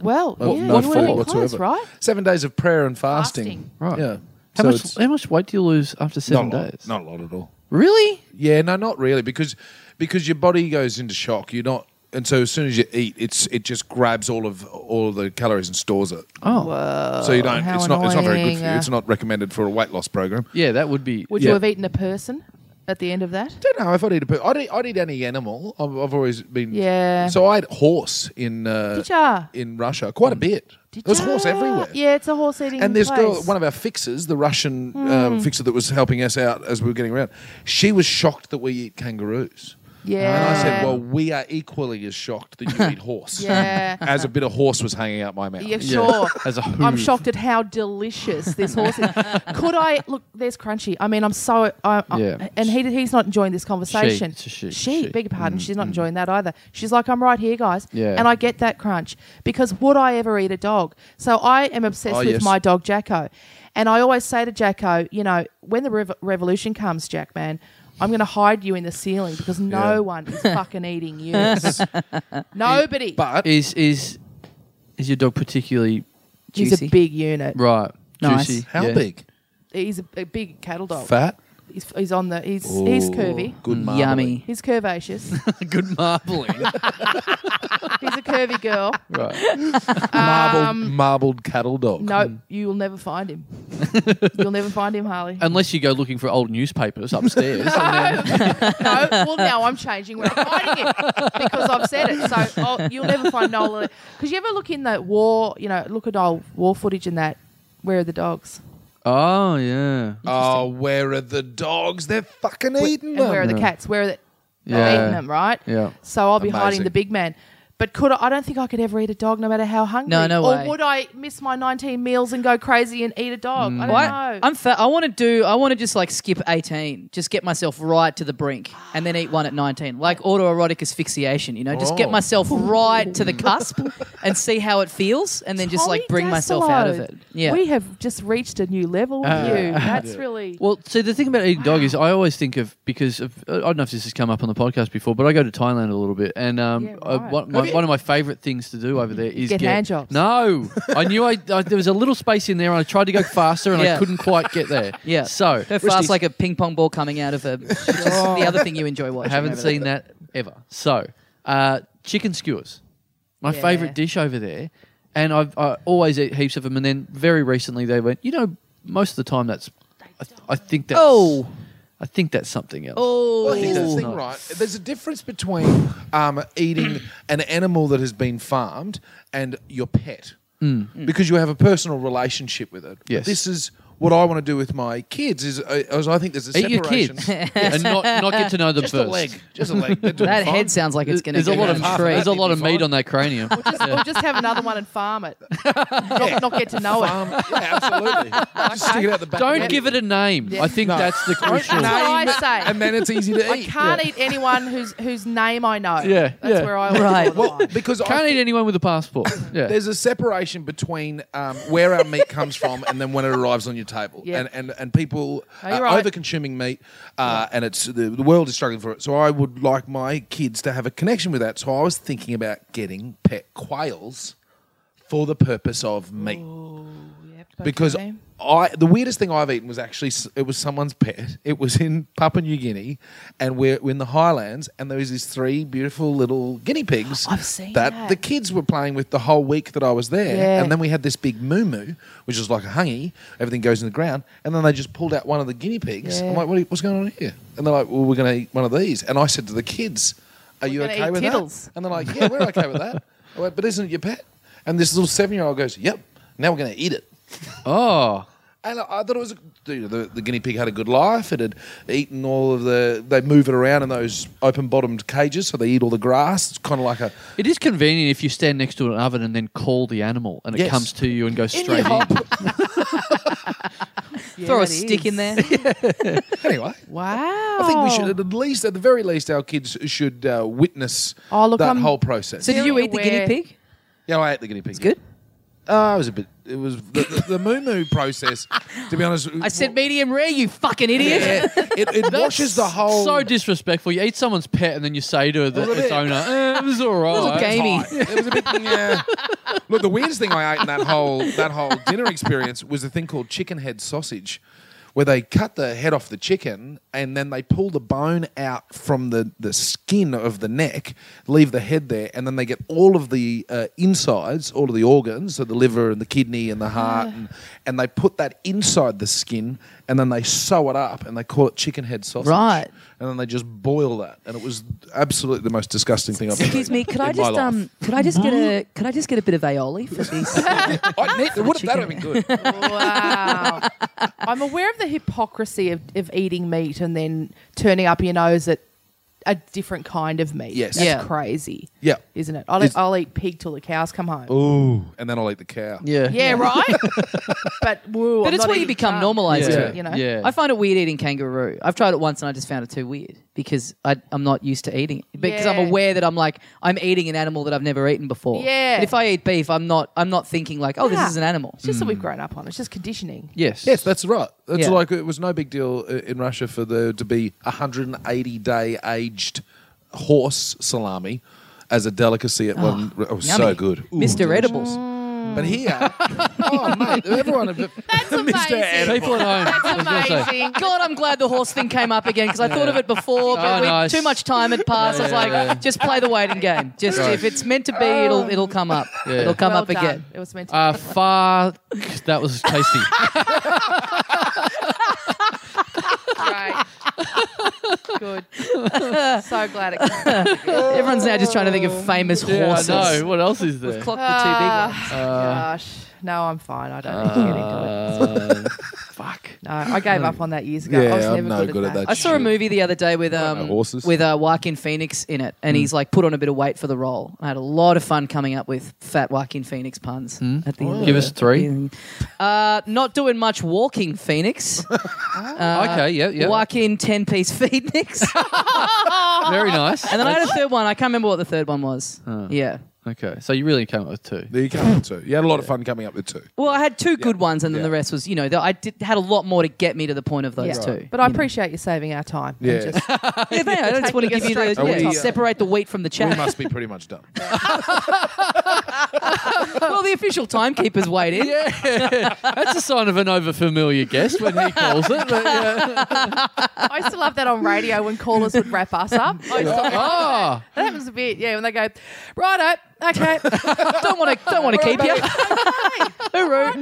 [SPEAKER 4] Well,
[SPEAKER 3] Of
[SPEAKER 4] yeah,
[SPEAKER 3] no
[SPEAKER 4] you
[SPEAKER 3] food
[SPEAKER 4] were really
[SPEAKER 3] whatsoever.
[SPEAKER 4] close, right?
[SPEAKER 3] Seven days of prayer and fasting.
[SPEAKER 4] Fasting.
[SPEAKER 2] Right.
[SPEAKER 3] Yeah.
[SPEAKER 2] How
[SPEAKER 3] So
[SPEAKER 2] much?
[SPEAKER 3] it's-
[SPEAKER 2] How much weight do you lose after seven
[SPEAKER 3] not a lot.
[SPEAKER 2] days?
[SPEAKER 3] Not a lot at all.
[SPEAKER 2] Really?
[SPEAKER 3] Yeah, no, not really, because because your body goes into shock. You're not, and so as soon as you eat, it's it just grabs all of all of the calories and stores it.
[SPEAKER 2] Oh,
[SPEAKER 3] so you don't.
[SPEAKER 4] how
[SPEAKER 3] It's not. It's not very good
[SPEAKER 4] annoying,
[SPEAKER 3] for you.
[SPEAKER 4] uh,
[SPEAKER 3] It's not recommended for a weight loss program.
[SPEAKER 2] yeah. That would be.
[SPEAKER 4] Would
[SPEAKER 3] Yeah.
[SPEAKER 4] you have eaten a person at the end of that?
[SPEAKER 3] don't know if I'd eat a. Per- I'd, eat, I'd eat any animal. I've, I've always been.
[SPEAKER 4] Yeah.
[SPEAKER 3] So I had horse in uh,
[SPEAKER 4] Did ya? Mm.
[SPEAKER 3] in Russia quite a bit.
[SPEAKER 4] Did
[SPEAKER 3] there was
[SPEAKER 4] ya?
[SPEAKER 3] horse everywhere.
[SPEAKER 4] Yeah, it's a horse eating.
[SPEAKER 3] And this
[SPEAKER 4] place. Hmm.
[SPEAKER 3] girl, one of our fixers, the Russian um, fixer that was helping us out as we were getting around, she was shocked that we eat kangaroos.
[SPEAKER 4] yeah.
[SPEAKER 3] And I said, "Well, we are equally as shocked that you eat horse."
[SPEAKER 4] Yeah.
[SPEAKER 3] As a bit of horse was hanging out my mouth.
[SPEAKER 4] Yeah,
[SPEAKER 2] Yeah.
[SPEAKER 4] sure.
[SPEAKER 2] As a
[SPEAKER 4] I'm
[SPEAKER 2] hoof.
[SPEAKER 4] shocked at how delicious this horse is. Could I look? There's crunchy. I mean, I'm so. I, I,
[SPEAKER 2] Yeah.
[SPEAKER 4] And he he's not enjoying this conversation.
[SPEAKER 2] She. It's a she.
[SPEAKER 4] She,
[SPEAKER 2] She. Mm,
[SPEAKER 4] beg your pardon. She's not enjoying that either. She's like, I'm right here, guys.
[SPEAKER 2] Yeah.
[SPEAKER 4] And I get that crunch because would I ever eat a dog? So I am obsessed
[SPEAKER 3] Oh,
[SPEAKER 4] with
[SPEAKER 3] yes.
[SPEAKER 4] my dog Jacko, and I always say to Jacko, you know, when the rev- revolution comes, Jack man. I'm going to hide you in the ceiling because no
[SPEAKER 3] Yeah.
[SPEAKER 4] one is fucking eating you. Nobody.
[SPEAKER 3] But
[SPEAKER 2] Is is is your dog particularly
[SPEAKER 4] He's
[SPEAKER 1] Juicy.
[SPEAKER 4] a big unit.
[SPEAKER 2] right?
[SPEAKER 1] Nice.
[SPEAKER 2] Juicy.
[SPEAKER 3] how
[SPEAKER 2] yeah.
[SPEAKER 3] big?
[SPEAKER 4] He's a, a big cattle dog.
[SPEAKER 3] Fat.
[SPEAKER 4] He's, he's on the. He's he's
[SPEAKER 3] Ooh,
[SPEAKER 4] curvy.
[SPEAKER 3] Good marbling.
[SPEAKER 1] Yummy.
[SPEAKER 4] He's curvaceous.
[SPEAKER 2] Good marbling.
[SPEAKER 4] he's a curvy girl.
[SPEAKER 2] right.
[SPEAKER 3] Marbled, marbled cattle dog.
[SPEAKER 4] No, you will never find him. You'll never find him, Harley.
[SPEAKER 2] Unless you go looking for old newspapers upstairs.
[SPEAKER 4] no, well now I'm changing where I'm finding him because I've said it. So oh, you'll never find Noel. Because you ever look in the war, you know, look at old war footage and that. Where are the dogs?
[SPEAKER 2] oh yeah.
[SPEAKER 3] Oh, where are the dogs? They're fucking eating
[SPEAKER 4] And
[SPEAKER 3] them.
[SPEAKER 4] where are the
[SPEAKER 2] Yeah.
[SPEAKER 4] cats? Where are the,
[SPEAKER 2] Yeah.
[SPEAKER 4] they're eating them? Right.
[SPEAKER 2] Yeah.
[SPEAKER 4] So I'll be hiding
[SPEAKER 3] Amazing.
[SPEAKER 4] the big man. But could I, I don't think I could ever eat a dog, no matter how hungry.
[SPEAKER 1] No, no
[SPEAKER 4] Or
[SPEAKER 1] way.
[SPEAKER 4] would I miss my 19 meals and go crazy and eat a dog? I don't know.
[SPEAKER 1] I'm fat. I want to do. I want to just like skip 18. Just get myself right to the brink, and then eat one at 19. Like autoerotic asphyxiation. You know, just get
[SPEAKER 3] Oh.
[SPEAKER 1] myself right to the cusp and see how it feels, and then just like
[SPEAKER 4] Tommy
[SPEAKER 1] bring myself out of
[SPEAKER 4] Dassolo,
[SPEAKER 1] it. Yeah.
[SPEAKER 4] We have just reached a new level with you. That's really.
[SPEAKER 2] Well, see, the thing about eating dog is I always think of because of, I don't know if this has come up on the podcast before, but I go to Thailand a little bit, and um,
[SPEAKER 4] Yeah,
[SPEAKER 2] I-
[SPEAKER 4] right.
[SPEAKER 2] one, my, one of my favourite things to do over there is
[SPEAKER 4] Get hand jobs.
[SPEAKER 2] No, I knew I, I there was a little space in there, and I tried to go faster, and
[SPEAKER 1] Yeah.
[SPEAKER 2] I couldn't quite get there.
[SPEAKER 1] yeah.
[SPEAKER 2] so
[SPEAKER 1] go fast like a ping pong ball coming out of a. which is the other thing you enjoy
[SPEAKER 2] I
[SPEAKER 1] watching.
[SPEAKER 2] Oh. haven't
[SPEAKER 1] over
[SPEAKER 2] seen that ever. So, uh, chicken skewers, my
[SPEAKER 4] Yeah.
[SPEAKER 2] favourite dish over there, and I've, I always eat heaps of them. And then very recently they went, you know, most of the time that's, I, I think that's,
[SPEAKER 1] Oh.
[SPEAKER 2] I think that's something else.
[SPEAKER 1] Oh.
[SPEAKER 3] Well, here's the
[SPEAKER 2] Ooh.
[SPEAKER 3] thing, right? There's a difference between um, eating an animal that has been farmed and your pet. because you have a personal relationship with it. But
[SPEAKER 2] Mm. Yes.
[SPEAKER 3] this is what I want to do with my kids. Is I, I was- I think there's a
[SPEAKER 2] Eat your
[SPEAKER 3] separation.
[SPEAKER 2] kids and not, not get to know them
[SPEAKER 3] Just
[SPEAKER 2] first.
[SPEAKER 3] a leg, just a leg. They're doing
[SPEAKER 1] That
[SPEAKER 3] fine.
[SPEAKER 1] head sounds like it's going to
[SPEAKER 2] There's a
[SPEAKER 1] go
[SPEAKER 2] lot of
[SPEAKER 1] down a
[SPEAKER 3] tree.
[SPEAKER 2] there's a
[SPEAKER 3] That'd
[SPEAKER 2] lot
[SPEAKER 3] be
[SPEAKER 2] of meat
[SPEAKER 3] fine.
[SPEAKER 2] on that cranium.
[SPEAKER 4] We'll just have another one and farm it. Not, not get to know
[SPEAKER 3] Um, yeah, absolutely. Just stick it out the back.
[SPEAKER 2] Don't
[SPEAKER 3] end.
[SPEAKER 2] give it a name. I think
[SPEAKER 3] No.
[SPEAKER 2] that's the crucial.
[SPEAKER 4] That's what I
[SPEAKER 3] Name,
[SPEAKER 4] say.
[SPEAKER 3] and then it's easy to
[SPEAKER 4] it. I
[SPEAKER 3] eat.
[SPEAKER 4] can't eat anyone whose whose name I know.
[SPEAKER 2] Yeah,
[SPEAKER 4] that's
[SPEAKER 2] yeah.
[SPEAKER 4] where I always
[SPEAKER 1] Right.
[SPEAKER 4] draw the
[SPEAKER 3] Well,
[SPEAKER 4] line.
[SPEAKER 3] because I
[SPEAKER 2] Can't eat anyone with a passport. Yeah.
[SPEAKER 3] There's a separation between um, where our meat comes from and then when it arrives on your table.
[SPEAKER 4] Yeah.
[SPEAKER 3] And, and and people
[SPEAKER 4] No,
[SPEAKER 3] are
[SPEAKER 4] you're right.
[SPEAKER 3] over consuming meat, uh, and it's the, the world is struggling for it. So I would like my kids to have a connection with that. So I was thinking about getting pet quails for the purpose of meat because
[SPEAKER 4] Okay.
[SPEAKER 3] I the weirdest thing I've eaten was actually s- it was someone's pet. It was in Papua New Guinea, and we're, we're in the highlands, and there was these three beautiful little guinea pigs.
[SPEAKER 4] I've seen that.
[SPEAKER 3] the kids were playing with the whole week that I was there,
[SPEAKER 4] Yeah.
[SPEAKER 3] and then we had this big moo moo, which is like a hungy. Everything goes in the ground, and then they just pulled out one of the guinea pigs.
[SPEAKER 4] Yeah.
[SPEAKER 3] I'm like, what are you- what's going on here? And they're like, well, we're going to eat one of these. And I said to the kids, are you
[SPEAKER 4] gonna
[SPEAKER 3] okay
[SPEAKER 4] eat
[SPEAKER 3] with
[SPEAKER 4] tittles.
[SPEAKER 3] that? And they're like, yeah, we're okay with that. I went, but isn't it your pet? And this little seven year old goes, yep. Now we're going to eat it.
[SPEAKER 2] Oh.
[SPEAKER 3] And I I thought it was dude, the, the guinea pig had a good life. It had eaten all of the. They move it around in those open bottomed cages, so they eat all the grass. It's kind of like a
[SPEAKER 2] It is convenient if you stand next to an oven and then call the animal and it
[SPEAKER 3] Yes.
[SPEAKER 2] comes to you and goes
[SPEAKER 3] In
[SPEAKER 2] straight
[SPEAKER 3] your
[SPEAKER 2] in.
[SPEAKER 4] Yeah,
[SPEAKER 1] Throw a
[SPEAKER 4] that
[SPEAKER 1] stick in
[SPEAKER 4] is.
[SPEAKER 1] there.
[SPEAKER 3] anyway.
[SPEAKER 4] Wow.
[SPEAKER 3] I think we
[SPEAKER 1] Oh.
[SPEAKER 3] should at least, at the very least, our kids should uh, witness
[SPEAKER 4] Oh, look,
[SPEAKER 3] that
[SPEAKER 4] I'm-
[SPEAKER 3] whole process.
[SPEAKER 1] So did you
[SPEAKER 4] Very
[SPEAKER 1] eat the
[SPEAKER 4] aware.
[SPEAKER 1] guinea pig?
[SPEAKER 3] yeah, I ate the guinea pig. It's
[SPEAKER 1] Good.
[SPEAKER 3] Uh, it was a bit. It was the, the, the moo moo process. To be honest,
[SPEAKER 1] I said medium rare, you fucking idiot.
[SPEAKER 3] yeah, it, it washes the whole.
[SPEAKER 2] So disrespectful. You eat someone's pet and then you say to the,
[SPEAKER 3] Little
[SPEAKER 2] its
[SPEAKER 3] bit.
[SPEAKER 2] owner, eh, it was all right.
[SPEAKER 1] Little gamey.
[SPEAKER 3] it was a bit. Yeah. Look, the weirdest thing I ate in that whole that whole dinner experience was a thing called chicken head sausage, where they cut the head off the chicken and then they pull the bone out from the the skin of the neck, leave the head there, and then they get all of the uh, insides, all of the organs, so the liver and the kidney and the heart, and, and they put that inside the skin, and then they sew it up and they call it chicken head sausage.
[SPEAKER 1] Right.
[SPEAKER 3] And then they just boil that, and it was absolutely the most disgusting thing I've ever
[SPEAKER 1] Excuse me,
[SPEAKER 3] eaten
[SPEAKER 1] could I
[SPEAKER 3] in my
[SPEAKER 1] just
[SPEAKER 3] life.
[SPEAKER 1] um could I just get a
[SPEAKER 4] Mm-hmm.
[SPEAKER 1] could I just get a bit of aioli for these?
[SPEAKER 3] I need, would have, that'd been good.
[SPEAKER 4] Wow. I'm aware of the hypocrisy of, of eating meat and then turning up your nose at a different kind of meat.
[SPEAKER 3] Yes.
[SPEAKER 4] That's
[SPEAKER 1] Yeah.
[SPEAKER 4] crazy.
[SPEAKER 3] Yeah.
[SPEAKER 4] Isn't it? I'll,
[SPEAKER 3] Is-
[SPEAKER 4] I'll eat pig till the cows come home.
[SPEAKER 3] Ooh, and then I'll eat the cow.
[SPEAKER 2] Yeah.
[SPEAKER 4] Yeah, right? but woo,
[SPEAKER 1] But
[SPEAKER 4] I'm
[SPEAKER 1] it's
[SPEAKER 4] not
[SPEAKER 1] where you
[SPEAKER 4] eating
[SPEAKER 1] become
[SPEAKER 4] carne.
[SPEAKER 1] normalised
[SPEAKER 2] Yeah.
[SPEAKER 1] to it,
[SPEAKER 4] you know?
[SPEAKER 2] Yeah.
[SPEAKER 1] I find it weird eating kangaroo. I've tried it once and I just found it too weird because I, I'm not used to eating it because I'm
[SPEAKER 4] Yeah.
[SPEAKER 1] aware that I'm like I'm eating an animal that I've never eaten before.
[SPEAKER 4] Yeah.
[SPEAKER 1] But if I eat beef, I'm not I'm not thinking like oh
[SPEAKER 4] Yeah.
[SPEAKER 1] this is an animal.
[SPEAKER 4] It's just that we've grown up on. It's just conditioning.
[SPEAKER 2] Yes.
[SPEAKER 3] Yes, that's right. That's
[SPEAKER 1] Yeah.
[SPEAKER 3] like it was no big deal uh, in Russia for there to be 180 day aged horse salami as a delicacy at one. It was so
[SPEAKER 1] Oh, Yummy.
[SPEAKER 3] good, Ooh,
[SPEAKER 1] Mr.
[SPEAKER 3] delicious.
[SPEAKER 1] Edibles.
[SPEAKER 4] Mm.
[SPEAKER 3] But here, oh mate, everyone. That's Mr.
[SPEAKER 4] amazing.
[SPEAKER 3] Edible.
[SPEAKER 2] People at home. I was gonna say,
[SPEAKER 4] Amazing.
[SPEAKER 1] God, I'm glad the horse thing came up again because I thought of it before, but
[SPEAKER 2] Oh,
[SPEAKER 1] we,
[SPEAKER 2] nice.
[SPEAKER 1] too much time had passed. I was
[SPEAKER 2] Yeah,
[SPEAKER 1] like,
[SPEAKER 2] yeah, yeah.
[SPEAKER 1] just play the waiting game. Just if it's meant to be, it'll it'll come up. It'll come
[SPEAKER 4] Oh. Well
[SPEAKER 1] up
[SPEAKER 4] done.
[SPEAKER 1] again.
[SPEAKER 4] It was meant to
[SPEAKER 2] uh, fuck. That was tasty.
[SPEAKER 4] be great. Good. so glad it came. out.
[SPEAKER 1] Everyone's now just trying to think of famous
[SPEAKER 2] yeah, I
[SPEAKER 1] horses.
[SPEAKER 2] know. What else is there?
[SPEAKER 1] We've clocked the two big
[SPEAKER 4] Ah.
[SPEAKER 1] ones.
[SPEAKER 4] Gosh. No, I'm fine. I don't need to get into it.
[SPEAKER 2] Uh, fuck.
[SPEAKER 4] No, Uh, I gave up on that years ago.
[SPEAKER 3] Yeah,
[SPEAKER 4] I was
[SPEAKER 3] I'm
[SPEAKER 4] never
[SPEAKER 3] no
[SPEAKER 4] good,
[SPEAKER 3] good
[SPEAKER 4] at
[SPEAKER 3] at
[SPEAKER 4] that.
[SPEAKER 3] that
[SPEAKER 1] I saw a
[SPEAKER 3] Shit.
[SPEAKER 1] movie the other day with um
[SPEAKER 3] know, horses.
[SPEAKER 1] with uh, Joaquin Phoenix in it,
[SPEAKER 2] Hmm.
[SPEAKER 1] and he's like put on a bit of weight for the role. I had a lot of fun coming up with fat Joaquin Phoenix puns at the end. of
[SPEAKER 2] Hmm. Oh, Give
[SPEAKER 1] the-
[SPEAKER 2] us three.
[SPEAKER 1] Uh, not doing much walking, Phoenix.
[SPEAKER 2] Uh, okay, yeah, yeah.
[SPEAKER 1] Joaquin ten piece Phoenix.
[SPEAKER 2] Very nice.
[SPEAKER 1] And then I had a third one. I can't remember what the third one was. Yeah.
[SPEAKER 2] okay, so you really came up with two.
[SPEAKER 3] There you go. Two. You had a lot of fun coming up with two.
[SPEAKER 1] Well, I had two good ones, and then the rest was, you know, th- I did, had a lot more to get me to the point of those
[SPEAKER 4] Yeah.
[SPEAKER 1] two.
[SPEAKER 4] But I appreciate you saving our time. and
[SPEAKER 3] Yeah.
[SPEAKER 4] just-
[SPEAKER 1] yeah, they- I just want to give you the
[SPEAKER 4] Taking us straight
[SPEAKER 3] to
[SPEAKER 1] yeah,
[SPEAKER 3] the top.
[SPEAKER 1] separate the wheat from the
[SPEAKER 3] We
[SPEAKER 1] chaff.
[SPEAKER 3] must be pretty much done. Oh,
[SPEAKER 1] well, the official timekeeper's waiting.
[SPEAKER 2] Oh. Yeah, that's a sign of an overfamiliar guest when he calls it. But, yeah.
[SPEAKER 4] I used to love that on radio when callers would wrap us up. I used to-
[SPEAKER 2] Oh,
[SPEAKER 4] that happens a bit, yeah, when they go, righto, okay.
[SPEAKER 1] Don't want to, don't want to keep you. Hooray! route.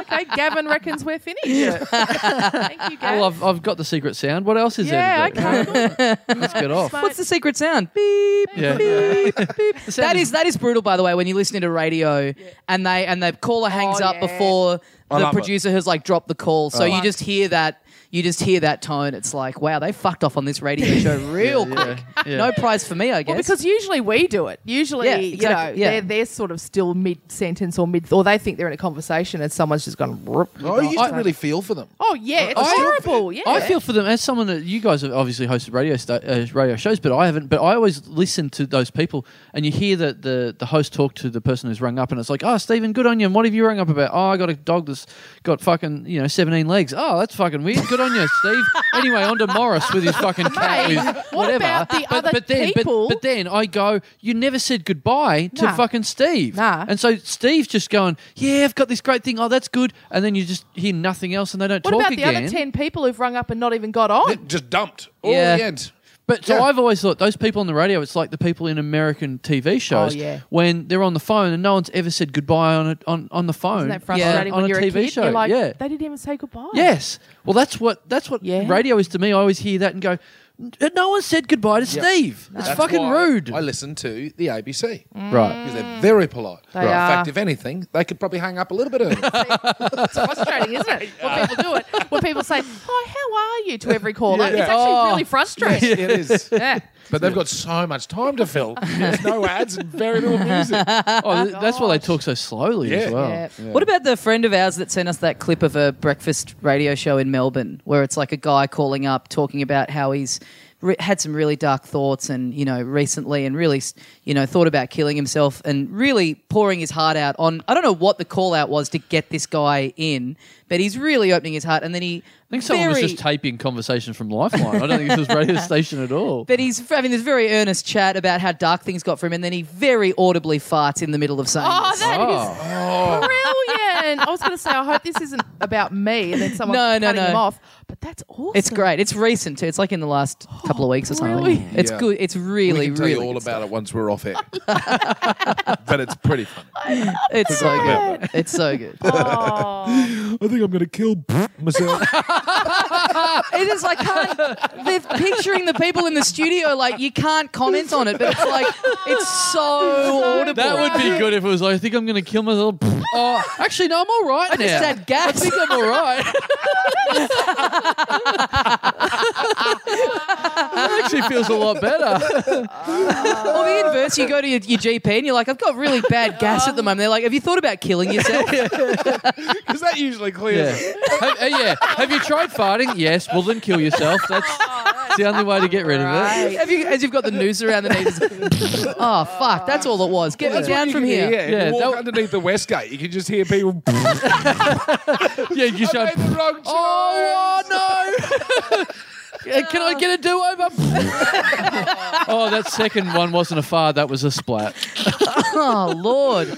[SPEAKER 4] Okay, Gavin reckons we're finished. Thank you, Gavin.
[SPEAKER 2] Well, oh, I've, I've got the secret sound. What else is
[SPEAKER 4] yeah,
[SPEAKER 2] there? to do?
[SPEAKER 4] okay. cool.
[SPEAKER 2] Let's get off.
[SPEAKER 4] Smart.
[SPEAKER 1] What's the secret sound? Beep,
[SPEAKER 2] Yeah.
[SPEAKER 1] beep, beep. That
[SPEAKER 2] is-
[SPEAKER 1] is that is brutal, by the way. When you listen to radio and they and the caller hangs
[SPEAKER 4] Oh,
[SPEAKER 1] up
[SPEAKER 4] yeah.
[SPEAKER 1] before the
[SPEAKER 3] love it.
[SPEAKER 1] producer has like dropped the call, so you
[SPEAKER 4] Fuck.
[SPEAKER 1] just hear that. You just hear that tone. It's like, wow, they fucked off on this radio show real quick.
[SPEAKER 2] yeah.
[SPEAKER 1] No prize for me, I guess.
[SPEAKER 4] Well, because usually we do it. Usually,
[SPEAKER 1] Yeah,
[SPEAKER 4] you
[SPEAKER 1] exactly,
[SPEAKER 4] know,
[SPEAKER 1] yeah.
[SPEAKER 4] they're, they're sort of still mid sentence or mid, or they think they're in a conversation and someone's just gone. Rip,
[SPEAKER 3] Oh, you used to really feel for them.
[SPEAKER 4] Oh yeah, it's
[SPEAKER 2] I-
[SPEAKER 4] horrible. Yeah,
[SPEAKER 2] I feel for them as someone that you guys have obviously hosted radio sta uh, radio shows, but I haven't. But I always listen to those people, and you hear that the the host talk to the person who's rung up, and it's like, oh, Stephen, good on you. And what have you rung up about? Oh, I got a dog that's got fucking you know seventeen legs. Oh, that's fucking weird. Good on you, Steve. anyway, on to Morris with his fucking cat.
[SPEAKER 4] Mate,
[SPEAKER 2] with
[SPEAKER 4] what
[SPEAKER 2] whatever.
[SPEAKER 4] about the
[SPEAKER 2] but,
[SPEAKER 4] other
[SPEAKER 2] but then,
[SPEAKER 4] people?
[SPEAKER 2] But, but then I go, you never said goodbye to
[SPEAKER 4] Nah.
[SPEAKER 2] fucking Steve.
[SPEAKER 4] Nah.
[SPEAKER 2] And so Steve's just going, yeah, I've got this great thing. Oh, that's good. And then you just hear nothing else, and they don't
[SPEAKER 4] What
[SPEAKER 2] talk
[SPEAKER 4] about the
[SPEAKER 2] again.
[SPEAKER 4] other ten people who've rung up and not even got on?
[SPEAKER 3] It just dumped all
[SPEAKER 2] Yeah.
[SPEAKER 3] the end.
[SPEAKER 2] But so
[SPEAKER 3] Yeah.
[SPEAKER 2] I've always thought those people on the radio, it's like the people in American TV shows
[SPEAKER 4] Oh, yeah.
[SPEAKER 2] when they're on the phone and no one's ever said goodbye on a, on, on the phone.
[SPEAKER 4] Isn't that frustrating
[SPEAKER 2] on,
[SPEAKER 4] when
[SPEAKER 2] a
[SPEAKER 4] you're
[SPEAKER 2] TV
[SPEAKER 4] a kid?
[SPEAKER 2] show?
[SPEAKER 4] You're like,
[SPEAKER 2] yeah.
[SPEAKER 4] they didn't even say goodbye.
[SPEAKER 2] Yes. Well, that's what that's what
[SPEAKER 4] Yeah.
[SPEAKER 2] radio is to me. I always hear that and go, "N- no one said goodbye to Steve. It's
[SPEAKER 3] That's
[SPEAKER 2] fucking
[SPEAKER 3] why
[SPEAKER 2] rude.
[SPEAKER 3] I listen to the ABC
[SPEAKER 1] Mm.
[SPEAKER 4] Mm.
[SPEAKER 3] because
[SPEAKER 2] right.
[SPEAKER 3] they're very polite.
[SPEAKER 4] They
[SPEAKER 3] In
[SPEAKER 4] are.
[SPEAKER 3] fact, if anything, they could probably hang up a little bit early.
[SPEAKER 4] it's frustrating, isn't it? When people do it, when people say, "Oh, how are you?" to every caller, it's actually
[SPEAKER 2] Oh.
[SPEAKER 4] really frustrating.
[SPEAKER 3] it is.
[SPEAKER 4] Yeah.
[SPEAKER 3] But they've got so much time to fill. There's no ads and very little music.
[SPEAKER 2] Oh, th- that's why they talk so slowly as
[SPEAKER 3] Yeah.
[SPEAKER 2] well.
[SPEAKER 4] Yeah.
[SPEAKER 1] What about the friend of ours that sent us that clip of a breakfast radio show in Melbourne where it's like a guy calling up talking about how he's re- had some really dark thoughts and, you know, recently and really, s- you know, thought about killing himself and really pouring his heart out on. I don't know what the call out was to get this guy in, but he's really opening his heart. And then he.
[SPEAKER 2] I think someone was
[SPEAKER 1] very-
[SPEAKER 2] just taping conversations from Lifeline. I don't think this was radio station at all.
[SPEAKER 1] but he's having this very earnest chat about how dark things got for him, and then he very audibly farts in the middle of saying,
[SPEAKER 4] Oh,
[SPEAKER 1] this.
[SPEAKER 4] that is
[SPEAKER 2] Oh.
[SPEAKER 4] brilliant! I was going to say, I hope this isn't about me, and then someone
[SPEAKER 1] No, no,
[SPEAKER 4] cutting
[SPEAKER 1] no.
[SPEAKER 4] him off. But that's awesome.
[SPEAKER 1] It's great. It's recent too. It's like in the last couple of weeks or something.
[SPEAKER 4] really?
[SPEAKER 1] It's
[SPEAKER 3] Yeah.
[SPEAKER 1] good. It's really,
[SPEAKER 3] we can tell
[SPEAKER 1] really.
[SPEAKER 3] you all
[SPEAKER 1] good
[SPEAKER 3] about it once we're off air. but it's pretty funny.
[SPEAKER 1] stuff. It's so good. It's so good.
[SPEAKER 4] Oh.
[SPEAKER 3] I think I'm going to kill myself.
[SPEAKER 1] it is. I can't. They're picturing the people in the studio. Like you can't comment on it, but it's like it's so Oh, audible.
[SPEAKER 2] That would be good if it was. like, I think I'm going to kill myself. oh, actually, no, I'm all right now.
[SPEAKER 1] Just that
[SPEAKER 2] I
[SPEAKER 1] gas.
[SPEAKER 2] think I'm all right. that actually feels a lot better.
[SPEAKER 1] Or the inverse. You go to your, your GP and you're like, I've got really bad gas at the moment. They're like, Have you thought about killing yourself?
[SPEAKER 3] Because that usually
[SPEAKER 2] Yeah.
[SPEAKER 3] clears it.
[SPEAKER 2] Have, uh, yeah. Have you tried farting? Yes. Well, then kill yourself. That's, it's the only way to get rid of it.
[SPEAKER 1] Have you, as you've got the noose around the knees. Oh fuck! That's all it was. Get me
[SPEAKER 3] That's what
[SPEAKER 1] down
[SPEAKER 3] you
[SPEAKER 1] from
[SPEAKER 3] can
[SPEAKER 1] here.
[SPEAKER 3] hear. If you
[SPEAKER 2] Yeah,
[SPEAKER 3] walk
[SPEAKER 2] that-
[SPEAKER 3] underneath the West Gate, you can just hear people. I
[SPEAKER 2] Yeah, you just
[SPEAKER 3] made the wrong choice.
[SPEAKER 2] Oh, oh no! Uh, Can I get a do over? oh, that second one wasn't a fart, that was a splat.
[SPEAKER 1] Oh Lord!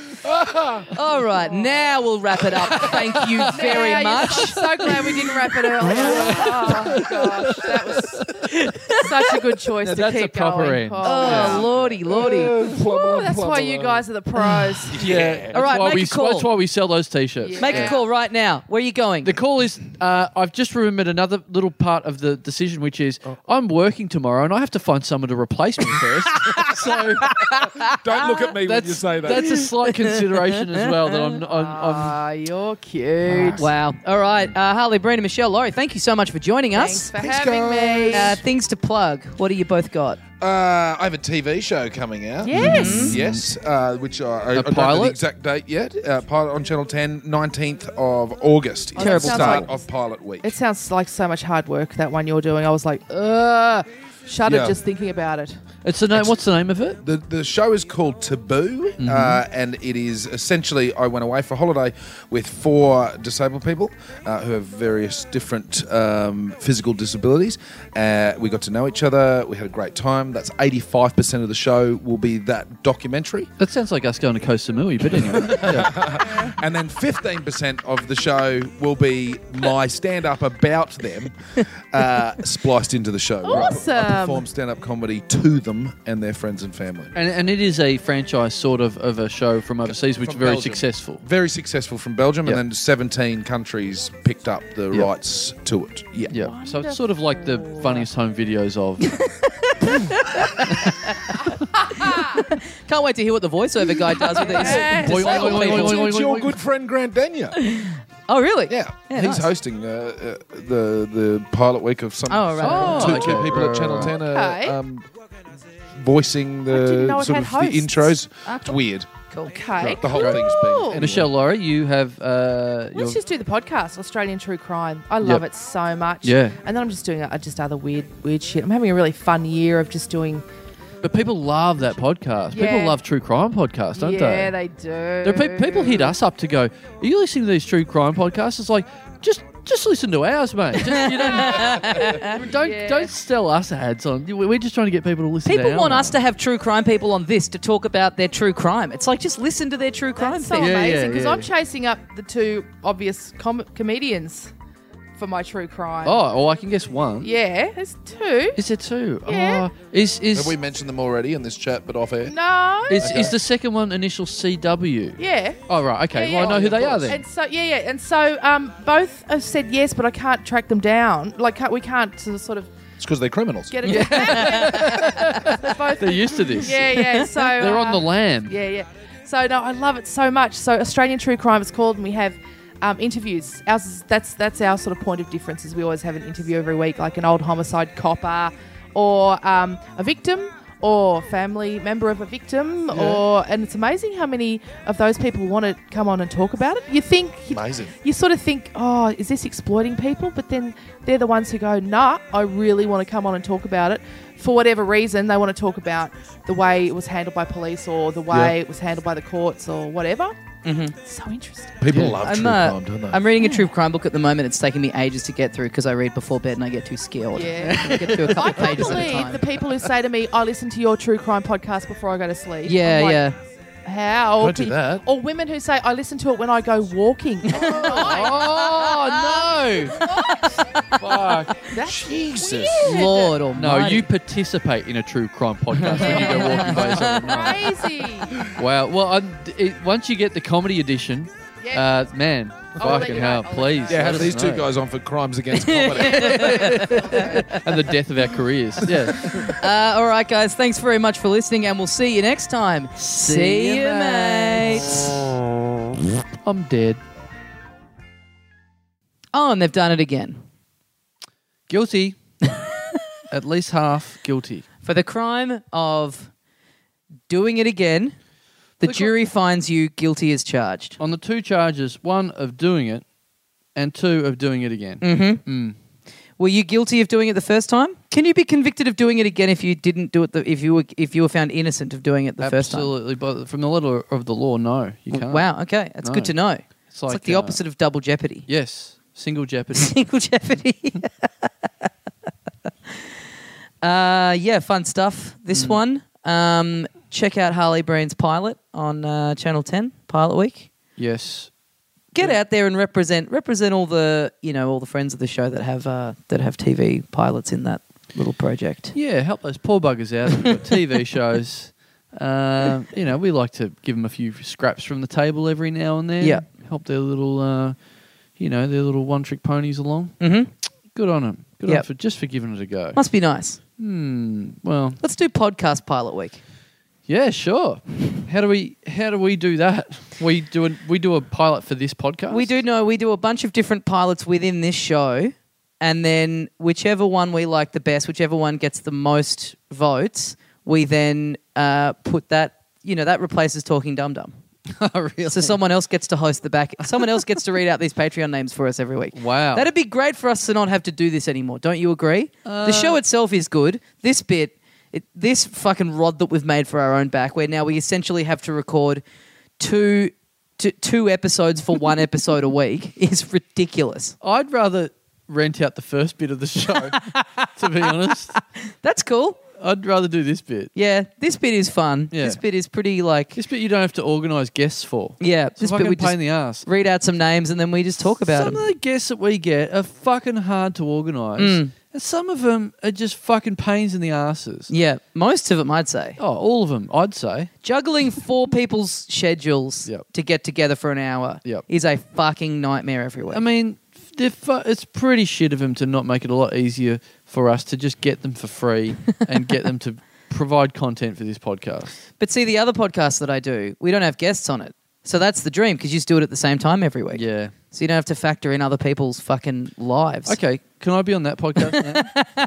[SPEAKER 1] All right, now we'll wrap it up. Thank you very
[SPEAKER 4] Yeah,
[SPEAKER 1] much.
[SPEAKER 4] yes, I'm so glad we didn't wrap it earlier. oh gosh, that was such a good choice to
[SPEAKER 2] that's a
[SPEAKER 4] keep
[SPEAKER 2] proper
[SPEAKER 4] going.
[SPEAKER 2] end.
[SPEAKER 4] Oh,
[SPEAKER 1] Oh Lordy, Lordy!
[SPEAKER 4] Woo, that's why you guys are the pros.
[SPEAKER 2] Yeah.
[SPEAKER 1] All right,
[SPEAKER 2] why
[SPEAKER 1] make
[SPEAKER 2] we,
[SPEAKER 1] a call.
[SPEAKER 2] That's why we sell those t shirts.
[SPEAKER 4] Yeah.
[SPEAKER 1] Make a call right now. Where are you going?
[SPEAKER 2] The call is uh, I've just remembered another little part of the decision, which is I'm working tomorrow and I have to find someone to replace me first. so
[SPEAKER 3] Don't look at me when
[SPEAKER 2] that's,
[SPEAKER 3] you say that.
[SPEAKER 2] that's a slight consideration as well that I'm, I'm, I'm
[SPEAKER 4] Ah, you're cute.
[SPEAKER 1] wow! All right, uh, Harley, Brina, Michelle, Laurie, thank you so much for joining
[SPEAKER 4] Thanks
[SPEAKER 1] us.
[SPEAKER 4] for having me.
[SPEAKER 1] uh, things to plug. What do you both got?
[SPEAKER 3] Uh, I have a TV show coming out.
[SPEAKER 4] Yes. Mm-hmm.
[SPEAKER 3] Yes, uh, which I, I, I don't know
[SPEAKER 2] pilot?
[SPEAKER 3] the exact date yet. Uh, pilot on Channel 10, 19th of August. is
[SPEAKER 4] Terrible
[SPEAKER 3] the start
[SPEAKER 4] Oh, sounds like-
[SPEAKER 3] of pilot week.
[SPEAKER 4] It sounds like so much hard work that one you're doing. I was like, ugh, shudder
[SPEAKER 3] Yeah.
[SPEAKER 4] just thinking about it.
[SPEAKER 2] it's the name what's the name of it?
[SPEAKER 3] The, the show is called Taboo,
[SPEAKER 4] Mm-hmm.
[SPEAKER 3] uh, and it is essentially I went away for a holiday with four disabled people uh, who have various different um, physical disabilities. Uh, we got to know each other, we had a great time. That's 85% of the show will be that documentary.
[SPEAKER 2] That sounds like us going to Koh Samui, but anyway.
[SPEAKER 3] And then 15% of the show will be my stand up about them uh, spliced into the show. where I put- I put perform stand up comedy to them and their friends and family.
[SPEAKER 2] And, and it is a franchise sort of of a show from overseas, which is
[SPEAKER 3] From
[SPEAKER 2] very
[SPEAKER 3] Belgium.
[SPEAKER 2] successful.
[SPEAKER 3] Very successful from Belgium,
[SPEAKER 2] Yeah.
[SPEAKER 3] and then 17 countries picked up the
[SPEAKER 2] Yeah.
[SPEAKER 3] rights to it. Yeah.
[SPEAKER 2] Yeah, so it's sort of like the funniest home videos of.
[SPEAKER 1] Can't wait to hear what the voiceover guy does with these.
[SPEAKER 4] Yes.
[SPEAKER 1] disabled
[SPEAKER 2] Oi, oi, oi, oi,
[SPEAKER 1] people.
[SPEAKER 2] oi, oi.
[SPEAKER 3] It's your good friend Grant Danya.
[SPEAKER 1] Oh, really?
[SPEAKER 3] Yeah,
[SPEAKER 1] Yeah,
[SPEAKER 3] he's
[SPEAKER 1] nice.
[SPEAKER 3] hosting uh, uh, the the pilot week of some.
[SPEAKER 1] Oh, right, right,
[SPEAKER 3] some-
[SPEAKER 2] right.
[SPEAKER 3] two,
[SPEAKER 2] Oh, okay.
[SPEAKER 3] two people
[SPEAKER 2] Right,
[SPEAKER 3] at Channel
[SPEAKER 2] right,
[SPEAKER 3] Ten
[SPEAKER 4] Okay.
[SPEAKER 3] are um, voicing
[SPEAKER 4] didn't know
[SPEAKER 3] the
[SPEAKER 4] it
[SPEAKER 3] sort
[SPEAKER 4] had
[SPEAKER 3] of the intros.
[SPEAKER 4] hosts.
[SPEAKER 3] It's weird.
[SPEAKER 1] Cool.
[SPEAKER 4] Okay.
[SPEAKER 3] The whole thing's been-
[SPEAKER 4] cool.
[SPEAKER 3] Anyway.
[SPEAKER 2] Michelle Laura, you have. Uh, your-
[SPEAKER 4] Let's just do the podcast, Australian True Crime. I love it so much.
[SPEAKER 2] Yeah.
[SPEAKER 4] And then I'm just doing uh, just other weird, weird shit. I'm having a really fun year of just doing.
[SPEAKER 2] but people love that podcast. People
[SPEAKER 4] Yeah.
[SPEAKER 2] love true crime podcasts, don't they?
[SPEAKER 4] yeah, they, do.
[SPEAKER 2] There are pe- people hit us up to go, "Are you listening to these true crime podcasts?" It's like, just just listen to ours, mate. Just, you don't don't,
[SPEAKER 4] Yeah.
[SPEAKER 2] don't sell us ads on. we- We're just trying to get people to listen.
[SPEAKER 1] People
[SPEAKER 2] to
[SPEAKER 1] want
[SPEAKER 2] our
[SPEAKER 1] us to have true crime people on this to talk about their true crime. It's like just listen to their true crime
[SPEAKER 4] That's so
[SPEAKER 1] thing.
[SPEAKER 2] Yeah, yeah,
[SPEAKER 4] amazing because
[SPEAKER 2] yeah.
[SPEAKER 4] I'm chasing up the two obvious com- comedians for my true crime.
[SPEAKER 2] Oh, well, I can guess one.
[SPEAKER 4] Yeah, there's two.
[SPEAKER 2] Is there two?
[SPEAKER 4] Yeah.
[SPEAKER 2] Oh, is is
[SPEAKER 3] Have we mentioned them already in this chat, but off air?
[SPEAKER 4] No.
[SPEAKER 2] is, is the second one initial CW?
[SPEAKER 4] yeah.
[SPEAKER 2] Oh right, okay.
[SPEAKER 4] Yeah,
[SPEAKER 2] Well,
[SPEAKER 4] yeah.
[SPEAKER 2] I know who they are
[SPEAKER 4] And
[SPEAKER 2] then.
[SPEAKER 4] so yeah, yeah, and so um, both have said yes, but I can't track them down. Like can't, we can't sort of- sort of
[SPEAKER 3] It's because they're criminals.
[SPEAKER 4] get it. They're both-
[SPEAKER 2] They're used to this.
[SPEAKER 4] yeah, yeah. So
[SPEAKER 2] They're on
[SPEAKER 4] uh,
[SPEAKER 2] the lamb.
[SPEAKER 4] Yeah, yeah. So no, I love it so much. So Australian True Crime is called, and we have um, interviews. Ours is, that's that's our sort of point of difference is we always have an interview every week, like an old homicide copper, or um, a victim, or family member of a victim, or and it's amazing how many of those people want to come on and talk about it. You think you,
[SPEAKER 3] Amazing.
[SPEAKER 4] you sort of think, oh, is this exploiting people? But then they're the ones who go, nah, I really want to come on and talk about it. For whatever reason, they want to talk about the way it was handled by police or the way
[SPEAKER 2] Yeah.
[SPEAKER 4] it was handled by the courts or whatever. Mm-hmm. So interesting.
[SPEAKER 3] People
[SPEAKER 2] Yeah.
[SPEAKER 3] love
[SPEAKER 1] I'm,
[SPEAKER 3] true
[SPEAKER 1] uh,
[SPEAKER 3] crime, don't they?
[SPEAKER 1] I'm reading a true crime book at the moment. It's taking me ages to get through because I read before bed and I get too scared.
[SPEAKER 4] Yeah.
[SPEAKER 1] I get through a couple
[SPEAKER 4] I
[SPEAKER 1] of
[SPEAKER 4] can't
[SPEAKER 1] pages at a
[SPEAKER 4] believe
[SPEAKER 1] time.
[SPEAKER 4] the people who say to me, I listen to your true crime podcast before I go to sleep.
[SPEAKER 1] yeah,
[SPEAKER 4] I'm like,
[SPEAKER 1] yeah.
[SPEAKER 4] How?
[SPEAKER 3] Don't do
[SPEAKER 4] pe-
[SPEAKER 3] that.
[SPEAKER 4] Or women who say, I listen to it when I go walking.
[SPEAKER 2] Oh no! Fuck.
[SPEAKER 4] That's
[SPEAKER 3] Jesus.
[SPEAKER 1] Lord
[SPEAKER 2] No,
[SPEAKER 1] almighty.
[SPEAKER 2] you participate in a true crime podcast when you go walking by yourself.
[SPEAKER 4] crazy.
[SPEAKER 2] Wow. Well, I'm, it, once you get the comedy edition,
[SPEAKER 4] Yeah.
[SPEAKER 2] uh, man,
[SPEAKER 4] I'll let
[SPEAKER 2] fucking
[SPEAKER 4] you
[SPEAKER 2] hell,
[SPEAKER 4] know. I'll
[SPEAKER 2] please.
[SPEAKER 3] Yeah,
[SPEAKER 2] let
[SPEAKER 3] have
[SPEAKER 2] us
[SPEAKER 3] these two
[SPEAKER 2] know.
[SPEAKER 3] guys on for crimes against comedy.
[SPEAKER 2] And the death of our careers. Yeah.
[SPEAKER 1] Uh, all right, guys. Thanks very much for listening, and we'll see you next time. See,
[SPEAKER 2] you,
[SPEAKER 1] mates.
[SPEAKER 2] I'm dead.
[SPEAKER 1] Oh, and they've done it again
[SPEAKER 2] Guilty. At least half guilty.
[SPEAKER 1] for the crime of doing it again. The
[SPEAKER 2] Look,
[SPEAKER 1] jury finds you guilty as charged.
[SPEAKER 2] On the two charges, one of doing it and two of doing it again.
[SPEAKER 1] Were you guilty of doing it the first time? Can you be convicted of doing it again if you didn't do it? The, if you were if you were found innocent of doing it the first
[SPEAKER 2] Absolutely. But from the letter of the law, no, you
[SPEAKER 1] time?
[SPEAKER 2] can't.
[SPEAKER 1] Wow. Okay, that's
[SPEAKER 2] No.
[SPEAKER 1] good to know. It's like,
[SPEAKER 2] like,
[SPEAKER 1] the
[SPEAKER 2] uh,
[SPEAKER 1] opposite of double jeopardy.
[SPEAKER 2] Yes. Single jeopardy.
[SPEAKER 1] Single jeopardy. uh, yeah, fun stuff.
[SPEAKER 2] Hmm.
[SPEAKER 1] This one. Um, check out Harley Breen's pilot on uh, Channel Ten Pilot Week.
[SPEAKER 2] yes.
[SPEAKER 1] Get out there and represent represent all the you know all the friends of the show that have uh, that have TV pilots in that little project.
[SPEAKER 2] Yeah, help those poor buggers out. We've got TV shows. Um, you know, we like to give them a few scraps from the table every now and then.
[SPEAKER 1] Yeah.
[SPEAKER 2] Help their little, uh, you know, their little one trick ponies along.
[SPEAKER 1] Mm-hmm.
[SPEAKER 2] Good on them. Good on
[SPEAKER 1] Yep.
[SPEAKER 2] 'em for just for giving it a go.
[SPEAKER 1] Must be nice.
[SPEAKER 2] Hmm. Well,
[SPEAKER 1] Let's do podcast pilot week.
[SPEAKER 2] yeah, sure. How do we how do we do that? We do a, we do a pilot for this podcast.
[SPEAKER 1] We do know we do a bunch of different pilots within this show, and then whichever one we like the best, whichever one gets the most votes, we then uh, put that. You know that replaces Talking Dum Dum.
[SPEAKER 2] oh, really?
[SPEAKER 1] So someone else gets to host the back. Someone else gets to read out these Patreon names for us every week.
[SPEAKER 2] Wow.
[SPEAKER 1] that'd be great for us to not have to do this anymore. Don't you agree?
[SPEAKER 2] Uh,
[SPEAKER 1] the show itself is good. This bit, it, this fucking rod that we've made for our own back, where now we essentially have to record two. t- Two episodes for one episode a week is ridiculous.
[SPEAKER 2] I'd rather rent out the first bit of the show. to be honest,
[SPEAKER 1] That's cool.
[SPEAKER 2] I'd rather do this bit.
[SPEAKER 1] Yeah, this bit is fun.
[SPEAKER 2] Yeah.
[SPEAKER 1] This bit is pretty like
[SPEAKER 2] This bit you don't have to organise guests for.
[SPEAKER 1] yeah.
[SPEAKER 2] It's
[SPEAKER 1] This
[SPEAKER 2] a fucking
[SPEAKER 1] bit we
[SPEAKER 2] pain
[SPEAKER 1] just
[SPEAKER 2] in the ass.
[SPEAKER 1] read out some names and then we just talk about
[SPEAKER 2] Some
[SPEAKER 1] them. Mm.
[SPEAKER 2] of the guests that we get are fucking hard to organise, And some of them are just fucking pains in the asses.
[SPEAKER 1] Yeah, most of them, I'd say.
[SPEAKER 2] Oh, all of them, I'd say.
[SPEAKER 1] Juggling four people's schedules
[SPEAKER 2] Yep.
[SPEAKER 1] to get together for an hour
[SPEAKER 2] Yep.
[SPEAKER 1] is a fucking nightmare every week.
[SPEAKER 2] I mean, they're fu- it's pretty shit of him to not make it a lot easier for us to just get them for free and get them to provide content for this podcast.
[SPEAKER 1] but see, the other podcast that I do, we don't have guests on it. So that's the dream because you just do it at the same time every week.
[SPEAKER 2] Yeah.
[SPEAKER 1] So you don't have to factor in other people's fucking lives.
[SPEAKER 2] Okay, can I be on that podcast now?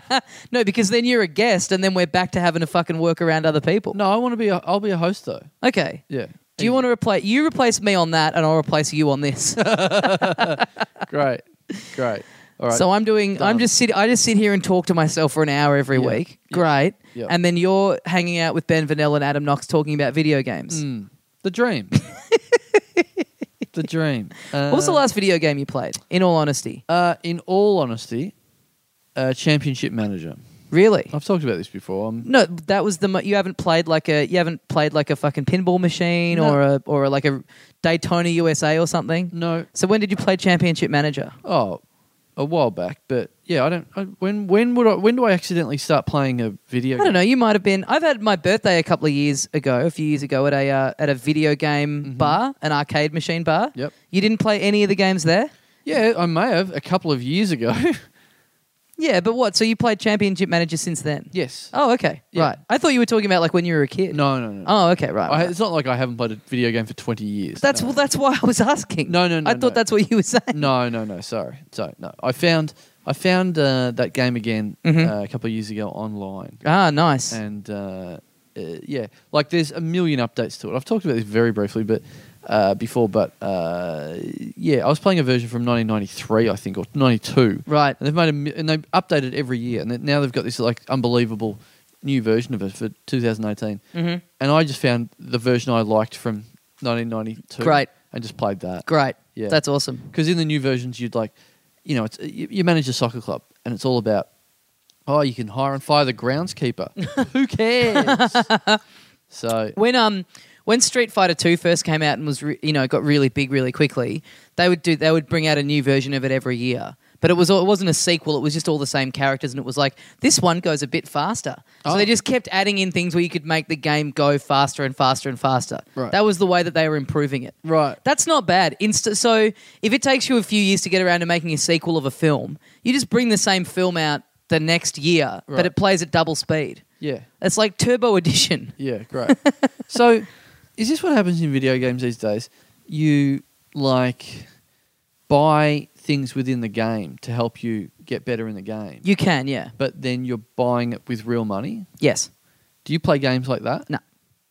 [SPEAKER 1] No, because then you're a guest and then we're back to having to fucking work around other people.
[SPEAKER 2] no, I want to be. A, I'll be a host though.
[SPEAKER 1] Okay.
[SPEAKER 2] Yeah.
[SPEAKER 1] Do you want to replace you replace me on that and I'll replace you on this.
[SPEAKER 2] Great, great. All right.
[SPEAKER 1] So I'm doing I'm
[SPEAKER 2] Done.
[SPEAKER 1] just sit I just sit here and talk to myself for an hour every
[SPEAKER 2] Yeah.
[SPEAKER 1] week. Great.
[SPEAKER 2] Yeah.
[SPEAKER 1] And then you're hanging out with Ben Vanell and Adam Knox talking about video games.
[SPEAKER 2] Mm. the dream. the dream. Uh,
[SPEAKER 1] What was the last video game you played? In all honesty.
[SPEAKER 2] Uh, in all honesty, uh, championship manager.
[SPEAKER 1] Really?
[SPEAKER 2] I've talked about this before. Um, I'm
[SPEAKER 1] No, that was the mo- you haven't played like a you haven't played like a fucking pinball machine
[SPEAKER 2] No. Mm.
[SPEAKER 1] or a or like a Daytona USA or something.
[SPEAKER 2] no.
[SPEAKER 1] So when did you play Championship Manager?
[SPEAKER 2] Oh, a while back, but yeah, I don't. I, when when would I, when do I accidentally start playing a video?
[SPEAKER 1] I don't know. You might have been. I've had my birthday a couple of years ago, a few years ago, at a uh, at a video game bar, an arcade machine bar.
[SPEAKER 2] Mm-hmm. Yep.
[SPEAKER 1] You didn't play any of the games there.
[SPEAKER 2] Yeah, I may have a couple of years ago.
[SPEAKER 1] Yeah, but what? So you played Championship Manager since then?
[SPEAKER 2] yes.
[SPEAKER 1] Oh, okay.
[SPEAKER 2] Yeah.
[SPEAKER 1] Right. I thought you were talking about like when you were a kid.
[SPEAKER 2] No, no, no.
[SPEAKER 1] Oh, okay. Right.
[SPEAKER 2] I,
[SPEAKER 1] right.
[SPEAKER 2] it's not like I haven't played a video game for twenty years.
[SPEAKER 1] that's
[SPEAKER 2] no.
[SPEAKER 1] well, that's why I was asking.
[SPEAKER 2] No, no, no,
[SPEAKER 1] I thought
[SPEAKER 2] no.
[SPEAKER 1] that's what you were saying.
[SPEAKER 2] No, no, no. Sorry, sorry. No, I found I found uh, that game again
[SPEAKER 1] Mhm.
[SPEAKER 2] uh, a couple of years ago online,
[SPEAKER 1] Ah, nice.
[SPEAKER 2] and uh, uh, yeah, like there's a million updates to it. I've talked about this very briefly, but uh, before, but uh, yeah, I was playing a version from 1993, I think, or 92.
[SPEAKER 1] Right.
[SPEAKER 2] And they've made a, mi- and they update it every year, and then now they've got this like unbelievable new version of it for 2018.
[SPEAKER 1] Mhm.
[SPEAKER 2] And I just found the version I liked from 1992.
[SPEAKER 1] Great.
[SPEAKER 2] And just played that.
[SPEAKER 1] Great.
[SPEAKER 2] Yeah.
[SPEAKER 1] That's awesome.
[SPEAKER 2] Because in the new versions, you'd like, you know, it's you, you manage a soccer club, and it's all about, oh, you can hire and fire the groundskeeper. Who cares? so
[SPEAKER 1] When um when Street Fighter Two first came out and was re- you know got really big really quickly, they would do they would bring out a new version of it every year. But it was all, it wasn't a sequel. It was just all the same characters, and it was like this one goes a bit faster. So
[SPEAKER 2] Oh.
[SPEAKER 1] they just kept adding in things where you could make the game go faster and faster and faster.
[SPEAKER 2] Right.
[SPEAKER 1] That was the way that they were improving it.
[SPEAKER 2] right,
[SPEAKER 1] That's not bad. Insta- so if it takes you a few years to get around to making a sequel of a film, you just bring the same film out the next year, but
[SPEAKER 2] Right.
[SPEAKER 1] it plays at double speed.
[SPEAKER 2] yeah,
[SPEAKER 1] It's like Turbo Edition.
[SPEAKER 2] yeah, great. so, is this what happens in video games these days? You like buy things within the game to help you get better in the game,
[SPEAKER 1] You can, yeah.
[SPEAKER 2] but then you're buying it with real money.
[SPEAKER 1] Yes.
[SPEAKER 2] Do you play games like that?
[SPEAKER 1] No.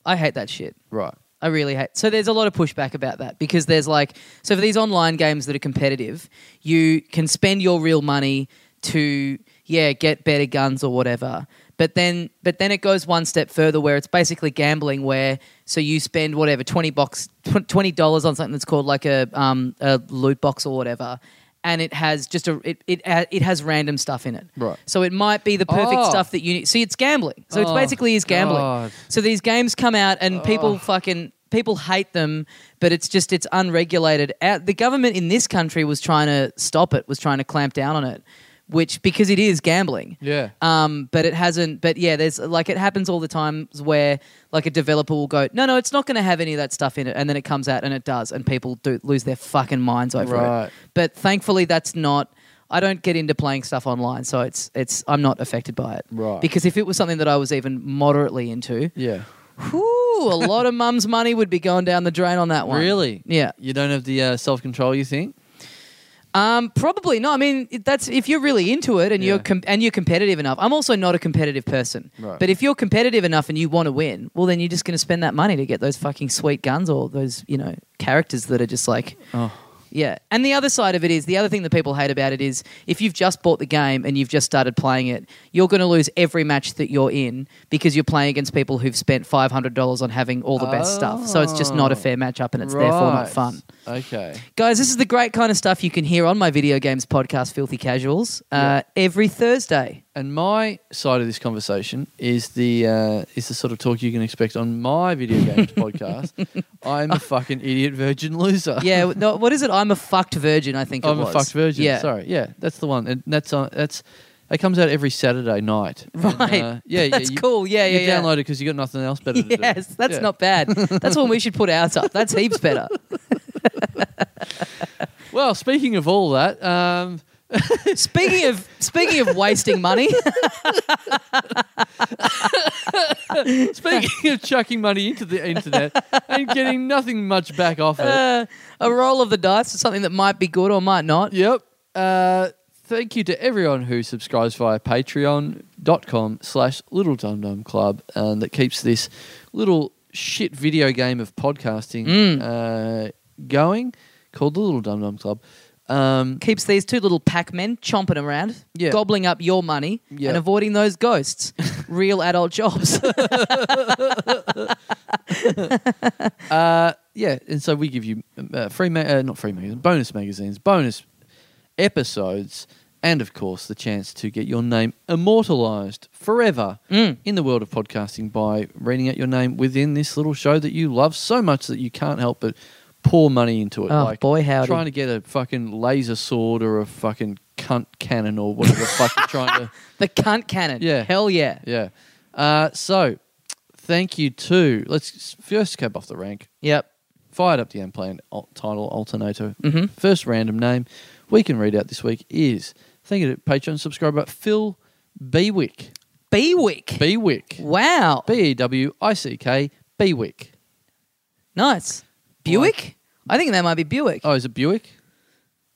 [SPEAKER 1] I hate that shit.
[SPEAKER 2] Right.
[SPEAKER 1] I really hate. So there's a lot of pushback about that because there's like so for these online games that are competitive, you can spend your real money to yeah, get better guns or whatever. But then but then it goes one step further where it's basically gambling where so you spend whatever 20 bucks tw- 20 dollars on something that's called like a um a loot box or whatever and it has just a it it, ha- it has random stuff in it.
[SPEAKER 2] Right.
[SPEAKER 1] So it might be the perfect
[SPEAKER 2] Oh.
[SPEAKER 1] stuff that you need. See, it's gambling. So it's
[SPEAKER 2] Oh,
[SPEAKER 1] basically is gambling.
[SPEAKER 2] God.
[SPEAKER 1] So these games come out and people fucking people hate them, but it's just it's unregulated. Out the government in this country was trying to stop it, was trying to clamp down on it, which because it is gambling.
[SPEAKER 2] Yeah.
[SPEAKER 1] Um, but it hasn't. But yeah, there's like it happens all the times where like a developer will go, no, no, it's not going to have any of that stuff in it, and then it comes out and it does, and people do lose their fucking minds over
[SPEAKER 2] Right.
[SPEAKER 1] it. But thankfully, that's not. I don't get into playing stuff online, so it's it's I'm not affected by it.
[SPEAKER 2] Right.
[SPEAKER 1] Because if it was something that I was even moderately into,
[SPEAKER 2] Yeah.
[SPEAKER 1] whew, a lot of mum's money would be going down the drain on that one.
[SPEAKER 2] Really?
[SPEAKER 1] Yeah.
[SPEAKER 2] You don't have the uh, self control. You think?
[SPEAKER 1] Um, probably no. I mean, it- that's if you're really into it and you're
[SPEAKER 2] Yeah.
[SPEAKER 1] com- and you're competitive enough. I'm also not a competitive person,
[SPEAKER 2] Right.
[SPEAKER 1] but if you're competitive enough and you want to win, well, then you're just going to spend that money to get those fucking sweet guns or those you know characters that are just like,
[SPEAKER 2] Oh.
[SPEAKER 1] yeah. And the other side of it is the other thing that people hate about it is if you've just bought the game and you've just started playing it, you're going to lose every match that you're in because you're playing against people who've spent five hundred dollars on having all the best stuff. So it's just not a fair matchup, and it's therefore not
[SPEAKER 2] Right.
[SPEAKER 1] fun.
[SPEAKER 2] Okay.
[SPEAKER 1] Guys, this is the great kind of stuff you can hear on my video games podcast, Filthy Casuals, uh, every Thursday.
[SPEAKER 2] And my side of this conversation is the uh, is the sort of talk you can expect on my video games podcast. I'm a fucking idiot virgin loser.
[SPEAKER 1] Yeah, no, what is it? I'm a fucked virgin, I think it
[SPEAKER 2] I'm a
[SPEAKER 1] was.
[SPEAKER 2] fucked virgin.
[SPEAKER 1] Yeah.
[SPEAKER 2] Sorry. Yeah, that's the one. And that's on. That's It comes out every Saturday night. And,
[SPEAKER 1] Right.
[SPEAKER 2] uh, yeah,
[SPEAKER 1] That's
[SPEAKER 2] yeah, you-
[SPEAKER 1] cool. Yeah,
[SPEAKER 2] you
[SPEAKER 1] yeah, yeah.
[SPEAKER 2] download it because you got nothing else better to do.
[SPEAKER 1] Yes, that's
[SPEAKER 2] Yeah.
[SPEAKER 1] not bad. That's when we should put ours up. That's heaps better.
[SPEAKER 2] Well, speaking of all that, um,
[SPEAKER 1] Speaking of speaking of wasting money,
[SPEAKER 2] speaking of chucking money into the internet and getting nothing much back off it.
[SPEAKER 1] uh, a roll of the dice is something that might be good or might not.
[SPEAKER 2] Yep. Uh, thank you to everyone who subscribes via patreon.com slash little dum dum club and that keeps this little shit video game of podcasting uh, going called the little dum dum club. Um,
[SPEAKER 1] Keeps these two little pack men chomping around,
[SPEAKER 2] Yeah.
[SPEAKER 1] gobbling up your money
[SPEAKER 2] Yeah.
[SPEAKER 1] and avoiding those ghosts. Real adult jobs.
[SPEAKER 2] uh, yeah, and so we give you uh, free, ma- uh, not free magazines, bonus magazines, bonus episodes, and of course the chance to get your name immortalized forever
[SPEAKER 1] Mm.
[SPEAKER 2] in the world of podcasting by reading out your name within this little show that you love so much that you can't help but pour money into it.
[SPEAKER 1] Oh,
[SPEAKER 2] like
[SPEAKER 1] boy, howdy.
[SPEAKER 2] Trying to get a fucking laser sword or a fucking cunt cannon or whatever the fuck you're trying to.
[SPEAKER 1] the cunt cannon.
[SPEAKER 2] Yeah.
[SPEAKER 1] Hell yeah.
[SPEAKER 2] Yeah. Uh, so, thank you to. Let's first go off the rank
[SPEAKER 1] Yep.
[SPEAKER 2] fired up the unplanned al- title alternator. First random name we can read out this week is thank you to Patreon subscriber Phil Bewick.
[SPEAKER 1] Bewick.
[SPEAKER 2] Bewick.
[SPEAKER 1] wow.
[SPEAKER 2] B E W I C K. Bewick.
[SPEAKER 1] nice. Buick? I think that might be Buick.
[SPEAKER 2] Oh, is it Buick?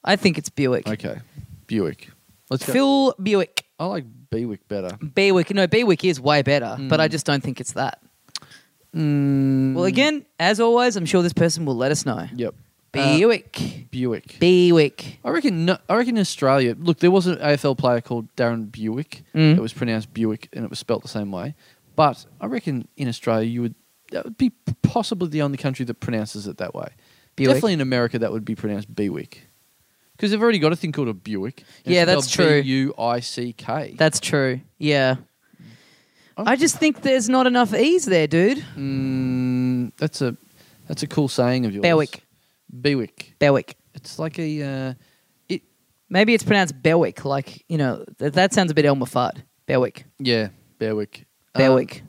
[SPEAKER 1] I think it's Buick.
[SPEAKER 2] Okay, Buick. Let's go.
[SPEAKER 1] Phil Buick.
[SPEAKER 2] I like Bewick better.
[SPEAKER 1] Bewick. No, Bewick is way better,
[SPEAKER 2] Hmm.
[SPEAKER 1] but I just don't think it's that. Well, again, as always, I'm sure this person will let us know.
[SPEAKER 2] Yep. Uh,
[SPEAKER 1] Bewick.
[SPEAKER 2] Buick.
[SPEAKER 1] Bewick.
[SPEAKER 2] I reckon. No, I reckon in Australia. Look, there was an AFL player called Darren Buick.
[SPEAKER 1] Mm.
[SPEAKER 2] It was pronounced Buick, and it was spelt the same way. But I reckon in Australia, you would that would be possibly the only country that pronounces it that way.
[SPEAKER 1] Buick.
[SPEAKER 2] Definitely in America, that would be pronounced Bewick, because they've already got a thing called a Buick.
[SPEAKER 1] Yeah, that's true.
[SPEAKER 2] B U I C K.
[SPEAKER 1] That's true. Yeah.
[SPEAKER 2] Oh.
[SPEAKER 1] I just think there's not enough E's there, dude.
[SPEAKER 2] Mm, that's a that's a cool saying of yours.
[SPEAKER 1] Bewick.
[SPEAKER 2] Bewick.
[SPEAKER 1] Bewick.
[SPEAKER 2] It's like a. Uh, it
[SPEAKER 1] Maybe it's pronounced Bewick. Like, you know, th- that sounds a bit Elmer Fudd. Bewick.
[SPEAKER 2] yeah. Bewick. Um,
[SPEAKER 1] Bewick.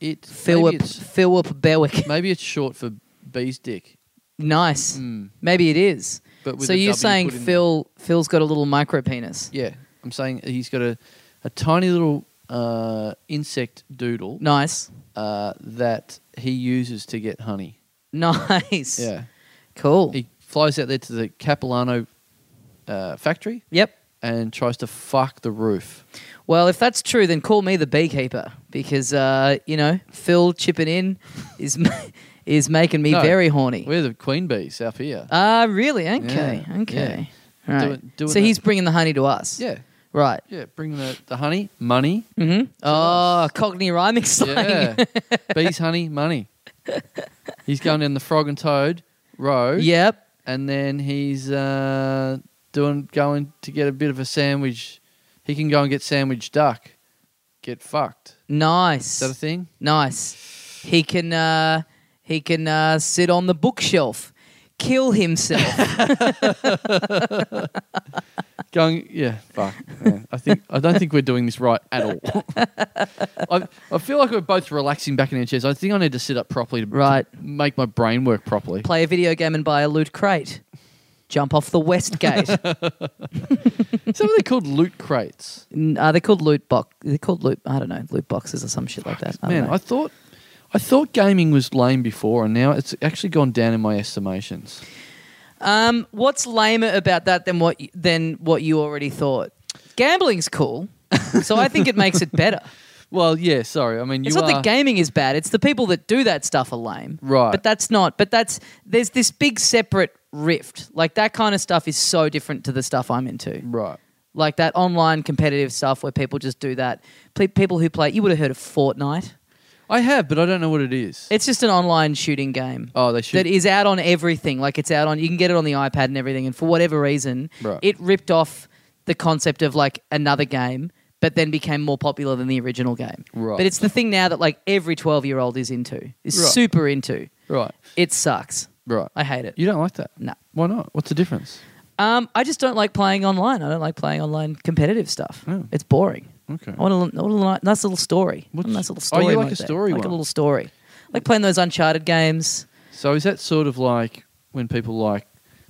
[SPEAKER 2] it maybe
[SPEAKER 1] Philip.
[SPEAKER 2] it's-
[SPEAKER 1] Philip Bewick.
[SPEAKER 2] Maybe it's short for bee's dick.
[SPEAKER 1] nice.
[SPEAKER 2] Mm.
[SPEAKER 1] Maybe it is.
[SPEAKER 2] But with
[SPEAKER 1] so
[SPEAKER 2] the
[SPEAKER 1] you're
[SPEAKER 2] W
[SPEAKER 1] saying
[SPEAKER 2] put in
[SPEAKER 1] Phil? Phil's got a little micro penis?
[SPEAKER 2] Yeah, I'm saying he's got a, a tiny little uh, insect doodle
[SPEAKER 1] Nice.
[SPEAKER 2] uh, that he uses to get honey.
[SPEAKER 1] Nice.
[SPEAKER 2] Yeah,
[SPEAKER 1] Cool.
[SPEAKER 2] he flies out there to the Capilano uh, factory
[SPEAKER 1] yep.
[SPEAKER 2] and tries to fuck the roof.
[SPEAKER 1] Well, if that's true, then call me the beekeeper because uh, you know Phil chipping in is ma- is making me
[SPEAKER 2] No,
[SPEAKER 1] very horny.
[SPEAKER 2] We're the queen bees up here.
[SPEAKER 1] Ah, really? Okay.
[SPEAKER 2] Yeah,
[SPEAKER 1] Okay.
[SPEAKER 2] yeah.
[SPEAKER 1] Right.
[SPEAKER 2] Do it- do it
[SPEAKER 1] so
[SPEAKER 2] that-
[SPEAKER 1] he's bringing the honey to us.
[SPEAKER 2] yeah,
[SPEAKER 1] Right.
[SPEAKER 2] yeah. Bring the, the honey, money.
[SPEAKER 1] Mm-hmm. Oh, Cockney rhyming slang.
[SPEAKER 2] Yeah, bees, honey, money. He's going down the frog and toad road.
[SPEAKER 1] yep.
[SPEAKER 2] and then he's uh, doing going to get a bit of a sandwich. He can go and get sandwich duck, get fucked. Is
[SPEAKER 1] Nice.
[SPEAKER 2] that a thing?
[SPEAKER 1] Nice. He can uh, he can uh, sit on the bookshelf, kill himself.
[SPEAKER 2] Going, yeah, fuck. Yeah. I think I don't think we're doing this right at all. I, I feel like we're both relaxing back in our chairs. I think I need to sit up properly to, to
[SPEAKER 1] Right.
[SPEAKER 2] make my brain work properly.
[SPEAKER 1] Play a video game and buy a loot crate. Jump off the west gate.
[SPEAKER 2] Some of they called loot crates.
[SPEAKER 1] N- Are they called loot box? They're called loot. I don't know, loot boxes or some shit like that. I don't
[SPEAKER 2] Man,
[SPEAKER 1] know.
[SPEAKER 2] I thought I thought gaming was lame before, and now it's actually gone down in my estimations.
[SPEAKER 1] um, what's lamer about that than what y- than what you already thought? Gambling's cool, so I think it makes it better.
[SPEAKER 2] Well, yeah, sorry. I mean, you
[SPEAKER 1] It's not
[SPEAKER 2] are
[SPEAKER 1] that gaming is bad; it's the people that do that stuff are lame.
[SPEAKER 2] Right.
[SPEAKER 1] But that's not. But that's there's this big separate rift. Like that kind of stuff is so different to the stuff I'm into.
[SPEAKER 2] right.
[SPEAKER 1] Like that online competitive stuff where people just do that. Pe- People who play, you would have heard of Fortnite.
[SPEAKER 2] I have, but I don't know what it is.
[SPEAKER 1] It's just an online shooting game.
[SPEAKER 2] oh, they should.
[SPEAKER 1] that is out on everything. Like it's out on you can get it on the iPad and everything. And for whatever reason,
[SPEAKER 2] Right.
[SPEAKER 1] it ripped off the concept of like another game, but then became more popular than the original game.
[SPEAKER 2] Right.
[SPEAKER 1] But it's the thing now that like every twelve year old is into, is
[SPEAKER 2] Right.
[SPEAKER 1] super into.
[SPEAKER 2] right,
[SPEAKER 1] It sucks.
[SPEAKER 2] right.
[SPEAKER 1] I hate it.
[SPEAKER 2] You don't like that?
[SPEAKER 1] No.
[SPEAKER 2] Why not? What's the difference?
[SPEAKER 1] Um, I just don't like playing online. I don't like playing online competitive stuff. It's boring.
[SPEAKER 2] Oh. Okay.
[SPEAKER 1] I want a, li- I want a nice little story.
[SPEAKER 2] What's-
[SPEAKER 1] a nice little
[SPEAKER 2] Oh,
[SPEAKER 1] story.
[SPEAKER 2] you like
[SPEAKER 1] mode
[SPEAKER 2] a
[SPEAKER 1] there.
[SPEAKER 2] story
[SPEAKER 1] I Like a
[SPEAKER 2] one.
[SPEAKER 1] little story. I like playing those Uncharted games.
[SPEAKER 2] So is that sort of like when people like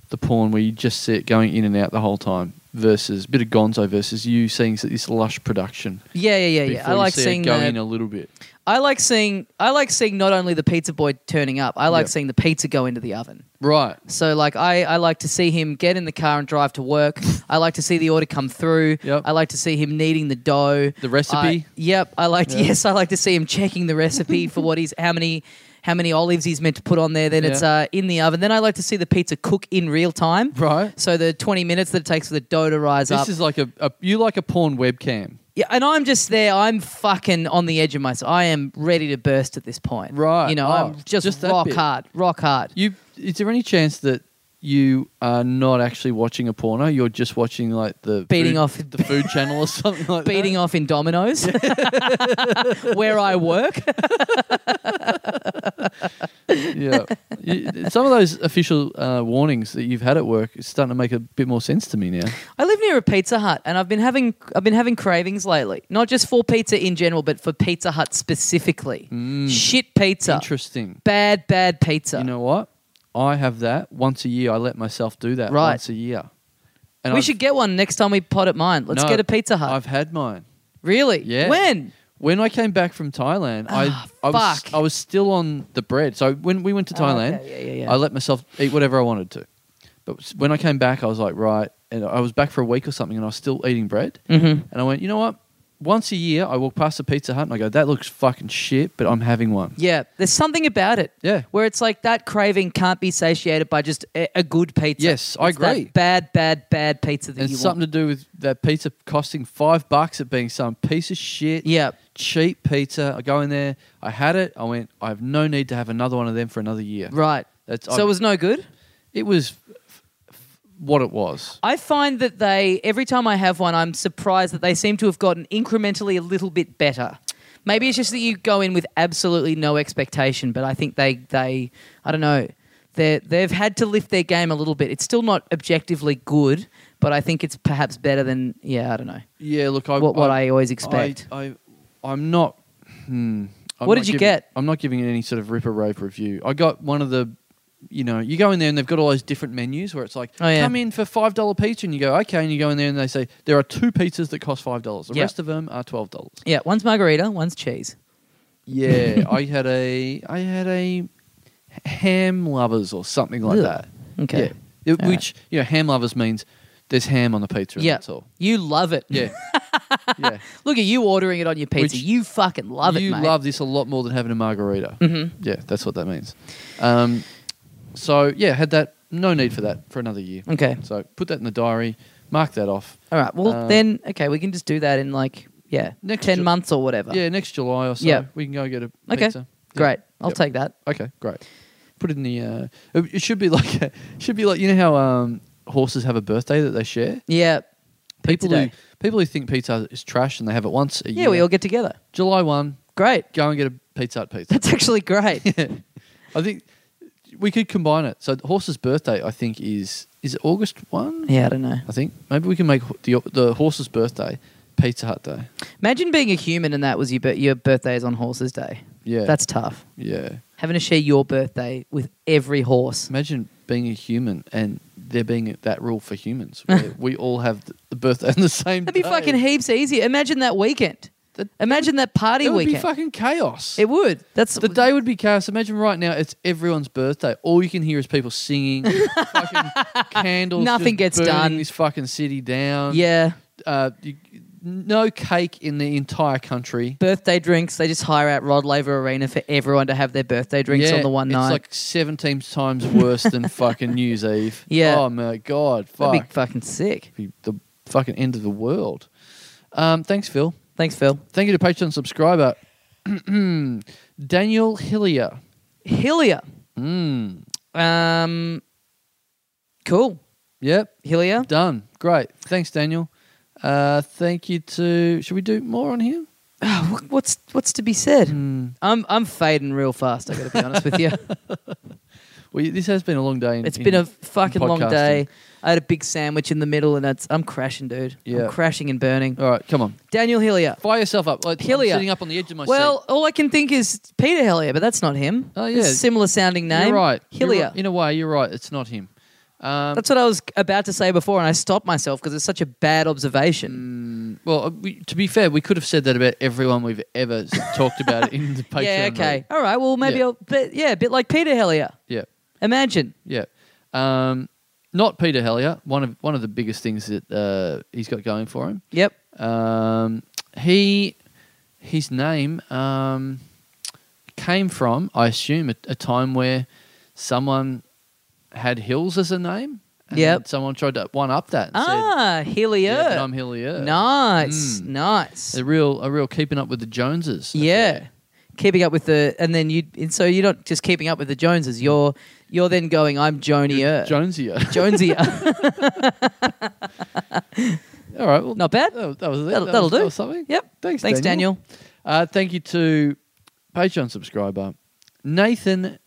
[SPEAKER 2] the porn where you just see it going in and out the whole time versus a bit of gonzo versus you seeing this lush production
[SPEAKER 1] Yeah, yeah, yeah,
[SPEAKER 2] before
[SPEAKER 1] yeah. I like
[SPEAKER 2] you see
[SPEAKER 1] seeing
[SPEAKER 2] it go
[SPEAKER 1] the,
[SPEAKER 2] in a little bit.
[SPEAKER 1] I like seeing I like seeing not only the pizza boy turning up. I like
[SPEAKER 2] Yep.
[SPEAKER 1] seeing the pizza go into the oven.
[SPEAKER 2] Right.
[SPEAKER 1] So like I, I like to see him get in the car and drive to work. I like to see the order come through.
[SPEAKER 2] Yep.
[SPEAKER 1] I like to see him kneading the dough.
[SPEAKER 2] The recipe?
[SPEAKER 1] I- yep. I like to,
[SPEAKER 2] Yeah.
[SPEAKER 1] yes, I like to see him checking the recipe for what he's how many how many olives he's meant to put on there. Then it's
[SPEAKER 2] Yeah.
[SPEAKER 1] uh, in the oven. Then I like to see the pizza cook in real time.
[SPEAKER 2] Right.
[SPEAKER 1] So the twenty minutes that it takes for the dough to rise
[SPEAKER 2] This
[SPEAKER 1] up.
[SPEAKER 2] is like a, a you like a porn webcam.
[SPEAKER 1] Yeah, and I'm just there. I'm fucking on the edge of myself. I am ready to burst at this point.
[SPEAKER 2] Right.
[SPEAKER 1] You know,
[SPEAKER 2] Oh,
[SPEAKER 1] I'm just,
[SPEAKER 2] just that
[SPEAKER 1] rock
[SPEAKER 2] bit.
[SPEAKER 1] hard, rock hard.
[SPEAKER 2] You is there any chance that you are not actually watching a porno? You're just watching like the
[SPEAKER 1] Beating
[SPEAKER 2] food-
[SPEAKER 1] off-
[SPEAKER 2] the food channel or something like
[SPEAKER 1] Beating
[SPEAKER 2] that.
[SPEAKER 1] off in dominoes where I work.
[SPEAKER 2] Yeah. You- Some of those official uh, warnings that you've had at work is starting to make a bit more sense to me now.
[SPEAKER 1] I live near a Pizza Hut and I've been having I've been having cravings lately. Not just for pizza in general, but for Pizza Hut specifically. Shit pizza.
[SPEAKER 2] Interesting.
[SPEAKER 1] Bad, bad pizza.
[SPEAKER 2] Mm. You know what? I have that once a year. I let myself do that
[SPEAKER 1] Right.
[SPEAKER 2] once a year. And
[SPEAKER 1] we
[SPEAKER 2] I've-
[SPEAKER 1] should get one next time we pot at mine. Let's
[SPEAKER 2] no,
[SPEAKER 1] get a Pizza Hut.
[SPEAKER 2] I've had mine.
[SPEAKER 1] really?
[SPEAKER 2] Yeah.
[SPEAKER 1] When?
[SPEAKER 2] When I came back from Thailand,
[SPEAKER 1] Ah,
[SPEAKER 2] I I was
[SPEAKER 1] fuck.
[SPEAKER 2] I was still on the bread. So when we went to
[SPEAKER 1] Oh, okay.
[SPEAKER 2] Thailand,
[SPEAKER 1] Yeah, yeah, yeah.
[SPEAKER 2] I let myself eat whatever I wanted to. But s- when I came back, I was like, right, and I was back for a week or something, and I was still eating bread.
[SPEAKER 1] Mhm.
[SPEAKER 2] And I went, you know what? Once a year, I walk past a Pizza Hut and I go, that looks fucking shit, but I'm having one.
[SPEAKER 1] Yeah, there's something about it.
[SPEAKER 2] Yeah.
[SPEAKER 1] where it's like that craving can't be satiated by just a, a good pizza.
[SPEAKER 2] Yes, I
[SPEAKER 1] It's that
[SPEAKER 2] agree.
[SPEAKER 1] bad, bad, bad pizza that
[SPEAKER 2] And
[SPEAKER 1] you
[SPEAKER 2] it's something
[SPEAKER 1] want.
[SPEAKER 2] to do with that pizza costing five bucks at being some piece of shit.
[SPEAKER 1] yeah,
[SPEAKER 2] cheap pizza. I go in there, I had it. I went, I have no need to have another one of them for another year.
[SPEAKER 1] right.
[SPEAKER 2] That's
[SPEAKER 1] so
[SPEAKER 2] I-
[SPEAKER 1] it was no good.
[SPEAKER 2] It was f- f- what it was.
[SPEAKER 1] I find that they every time I have one, I'm surprised that they seem to have gotten incrementally a little bit better. Maybe it's just that you go in with absolutely no expectation, but I think they they I don't know they they've had to lift their game a little bit. It's still not objectively good, but I think it's perhaps better than yeah I don't know
[SPEAKER 2] Yeah, look, I
[SPEAKER 1] what what I always expect.
[SPEAKER 2] I, I am not. Hmm, I'm
[SPEAKER 1] What
[SPEAKER 2] not
[SPEAKER 1] did you
[SPEAKER 2] giving-
[SPEAKER 1] get?
[SPEAKER 2] I'm not giving it any sort of ripper rave review. I got one of the. You know, you go in there and they've got all those different menus where it's like,
[SPEAKER 1] Oh, yeah.
[SPEAKER 2] come in for five dollar pizza, and you go okay, and you go in there and they say there are two pizzas that cost five dollars. The
[SPEAKER 1] Yeah.
[SPEAKER 2] rest of them are twelve dollars.
[SPEAKER 1] Yeah, one's margarita, one's cheese.
[SPEAKER 2] Yeah, I had a I had a ham lovers or something like
[SPEAKER 1] Ugh.
[SPEAKER 2] that.
[SPEAKER 1] Okay.
[SPEAKER 2] Yeah. It-
[SPEAKER 1] All
[SPEAKER 2] which you know, ham lovers means there's ham on the pizza. And
[SPEAKER 1] Yeah.
[SPEAKER 2] That's all.
[SPEAKER 1] You love it.
[SPEAKER 2] Yeah. yeah.
[SPEAKER 1] Look at you ordering it on your pizza.
[SPEAKER 2] Which-
[SPEAKER 1] you fucking love
[SPEAKER 2] you
[SPEAKER 1] it, mate.
[SPEAKER 2] love this a lot more than having a margarita. Mm-hmm. Yeah, that's what that means. Um, so yeah, had that. No need for that for another year.
[SPEAKER 1] Okay.
[SPEAKER 2] So put that in the diary. Mark that off.
[SPEAKER 1] All right. Well,
[SPEAKER 2] Um,
[SPEAKER 1] then, okay, we can just do that in like, yeah,
[SPEAKER 2] Next
[SPEAKER 1] 10
[SPEAKER 2] Ju-
[SPEAKER 1] months or whatever.
[SPEAKER 2] Yeah, next July or so,
[SPEAKER 1] Yeah.
[SPEAKER 2] we can go get a
[SPEAKER 1] Okay.
[SPEAKER 2] pizza. Yeah.
[SPEAKER 1] Great. I'll
[SPEAKER 2] Yep.
[SPEAKER 1] take that.
[SPEAKER 2] Okay, great. Put it in the. Uh, it it should be like it should be like you know how um, horses have a birthday that they share.
[SPEAKER 1] Yeah. Pizza
[SPEAKER 2] People who
[SPEAKER 1] day.
[SPEAKER 2] people who think pizza is trash and they have it once a
[SPEAKER 1] Yeah,
[SPEAKER 2] year.
[SPEAKER 1] we all get together.
[SPEAKER 2] July one.
[SPEAKER 1] Great.
[SPEAKER 2] Go and get a pizza at pizza.
[SPEAKER 1] That's actually great.
[SPEAKER 2] I think we could combine it. So the horse's birthday, I think, is is it August one?
[SPEAKER 1] yeah, I don't know.
[SPEAKER 2] I think maybe we can make ho- the the horse's birthday Pizza Hut day.
[SPEAKER 1] Imagine being a human and that was your, bir- your birthday is on Horses Day.
[SPEAKER 2] Yeah.
[SPEAKER 1] That's tough.
[SPEAKER 2] Yeah.
[SPEAKER 1] Having to share your birthday with every horse.
[SPEAKER 2] Imagine being a human and there being that rule for humans. Where we all have th- the birthday on the same
[SPEAKER 1] That'd be
[SPEAKER 2] day.
[SPEAKER 1] fucking heaps easier. Imagine that weekend.
[SPEAKER 2] That-
[SPEAKER 1] Imagine that party
[SPEAKER 2] It would
[SPEAKER 1] weekend.
[SPEAKER 2] be fucking chaos.
[SPEAKER 1] It would. That's
[SPEAKER 2] the day would be chaos. Imagine right now it's everyone's birthday. All you can hear is people singing, fucking candles.
[SPEAKER 1] Nothing gets
[SPEAKER 2] just burning
[SPEAKER 1] done.
[SPEAKER 2] This fucking city down.
[SPEAKER 1] Yeah,
[SPEAKER 2] Uh, you, no cake in the entire country.
[SPEAKER 1] birthday drinks. They just hire out Rod Laver Arena for everyone to have their birthday drinks
[SPEAKER 2] Yeah,
[SPEAKER 1] on the one
[SPEAKER 2] it's
[SPEAKER 1] night.
[SPEAKER 2] like seventeen times worse than fucking New Year's Eve.
[SPEAKER 1] Yeah.
[SPEAKER 2] Oh my god. Fuck.
[SPEAKER 1] That'd be fucking sick.
[SPEAKER 2] be the fucking end of the world. Um, thanks, Phil.
[SPEAKER 1] Thanks, Phil.
[SPEAKER 2] Thank you to Patreon subscriber Daniel Hillier.
[SPEAKER 1] Hillier.
[SPEAKER 2] Hmm.
[SPEAKER 1] Um, cool.
[SPEAKER 2] Yep,
[SPEAKER 1] Hillier.
[SPEAKER 2] done. Great. Thanks, Daniel. Uh, thank you to. Should we do more on here?
[SPEAKER 1] Oh, wh- what's
[SPEAKER 2] Hmm.
[SPEAKER 1] what's to be said? I'm I'm fading real fast. I got to be honest with you.
[SPEAKER 2] Well, this has been a long day. In,
[SPEAKER 1] It's
[SPEAKER 2] in-
[SPEAKER 1] been a fucking
[SPEAKER 2] in
[SPEAKER 1] long
[SPEAKER 2] podcasting.
[SPEAKER 1] day. I had a big sandwich in the middle, and that's I'm crashing, dude.
[SPEAKER 2] Yeah. Uh,
[SPEAKER 1] I'm crashing and burning.
[SPEAKER 2] All right, come on.
[SPEAKER 1] Daniel Hillier.
[SPEAKER 2] Fire yourself up. Like, I'm
[SPEAKER 1] Hillier.
[SPEAKER 2] sitting up on the edge of my
[SPEAKER 1] Well,
[SPEAKER 2] seat.
[SPEAKER 1] all I can think is Peter Hillier, but that's not him.
[SPEAKER 2] Oh,
[SPEAKER 1] It's a
[SPEAKER 2] yeah.
[SPEAKER 1] similar sounding name.
[SPEAKER 2] You're right. You're
[SPEAKER 1] Hillier.
[SPEAKER 2] right. In a way, you're right. It's not him. Um,
[SPEAKER 1] that's what I was about to say before, and I stopped myself because it's such a bad observation.
[SPEAKER 2] well, uh, we, to be fair, we could have said that about everyone we've ever s- talked about in the Patreon.
[SPEAKER 1] yeah, okay.
[SPEAKER 2] room.
[SPEAKER 1] All right, well, maybe
[SPEAKER 2] Yeah.
[SPEAKER 1] I'll. But yeah, a bit like Peter Hillier.
[SPEAKER 2] Yeah.
[SPEAKER 1] Imagine.
[SPEAKER 2] Yeah. Um, not Peter Hellier. One of one of the biggest things that uh, he's got going for him.
[SPEAKER 1] Yep.
[SPEAKER 2] Um, he his name um, came from, I assume, a, a time where someone had hills as a name. and
[SPEAKER 1] Yep.
[SPEAKER 2] Someone tried to one up that. And
[SPEAKER 1] ah, Hillier.
[SPEAKER 2] Said, yeah, but I'm Hillier.
[SPEAKER 1] Nice.
[SPEAKER 2] Mm.
[SPEAKER 1] Nice.
[SPEAKER 2] A real, a real keeping up with the Joneses.
[SPEAKER 1] Yeah. Keeping up with the and then you and so you're not just keeping up with the Joneses. You're you're then going, I'm Jonier.
[SPEAKER 2] Jonesier.
[SPEAKER 1] Jonesier.
[SPEAKER 2] All right. Well,
[SPEAKER 1] not bad.
[SPEAKER 2] That, that was it.
[SPEAKER 1] That'll-
[SPEAKER 2] That
[SPEAKER 1] that'll
[SPEAKER 2] was-
[SPEAKER 1] do.
[SPEAKER 2] that was something.
[SPEAKER 1] Yep.
[SPEAKER 2] Thanks,
[SPEAKER 1] Thanks, Daniel.
[SPEAKER 2] Uh, thank you to Patreon subscriber Nathan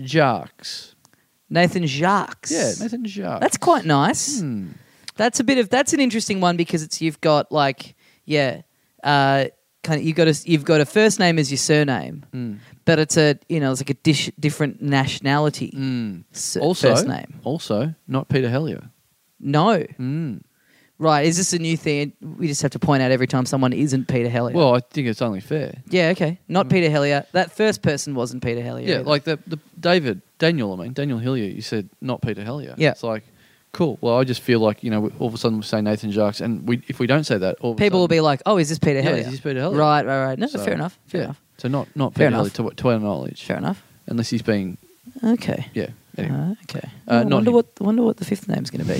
[SPEAKER 2] Jarks.
[SPEAKER 1] Nathan Jacques.
[SPEAKER 2] Yeah, Nathan Jarks.
[SPEAKER 1] That's quite nice.
[SPEAKER 2] Hmm.
[SPEAKER 1] That's a bit of that's an interesting one because it's you've got like yeah, uh, kind of you've got a you've got a first name as your surname,
[SPEAKER 2] Hmm.
[SPEAKER 1] but it's a you know it's like a dish, different nationality. s-
[SPEAKER 2] Hmm. also
[SPEAKER 1] first name.
[SPEAKER 2] Also, not Peter Hellier.
[SPEAKER 1] No,
[SPEAKER 2] Mm.
[SPEAKER 1] right? Is this a new thing? We just have to point out every time someone isn't Peter Hellier.
[SPEAKER 2] Well, I think it's only fair.
[SPEAKER 1] yeah, okay, not Peter Hellier. That first person wasn't Peter Hellier.
[SPEAKER 2] Yeah,
[SPEAKER 1] either.
[SPEAKER 2] like the, the David Daniel. I mean Daniel Hillier. You said not Peter Hellier.
[SPEAKER 1] Yeah.
[SPEAKER 2] it's like cool. Well, I just feel like you know we- all of a sudden we say Nathan Jarks, and we if we don't say that, all of a
[SPEAKER 1] people will
[SPEAKER 2] sudden-
[SPEAKER 1] be like, "Oh, is this Peter
[SPEAKER 2] um, Yeah,
[SPEAKER 1] Hellier?"
[SPEAKER 2] is this Peter Hellier?
[SPEAKER 1] Right, right, right. No,
[SPEAKER 2] So,
[SPEAKER 1] fair enough. Fair
[SPEAKER 2] yeah.
[SPEAKER 1] enough.
[SPEAKER 2] So not not
[SPEAKER 1] Fair
[SPEAKER 2] Peter Hellier
[SPEAKER 1] enough.
[SPEAKER 2] to, to our knowledge.
[SPEAKER 1] Fair enough.
[SPEAKER 2] Unless he's being
[SPEAKER 1] Okay.
[SPEAKER 2] yeah. Anyway.
[SPEAKER 1] Uh, okay.
[SPEAKER 2] Uh,
[SPEAKER 1] I
[SPEAKER 2] not
[SPEAKER 1] wonder
[SPEAKER 2] him.
[SPEAKER 1] what wonder what the fifth name's going to be.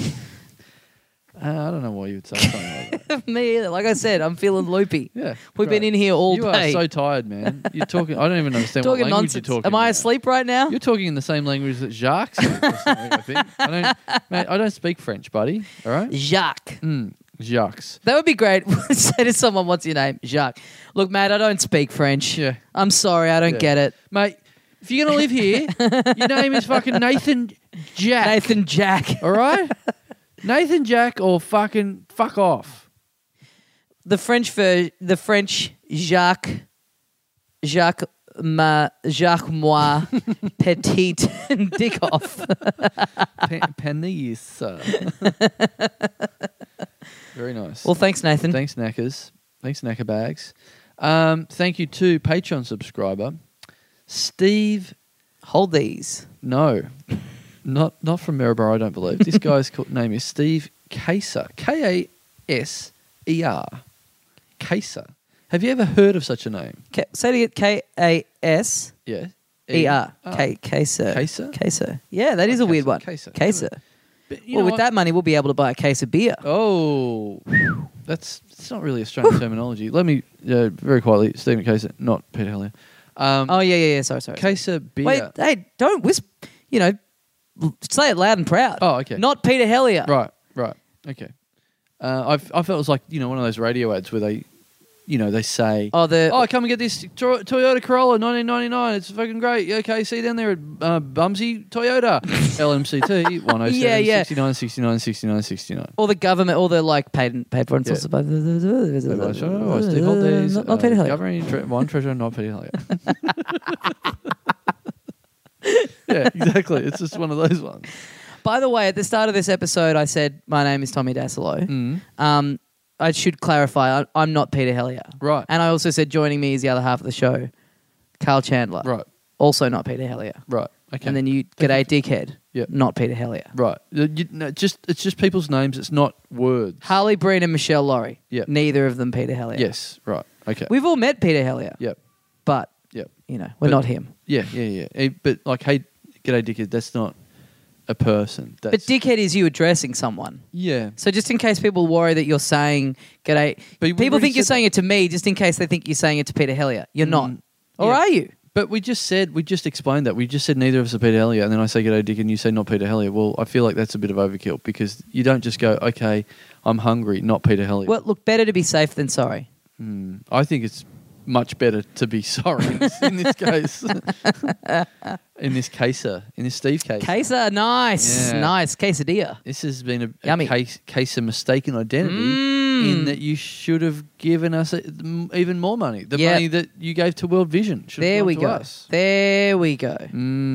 [SPEAKER 1] Uh-huh.
[SPEAKER 2] Uh, I don't know why you would say something like that.
[SPEAKER 1] Me either. Like I said, I'm feeling loopy.
[SPEAKER 2] Yeah,
[SPEAKER 1] We've been
[SPEAKER 2] great.
[SPEAKER 1] in here all
[SPEAKER 2] you
[SPEAKER 1] day.
[SPEAKER 2] are so tired, man. You're talking. I don't even understand
[SPEAKER 1] talking
[SPEAKER 2] what language
[SPEAKER 1] nonsense.
[SPEAKER 2] you're talking.
[SPEAKER 1] Am I
[SPEAKER 2] now.
[SPEAKER 1] asleep right now?
[SPEAKER 2] You're talking in the same language that Jacques. is or something, I think. I don't, mate, I don't speak French, buddy. All right.
[SPEAKER 1] Jacques.
[SPEAKER 2] Mm, Jacques.
[SPEAKER 1] That would be great. Say to someone, what's your name? Jacques. Look, mate, I don't speak French.
[SPEAKER 2] Yeah.
[SPEAKER 1] I'm sorry, I don't
[SPEAKER 2] Yeah.
[SPEAKER 1] get it.
[SPEAKER 2] Mate, if you're gonna live here, your name is fucking Nathan Jack.
[SPEAKER 1] Nathan Jack.
[SPEAKER 2] All right. Nathan Jack or fucking fuck off.
[SPEAKER 1] The French ver- the French Jacques Jacques Ma Jacques Moi Petit and Dick off.
[SPEAKER 2] Pa- Panis. sir. Very nice.
[SPEAKER 1] Well, thanks, Nathan.
[SPEAKER 2] Thanks, Knackers. Thanks, Knacker Bags. Um, thank you to Patreon subscriber Steve.
[SPEAKER 1] Hold these.
[SPEAKER 2] No, not not from Maribor, I don't believe. This guy's called, name is Steve Kaser. K A S E R. Kaser. Have you ever heard of such a name?
[SPEAKER 1] K- say to get K A S.
[SPEAKER 2] Yeah.
[SPEAKER 1] E R
[SPEAKER 2] Ah.
[SPEAKER 1] K Queso.
[SPEAKER 2] Queso?
[SPEAKER 1] Queso. Yeah, that is
[SPEAKER 2] Oh,
[SPEAKER 1] a weird
[SPEAKER 2] queso,
[SPEAKER 1] one.
[SPEAKER 2] queso.
[SPEAKER 1] Queso.
[SPEAKER 2] Oh, But you
[SPEAKER 1] Well,
[SPEAKER 2] know
[SPEAKER 1] with
[SPEAKER 2] what?
[SPEAKER 1] that money, we'll be able to buy a case of beer.
[SPEAKER 2] Oh, that's it's not really Australian terminology. Let me uh, very quietly, Stephen Kaser, not Peter Hellier. Um,
[SPEAKER 1] Oh yeah, yeah, yeah. Sorry, sorry.
[SPEAKER 2] Kaser beer.
[SPEAKER 1] Wait, hey, don't whisper. You know, l- say it loud and proud.
[SPEAKER 2] Oh, okay.
[SPEAKER 1] Not Peter Hellier.
[SPEAKER 2] Right, right, okay. Uh, I've, I felt it was like you know one of those radio ads where they, you know, they say,
[SPEAKER 1] Oh, the
[SPEAKER 2] "Oh, come and get this Tro- Toyota Corolla 1999. It's fucking great." Yeah, Okay, see you down there at uh, Bumsy Toyota LMCT 107
[SPEAKER 1] Yeah, yeah.
[SPEAKER 2] 69 69 69 69.
[SPEAKER 1] or the government, or the like paid and paid for and
[SPEAKER 2] Yeah.
[SPEAKER 1] sponsored by.
[SPEAKER 2] Everyone shut up, I stick all these,
[SPEAKER 1] Not, not
[SPEAKER 2] uh,
[SPEAKER 1] Peter Hellier.
[SPEAKER 2] Governing tre- one treasure, not Peter Hellier. yeah, exactly. It's just one of those ones.
[SPEAKER 1] By the way, at the start of this episode, I said my name is Tommy Dasilo.
[SPEAKER 2] Mm.
[SPEAKER 1] Um, I should clarify, I, I'm not Peter Hellier.
[SPEAKER 2] Right.
[SPEAKER 1] And I also said joining me is the other half of the show, Carl Chandler.
[SPEAKER 2] Right,
[SPEAKER 1] Also not Peter Hellier.
[SPEAKER 2] right. Okay.
[SPEAKER 1] And then you get a dickhead.
[SPEAKER 2] Yep.
[SPEAKER 1] Not Peter Hellier.
[SPEAKER 2] Right. Uh, you- no, just it's just people's names. It's not words.
[SPEAKER 1] Harley Breen and Michelle Laurie.
[SPEAKER 2] Yep.
[SPEAKER 1] Neither of them Peter Hellier.
[SPEAKER 2] Yes. Right. Okay.
[SPEAKER 1] We've all met Peter Hellier.
[SPEAKER 2] Yep.
[SPEAKER 1] But
[SPEAKER 2] Yep.
[SPEAKER 1] you know, we're
[SPEAKER 2] But-
[SPEAKER 1] not him.
[SPEAKER 2] Yeah. Yeah. Yeah. Eh, But like, hey, g'day, dickhead. That's not a person. That's,
[SPEAKER 1] But dickhead is you addressing someone.
[SPEAKER 2] Yeah.
[SPEAKER 1] So just in case people worry that you're saying g'day,
[SPEAKER 2] But we
[SPEAKER 1] people
[SPEAKER 2] already
[SPEAKER 1] think you're
[SPEAKER 2] said
[SPEAKER 1] saying it to me. Just in case they think you're saying it to Peter Hellier, you're not, or
[SPEAKER 2] Mm. yeah.
[SPEAKER 1] are you?
[SPEAKER 2] But we just said we just explained that we just said neither of us are Peter Hellier, and then I say g'day, dickhead, and you say not Peter Hellier. Well, I feel like that's a bit of overkill because you don't just go, okay, I'm hungry, not Peter Hellier.
[SPEAKER 1] Well, look, better to be safe than sorry.
[SPEAKER 2] Mm, I think it's much better to be sorry in this- in this case. in this case, sir. in this Steve case.
[SPEAKER 1] Queso, nice,
[SPEAKER 2] Yeah.
[SPEAKER 1] nice quesadilla.
[SPEAKER 2] This has been a, a
[SPEAKER 1] Yummy. Mm.
[SPEAKER 2] case, case of mistaken identity in that you should have given us uh, m- even more money. The
[SPEAKER 1] Yeah.
[SPEAKER 2] money that you gave to World Vision. should have
[SPEAKER 1] There
[SPEAKER 2] gone
[SPEAKER 1] we
[SPEAKER 2] to
[SPEAKER 1] go.
[SPEAKER 2] Us.
[SPEAKER 1] There we go.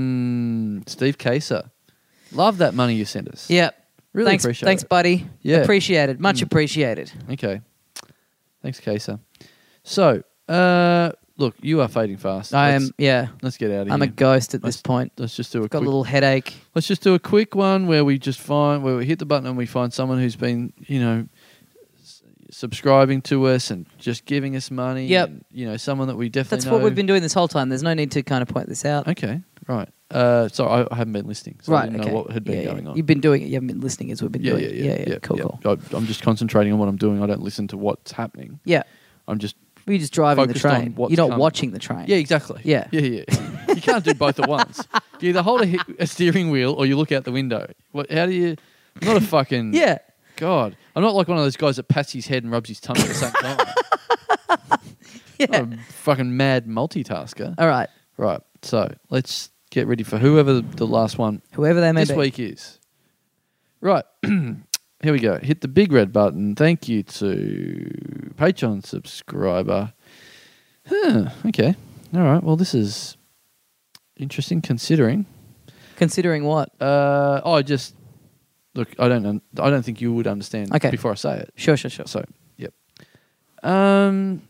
[SPEAKER 2] Mm, Steve Kaser. Love that money you sent us.
[SPEAKER 1] Yep.
[SPEAKER 2] Really
[SPEAKER 1] thanks,
[SPEAKER 2] appreciate
[SPEAKER 1] Thanks,
[SPEAKER 2] it.
[SPEAKER 1] buddy.
[SPEAKER 2] Yeah. Mm.
[SPEAKER 1] Appreciated. Much appreciated.
[SPEAKER 2] Okay. Thanks, Kaser. So, uh, look, you are fading fast.
[SPEAKER 1] I
[SPEAKER 2] Let's-
[SPEAKER 1] am, yeah.
[SPEAKER 2] Let's get out of
[SPEAKER 1] I'm a
[SPEAKER 2] here.
[SPEAKER 1] ghost at this
[SPEAKER 2] Let's-
[SPEAKER 1] point.
[SPEAKER 2] Let's just do a
[SPEAKER 1] Got a
[SPEAKER 2] quick
[SPEAKER 1] little headache.
[SPEAKER 2] Let's just do a quick one where we just find where we hit the button and we find someone who's been, you know, s- subscribing to us and just giving us money.
[SPEAKER 1] Yep.
[SPEAKER 2] and, you know, someone that we definitely
[SPEAKER 1] That's
[SPEAKER 2] know.
[SPEAKER 1] what we've been doing this whole time. There's no need to kind of point this out.
[SPEAKER 2] Okay, right. Uh, so I, I haven't been listening. So I
[SPEAKER 1] right.
[SPEAKER 2] didn't
[SPEAKER 1] okay.
[SPEAKER 2] know what had been
[SPEAKER 1] Yeah, yeah.
[SPEAKER 2] going on.
[SPEAKER 1] You've been doing it. You haven't been listening as we've been
[SPEAKER 2] yeah,
[SPEAKER 1] doing
[SPEAKER 2] yeah,
[SPEAKER 1] it.
[SPEAKER 2] yeah, yeah,
[SPEAKER 1] Cool, cool.
[SPEAKER 2] I, I'm just concentrating on what I'm doing. I don't listen to what's happening.
[SPEAKER 1] Yeah.
[SPEAKER 2] I'm just.
[SPEAKER 1] You're just driving the
[SPEAKER 2] Focused on
[SPEAKER 1] train. You're
[SPEAKER 2] what's
[SPEAKER 1] not
[SPEAKER 2] coming.
[SPEAKER 1] watching the train.
[SPEAKER 2] Yeah, exactly.
[SPEAKER 1] Yeah.
[SPEAKER 2] yeah, yeah. you can't do both at once. You either hold a, he- a steering wheel or you look out the window. What? How do you? I'm not a fucking.
[SPEAKER 1] Yeah.
[SPEAKER 2] God, I'm not like one of those guys that pats his head and rubs his tummy at the same time.
[SPEAKER 1] Yeah.
[SPEAKER 2] I'm a fucking mad multitasker.
[SPEAKER 1] All right.
[SPEAKER 2] Right, so let's get ready for whoever the, the last one
[SPEAKER 1] Whoever they may
[SPEAKER 2] this
[SPEAKER 1] be.
[SPEAKER 2] week is. Right, here we go. Hit the big red button. Thank you to Patreon subscriber. Huh, okay. All right, well, this is interesting considering.
[SPEAKER 1] Considering what?
[SPEAKER 2] Uh, oh, I just look. I don't. Un- I don't think you would understand.
[SPEAKER 1] Okay.
[SPEAKER 2] Before I say it.
[SPEAKER 1] Sure, sure, sure.
[SPEAKER 2] So, yep. Um.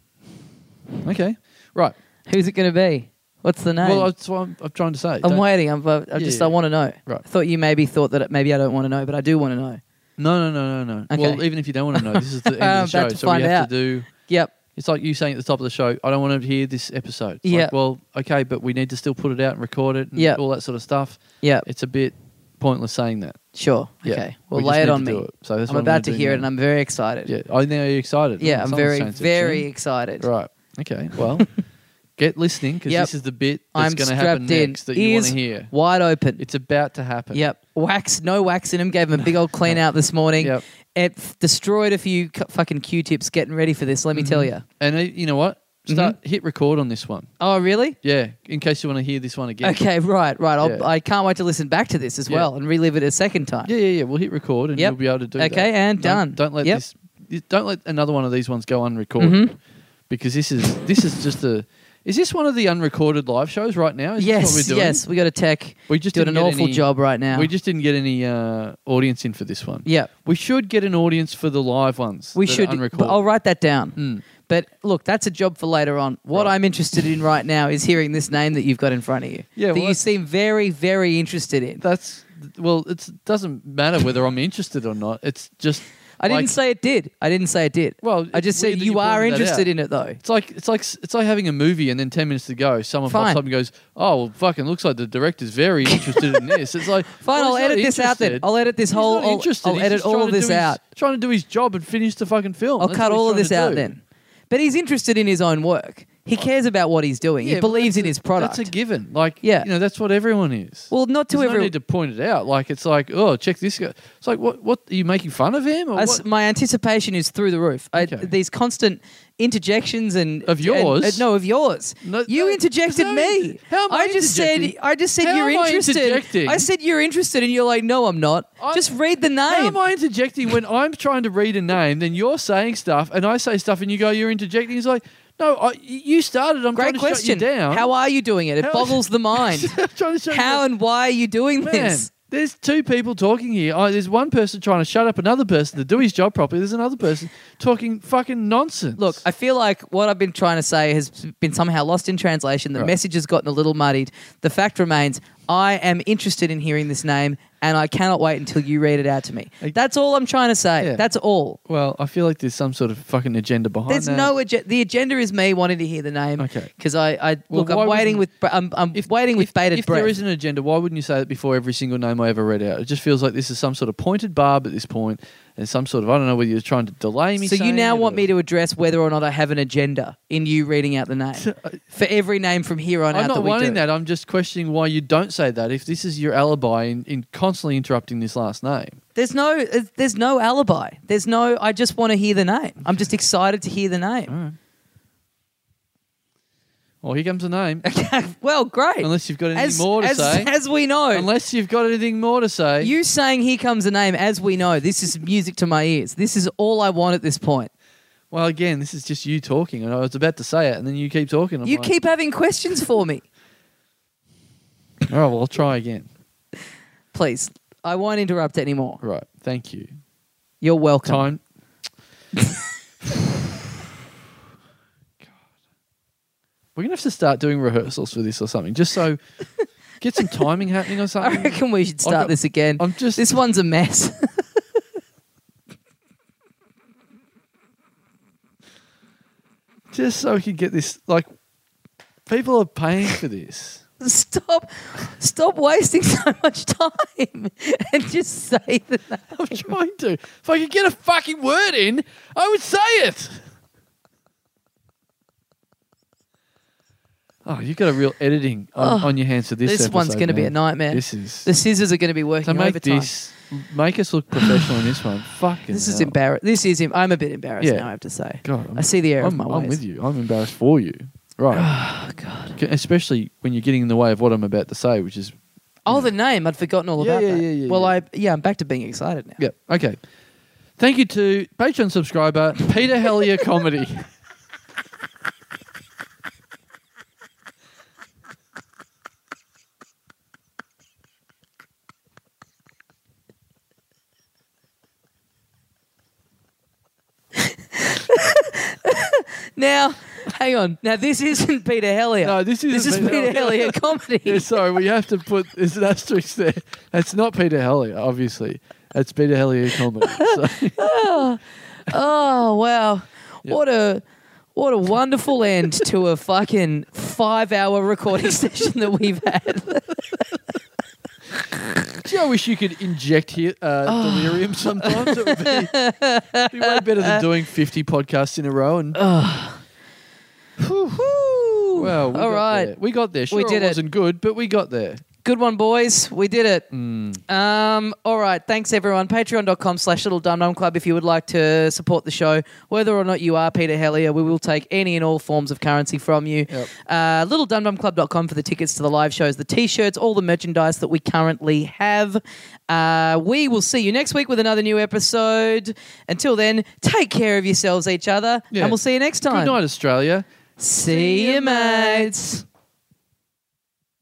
[SPEAKER 2] Okay. Right.
[SPEAKER 1] Who's it going to be? What's the name?
[SPEAKER 2] Well, that's what I'm, I'm trying to say.
[SPEAKER 1] I'm
[SPEAKER 2] Don't-
[SPEAKER 1] waiting. I'm, I I just
[SPEAKER 2] Yeah.
[SPEAKER 1] I want to know.
[SPEAKER 2] Right.
[SPEAKER 1] I thought you maybe thought that it, maybe I don't want to know, but I do want to know.
[SPEAKER 2] No, no, no, no, no.
[SPEAKER 1] Okay.
[SPEAKER 2] Well, even if you don't want to know, this is the end
[SPEAKER 1] I'm
[SPEAKER 2] of the
[SPEAKER 1] about
[SPEAKER 2] show,
[SPEAKER 1] to
[SPEAKER 2] so we
[SPEAKER 1] find
[SPEAKER 2] have
[SPEAKER 1] out.
[SPEAKER 2] to do.
[SPEAKER 1] Yep.
[SPEAKER 2] It's like you saying at the top of the show, "I don't want to hear this episode." It's like,
[SPEAKER 1] Yeah.
[SPEAKER 2] well, okay, but we need to still put it out and record it and
[SPEAKER 1] Yeah.
[SPEAKER 2] all that sort of stuff.
[SPEAKER 1] Yep.
[SPEAKER 2] It's a bit pointless saying that.
[SPEAKER 1] Sure.
[SPEAKER 2] Yeah.
[SPEAKER 1] Okay. Well,
[SPEAKER 2] We just
[SPEAKER 1] lay it
[SPEAKER 2] need
[SPEAKER 1] on
[SPEAKER 2] to
[SPEAKER 1] me.
[SPEAKER 2] do it. So that's
[SPEAKER 1] I'm
[SPEAKER 2] what I'm gonna
[SPEAKER 1] about to
[SPEAKER 2] do
[SPEAKER 1] hear
[SPEAKER 2] now.
[SPEAKER 1] it, and I'm very excited.
[SPEAKER 2] Yeah. Oh, now you're excited.
[SPEAKER 1] Yeah, I'm
[SPEAKER 2] Someone's
[SPEAKER 1] very,
[SPEAKER 2] changed it,
[SPEAKER 1] very
[SPEAKER 2] Jim.
[SPEAKER 1] excited.
[SPEAKER 2] Right. Okay. Well, get listening because
[SPEAKER 1] Yep.
[SPEAKER 2] this is the bit that's
[SPEAKER 1] I'm
[SPEAKER 2] going to
[SPEAKER 1] strapped
[SPEAKER 2] happen
[SPEAKER 1] in.
[SPEAKER 2] next that you want
[SPEAKER 1] Ears
[SPEAKER 2] to hear.
[SPEAKER 1] wide open.
[SPEAKER 2] It's about to happen.
[SPEAKER 1] yep. Wax. No wax in him. Gave him a big old clean out this morning.
[SPEAKER 2] Yep.
[SPEAKER 1] It f- destroyed a few cu- fucking Q-tips getting ready for this. Let me tell you.
[SPEAKER 2] And uh, you know what? Start
[SPEAKER 1] Mm-hmm.
[SPEAKER 2] hit record on this one.
[SPEAKER 1] Oh, really?
[SPEAKER 2] Yeah, in case you want to hear this one again.
[SPEAKER 1] Okay. Right. Right. I'll,
[SPEAKER 2] Yeah.
[SPEAKER 1] I can't wait to listen back to this as
[SPEAKER 2] Yeah.
[SPEAKER 1] well and relive it a second time.
[SPEAKER 2] Yeah, yeah, yeah. We'll hit record and
[SPEAKER 1] Yep.
[SPEAKER 2] you'll be able to do that.
[SPEAKER 1] Okay, and done.
[SPEAKER 2] Don't- Don't, let
[SPEAKER 1] Yep. Mm-hmm.
[SPEAKER 2] this. Don't let another one of these ones go unrecorded because this is this is just a. Is this one of the unrecorded live shows right now? Is
[SPEAKER 1] Yes.
[SPEAKER 2] this what we're doing?
[SPEAKER 1] Yes. We got a tech.
[SPEAKER 2] We just
[SPEAKER 1] doing
[SPEAKER 2] didn't
[SPEAKER 1] an
[SPEAKER 2] get
[SPEAKER 1] awful
[SPEAKER 2] any-
[SPEAKER 1] job right now.
[SPEAKER 2] We just didn't get any uh, audience in for this one.
[SPEAKER 1] Yep.
[SPEAKER 2] We should get an audience for the live ones.
[SPEAKER 1] We
[SPEAKER 2] that are
[SPEAKER 1] should.
[SPEAKER 2] unrecorded.
[SPEAKER 1] but I'll write that down. But look, that's a job for later on. What
[SPEAKER 2] Right.
[SPEAKER 1] I'm interested in right now is hearing this name that you've got in front of you.
[SPEAKER 2] Yeah,
[SPEAKER 1] that
[SPEAKER 2] well,
[SPEAKER 1] you
[SPEAKER 2] that's-
[SPEAKER 1] seem very, very interested in.
[SPEAKER 2] That's well. It doesn't matter whether I'm interested or not. It's just
[SPEAKER 1] I didn't
[SPEAKER 2] like-
[SPEAKER 1] say it did. I didn't say it did.
[SPEAKER 2] Well,
[SPEAKER 1] I just
[SPEAKER 2] it's weird
[SPEAKER 1] said
[SPEAKER 2] that
[SPEAKER 1] you,
[SPEAKER 2] you
[SPEAKER 1] are
[SPEAKER 2] pointed that
[SPEAKER 1] interested
[SPEAKER 2] out.
[SPEAKER 1] in it though.
[SPEAKER 2] It's like it's like it's like having a movie and then ten minutes to go, someone
[SPEAKER 1] Fine.
[SPEAKER 2] pops up and goes, "Oh well, fucking looks like the director's very interested in this." It's like,
[SPEAKER 1] Fine,
[SPEAKER 2] well,
[SPEAKER 1] I'll
[SPEAKER 2] he's not
[SPEAKER 1] edit this out then.
[SPEAKER 2] interested.
[SPEAKER 1] I'll edit this
[SPEAKER 2] He's
[SPEAKER 1] whole-
[SPEAKER 2] not
[SPEAKER 1] I'll-
[SPEAKER 2] interested.
[SPEAKER 1] I'll
[SPEAKER 2] He's
[SPEAKER 1] edit
[SPEAKER 2] just
[SPEAKER 1] all
[SPEAKER 2] trying
[SPEAKER 1] of
[SPEAKER 2] to do
[SPEAKER 1] this
[SPEAKER 2] his-
[SPEAKER 1] out.
[SPEAKER 2] Trying to do his job and finish the fucking film.
[SPEAKER 1] I'll
[SPEAKER 2] That's
[SPEAKER 1] cut
[SPEAKER 2] what he's
[SPEAKER 1] all of
[SPEAKER 2] trying to
[SPEAKER 1] this out
[SPEAKER 2] do.
[SPEAKER 1] then. But he's interested in his own work. He cares about what he's doing.
[SPEAKER 2] Yeah,
[SPEAKER 1] he
[SPEAKER 2] but
[SPEAKER 1] believes
[SPEAKER 2] that's
[SPEAKER 1] in
[SPEAKER 2] a-
[SPEAKER 1] his product.
[SPEAKER 2] That's a given. Like,
[SPEAKER 1] Yeah.
[SPEAKER 2] you know, that's what everyone is.
[SPEAKER 1] well, not to
[SPEAKER 2] There's no
[SPEAKER 1] everyone.
[SPEAKER 2] need to point it out. Like, it's like, oh, check this guy. It's like, what? What are you making fun of him? Or
[SPEAKER 1] I
[SPEAKER 2] what?
[SPEAKER 1] s my anticipation is through the roof. I,
[SPEAKER 2] Okay.
[SPEAKER 1] These constant interjections and
[SPEAKER 2] Of yours?
[SPEAKER 1] and- uh, no, of yours.
[SPEAKER 2] No,
[SPEAKER 1] you
[SPEAKER 2] no,
[SPEAKER 1] interjected
[SPEAKER 2] no,
[SPEAKER 1] me.
[SPEAKER 2] how am I
[SPEAKER 1] just said.
[SPEAKER 2] interjecting?
[SPEAKER 1] I just said
[SPEAKER 2] How
[SPEAKER 1] you're
[SPEAKER 2] am I
[SPEAKER 1] interested.
[SPEAKER 2] interjecting?
[SPEAKER 1] I, said you're interested, and you're like, no, I'm not.
[SPEAKER 2] I-
[SPEAKER 1] just read the
[SPEAKER 2] How
[SPEAKER 1] name.
[SPEAKER 2] am I interjecting when I'm trying to read a name? Then you're saying stuff, and I say stuff, and you go, "You're interjecting." It's like, no, I, you started. I'm
[SPEAKER 1] Great
[SPEAKER 2] trying
[SPEAKER 1] question.
[SPEAKER 2] to shut you down.
[SPEAKER 1] How are you doing it? It
[SPEAKER 2] How-
[SPEAKER 1] boggles the mind.
[SPEAKER 2] I'm trying to shut
[SPEAKER 1] How
[SPEAKER 2] you
[SPEAKER 1] and why are you doing
[SPEAKER 2] down. man?
[SPEAKER 1] this?
[SPEAKER 2] There's two people talking here. I, there's one person trying to shut up another person to do his job properly. There's another person talking fucking nonsense.
[SPEAKER 1] Look, I feel like what I've been trying to say has been somehow lost in translation. The
[SPEAKER 2] Right.
[SPEAKER 1] message has gotten a little muddied. The fact remains, I am interested in hearing this name, and I cannot wait until you read it out to me. That's all I'm trying to say.
[SPEAKER 2] Yeah.
[SPEAKER 1] That's all.
[SPEAKER 2] well, I feel like there's some sort of fucking agenda behind
[SPEAKER 1] There's
[SPEAKER 2] that.
[SPEAKER 1] no agenda. The agenda is me wanting to hear the name.
[SPEAKER 2] uh, Okay.
[SPEAKER 1] Because I, I
[SPEAKER 2] Well,
[SPEAKER 1] look,
[SPEAKER 2] why
[SPEAKER 1] I'm waiting
[SPEAKER 2] wouldn't-
[SPEAKER 1] with, br- I'm, I'm waiting with bated
[SPEAKER 2] if
[SPEAKER 1] breath.
[SPEAKER 2] there is an agenda, why wouldn't you say that before every single name I ever read out? It just feels like this is some sort of pointed barb at this point, and some sort of I don't know whether you're trying to delay me.
[SPEAKER 1] so you
[SPEAKER 2] saying
[SPEAKER 1] now
[SPEAKER 2] it
[SPEAKER 1] want
[SPEAKER 2] or-
[SPEAKER 1] me to address whether or not I have an agenda in you reading out the name for every name from here on
[SPEAKER 2] uh, I'm
[SPEAKER 1] out.
[SPEAKER 2] not
[SPEAKER 1] that we
[SPEAKER 2] wanting
[SPEAKER 1] do.
[SPEAKER 2] that. I'm just questioning why you don't say that. If this is your alibi in, in constantly interrupting this last name,
[SPEAKER 1] There's no, there's no alibi. There's no. I just want to hear the name. I'm just excited to hear the name.
[SPEAKER 2] Well, here comes the name.
[SPEAKER 1] well, great.
[SPEAKER 2] Mm. Unless you've got anything
[SPEAKER 1] as,
[SPEAKER 2] more to
[SPEAKER 1] as,
[SPEAKER 2] say.
[SPEAKER 1] as we know,
[SPEAKER 2] Unless you've got anything more to say.
[SPEAKER 1] you saying "Here comes a name," as we know, this is music to my ears. This is all I want at this point.
[SPEAKER 2] well, again, this is just you talking, and I was about to say it, and then you keep talking. I'm
[SPEAKER 1] you
[SPEAKER 2] like,
[SPEAKER 1] keep having questions for me,
[SPEAKER 2] All right, well, I'll try again.
[SPEAKER 1] please. I won't interrupt anymore.
[SPEAKER 2] Right. Thank you.
[SPEAKER 1] You're welcome.
[SPEAKER 2] Time. God. We're gonna have to start doing rehearsals for this or something, just so get some timing happening or
[SPEAKER 1] I
[SPEAKER 2] something.
[SPEAKER 1] reckon we should start
[SPEAKER 2] got-
[SPEAKER 1] this again.
[SPEAKER 2] I'm just-
[SPEAKER 1] this one's a mess.
[SPEAKER 2] just so we can get this. Like, people are paying for this.
[SPEAKER 1] stop, stop wasting so much time and just say the name.
[SPEAKER 2] I'm trying to. If I could get a fucking word in, I would say it. Oh, you've got a real editing on, on your hands for this.
[SPEAKER 1] This one's
[SPEAKER 2] going
[SPEAKER 1] gonna
[SPEAKER 2] to
[SPEAKER 1] be a nightmare.
[SPEAKER 2] This is.
[SPEAKER 1] The scissors are going to be working
[SPEAKER 2] so make
[SPEAKER 1] overtime.
[SPEAKER 2] this, make us look professional in this one. Fucking.
[SPEAKER 1] This is
[SPEAKER 2] hell.
[SPEAKER 1] embarrassing. This is. Im- I'm a bit embarrassed
[SPEAKER 2] Yeah.
[SPEAKER 1] now. I have to say.
[SPEAKER 2] God, I'm,
[SPEAKER 1] I see the error of
[SPEAKER 2] I'm,
[SPEAKER 1] my ways.
[SPEAKER 2] I'm with you. I'm embarrassed for you. Right.
[SPEAKER 1] Oh God.
[SPEAKER 2] C- Especially when you're getting in the way of what I'm about to say, which is.
[SPEAKER 1] Oh, the name. I'd forgotten all
[SPEAKER 2] Yeah,
[SPEAKER 1] about
[SPEAKER 2] yeah,
[SPEAKER 1] that.
[SPEAKER 2] yeah, yeah,
[SPEAKER 1] well,
[SPEAKER 2] yeah.
[SPEAKER 1] I yeah. I'm back to being excited now.
[SPEAKER 2] Yeah. Okay. Thank you to Patreon subscriber Peter Hellier Comedy.
[SPEAKER 1] Now, hang on. Now this isn't Peter Hellier.
[SPEAKER 2] No, this
[SPEAKER 1] This is
[SPEAKER 2] isn't Peter
[SPEAKER 1] Peter
[SPEAKER 2] Hellier.
[SPEAKER 1] Hellier comedy.
[SPEAKER 2] Yeah, sorry, we have to put there's an asterisk there. That's not Peter Hellier, obviously. That's Peter Hellier comedy. So,
[SPEAKER 1] Oh wow! What a what a wonderful end to a fucking five hour recording session that we've had.
[SPEAKER 2] gee, I wish you could inject here, uh,
[SPEAKER 1] Oh.
[SPEAKER 2] delirium sometimes. It would be, be way better than doing 50 podcasts in a row. And well, we
[SPEAKER 1] All
[SPEAKER 2] got
[SPEAKER 1] right.
[SPEAKER 2] there. we got there. Sure,
[SPEAKER 1] did
[SPEAKER 2] it
[SPEAKER 1] it.
[SPEAKER 2] wasn't good, but we got there.
[SPEAKER 1] Good one, boys. We did it. Um, all right. Thanks, everyone. Patreon.com slash Little Dum Dum Club if you would like to support the show. Whether or not you are Peter Hellier, we will take any and all forms of currency from you.
[SPEAKER 2] Yep.
[SPEAKER 1] Uh, LittleDumDumClub.com for the tickets to the live shows, the T-shirts, all the merchandise that we currently have. Uh, we will see you next week with another new episode. Until then, take care of yourselves, each other,
[SPEAKER 2] Yeah.
[SPEAKER 1] and we'll see you next time.
[SPEAKER 2] Good night, Australia.
[SPEAKER 1] See you, mates.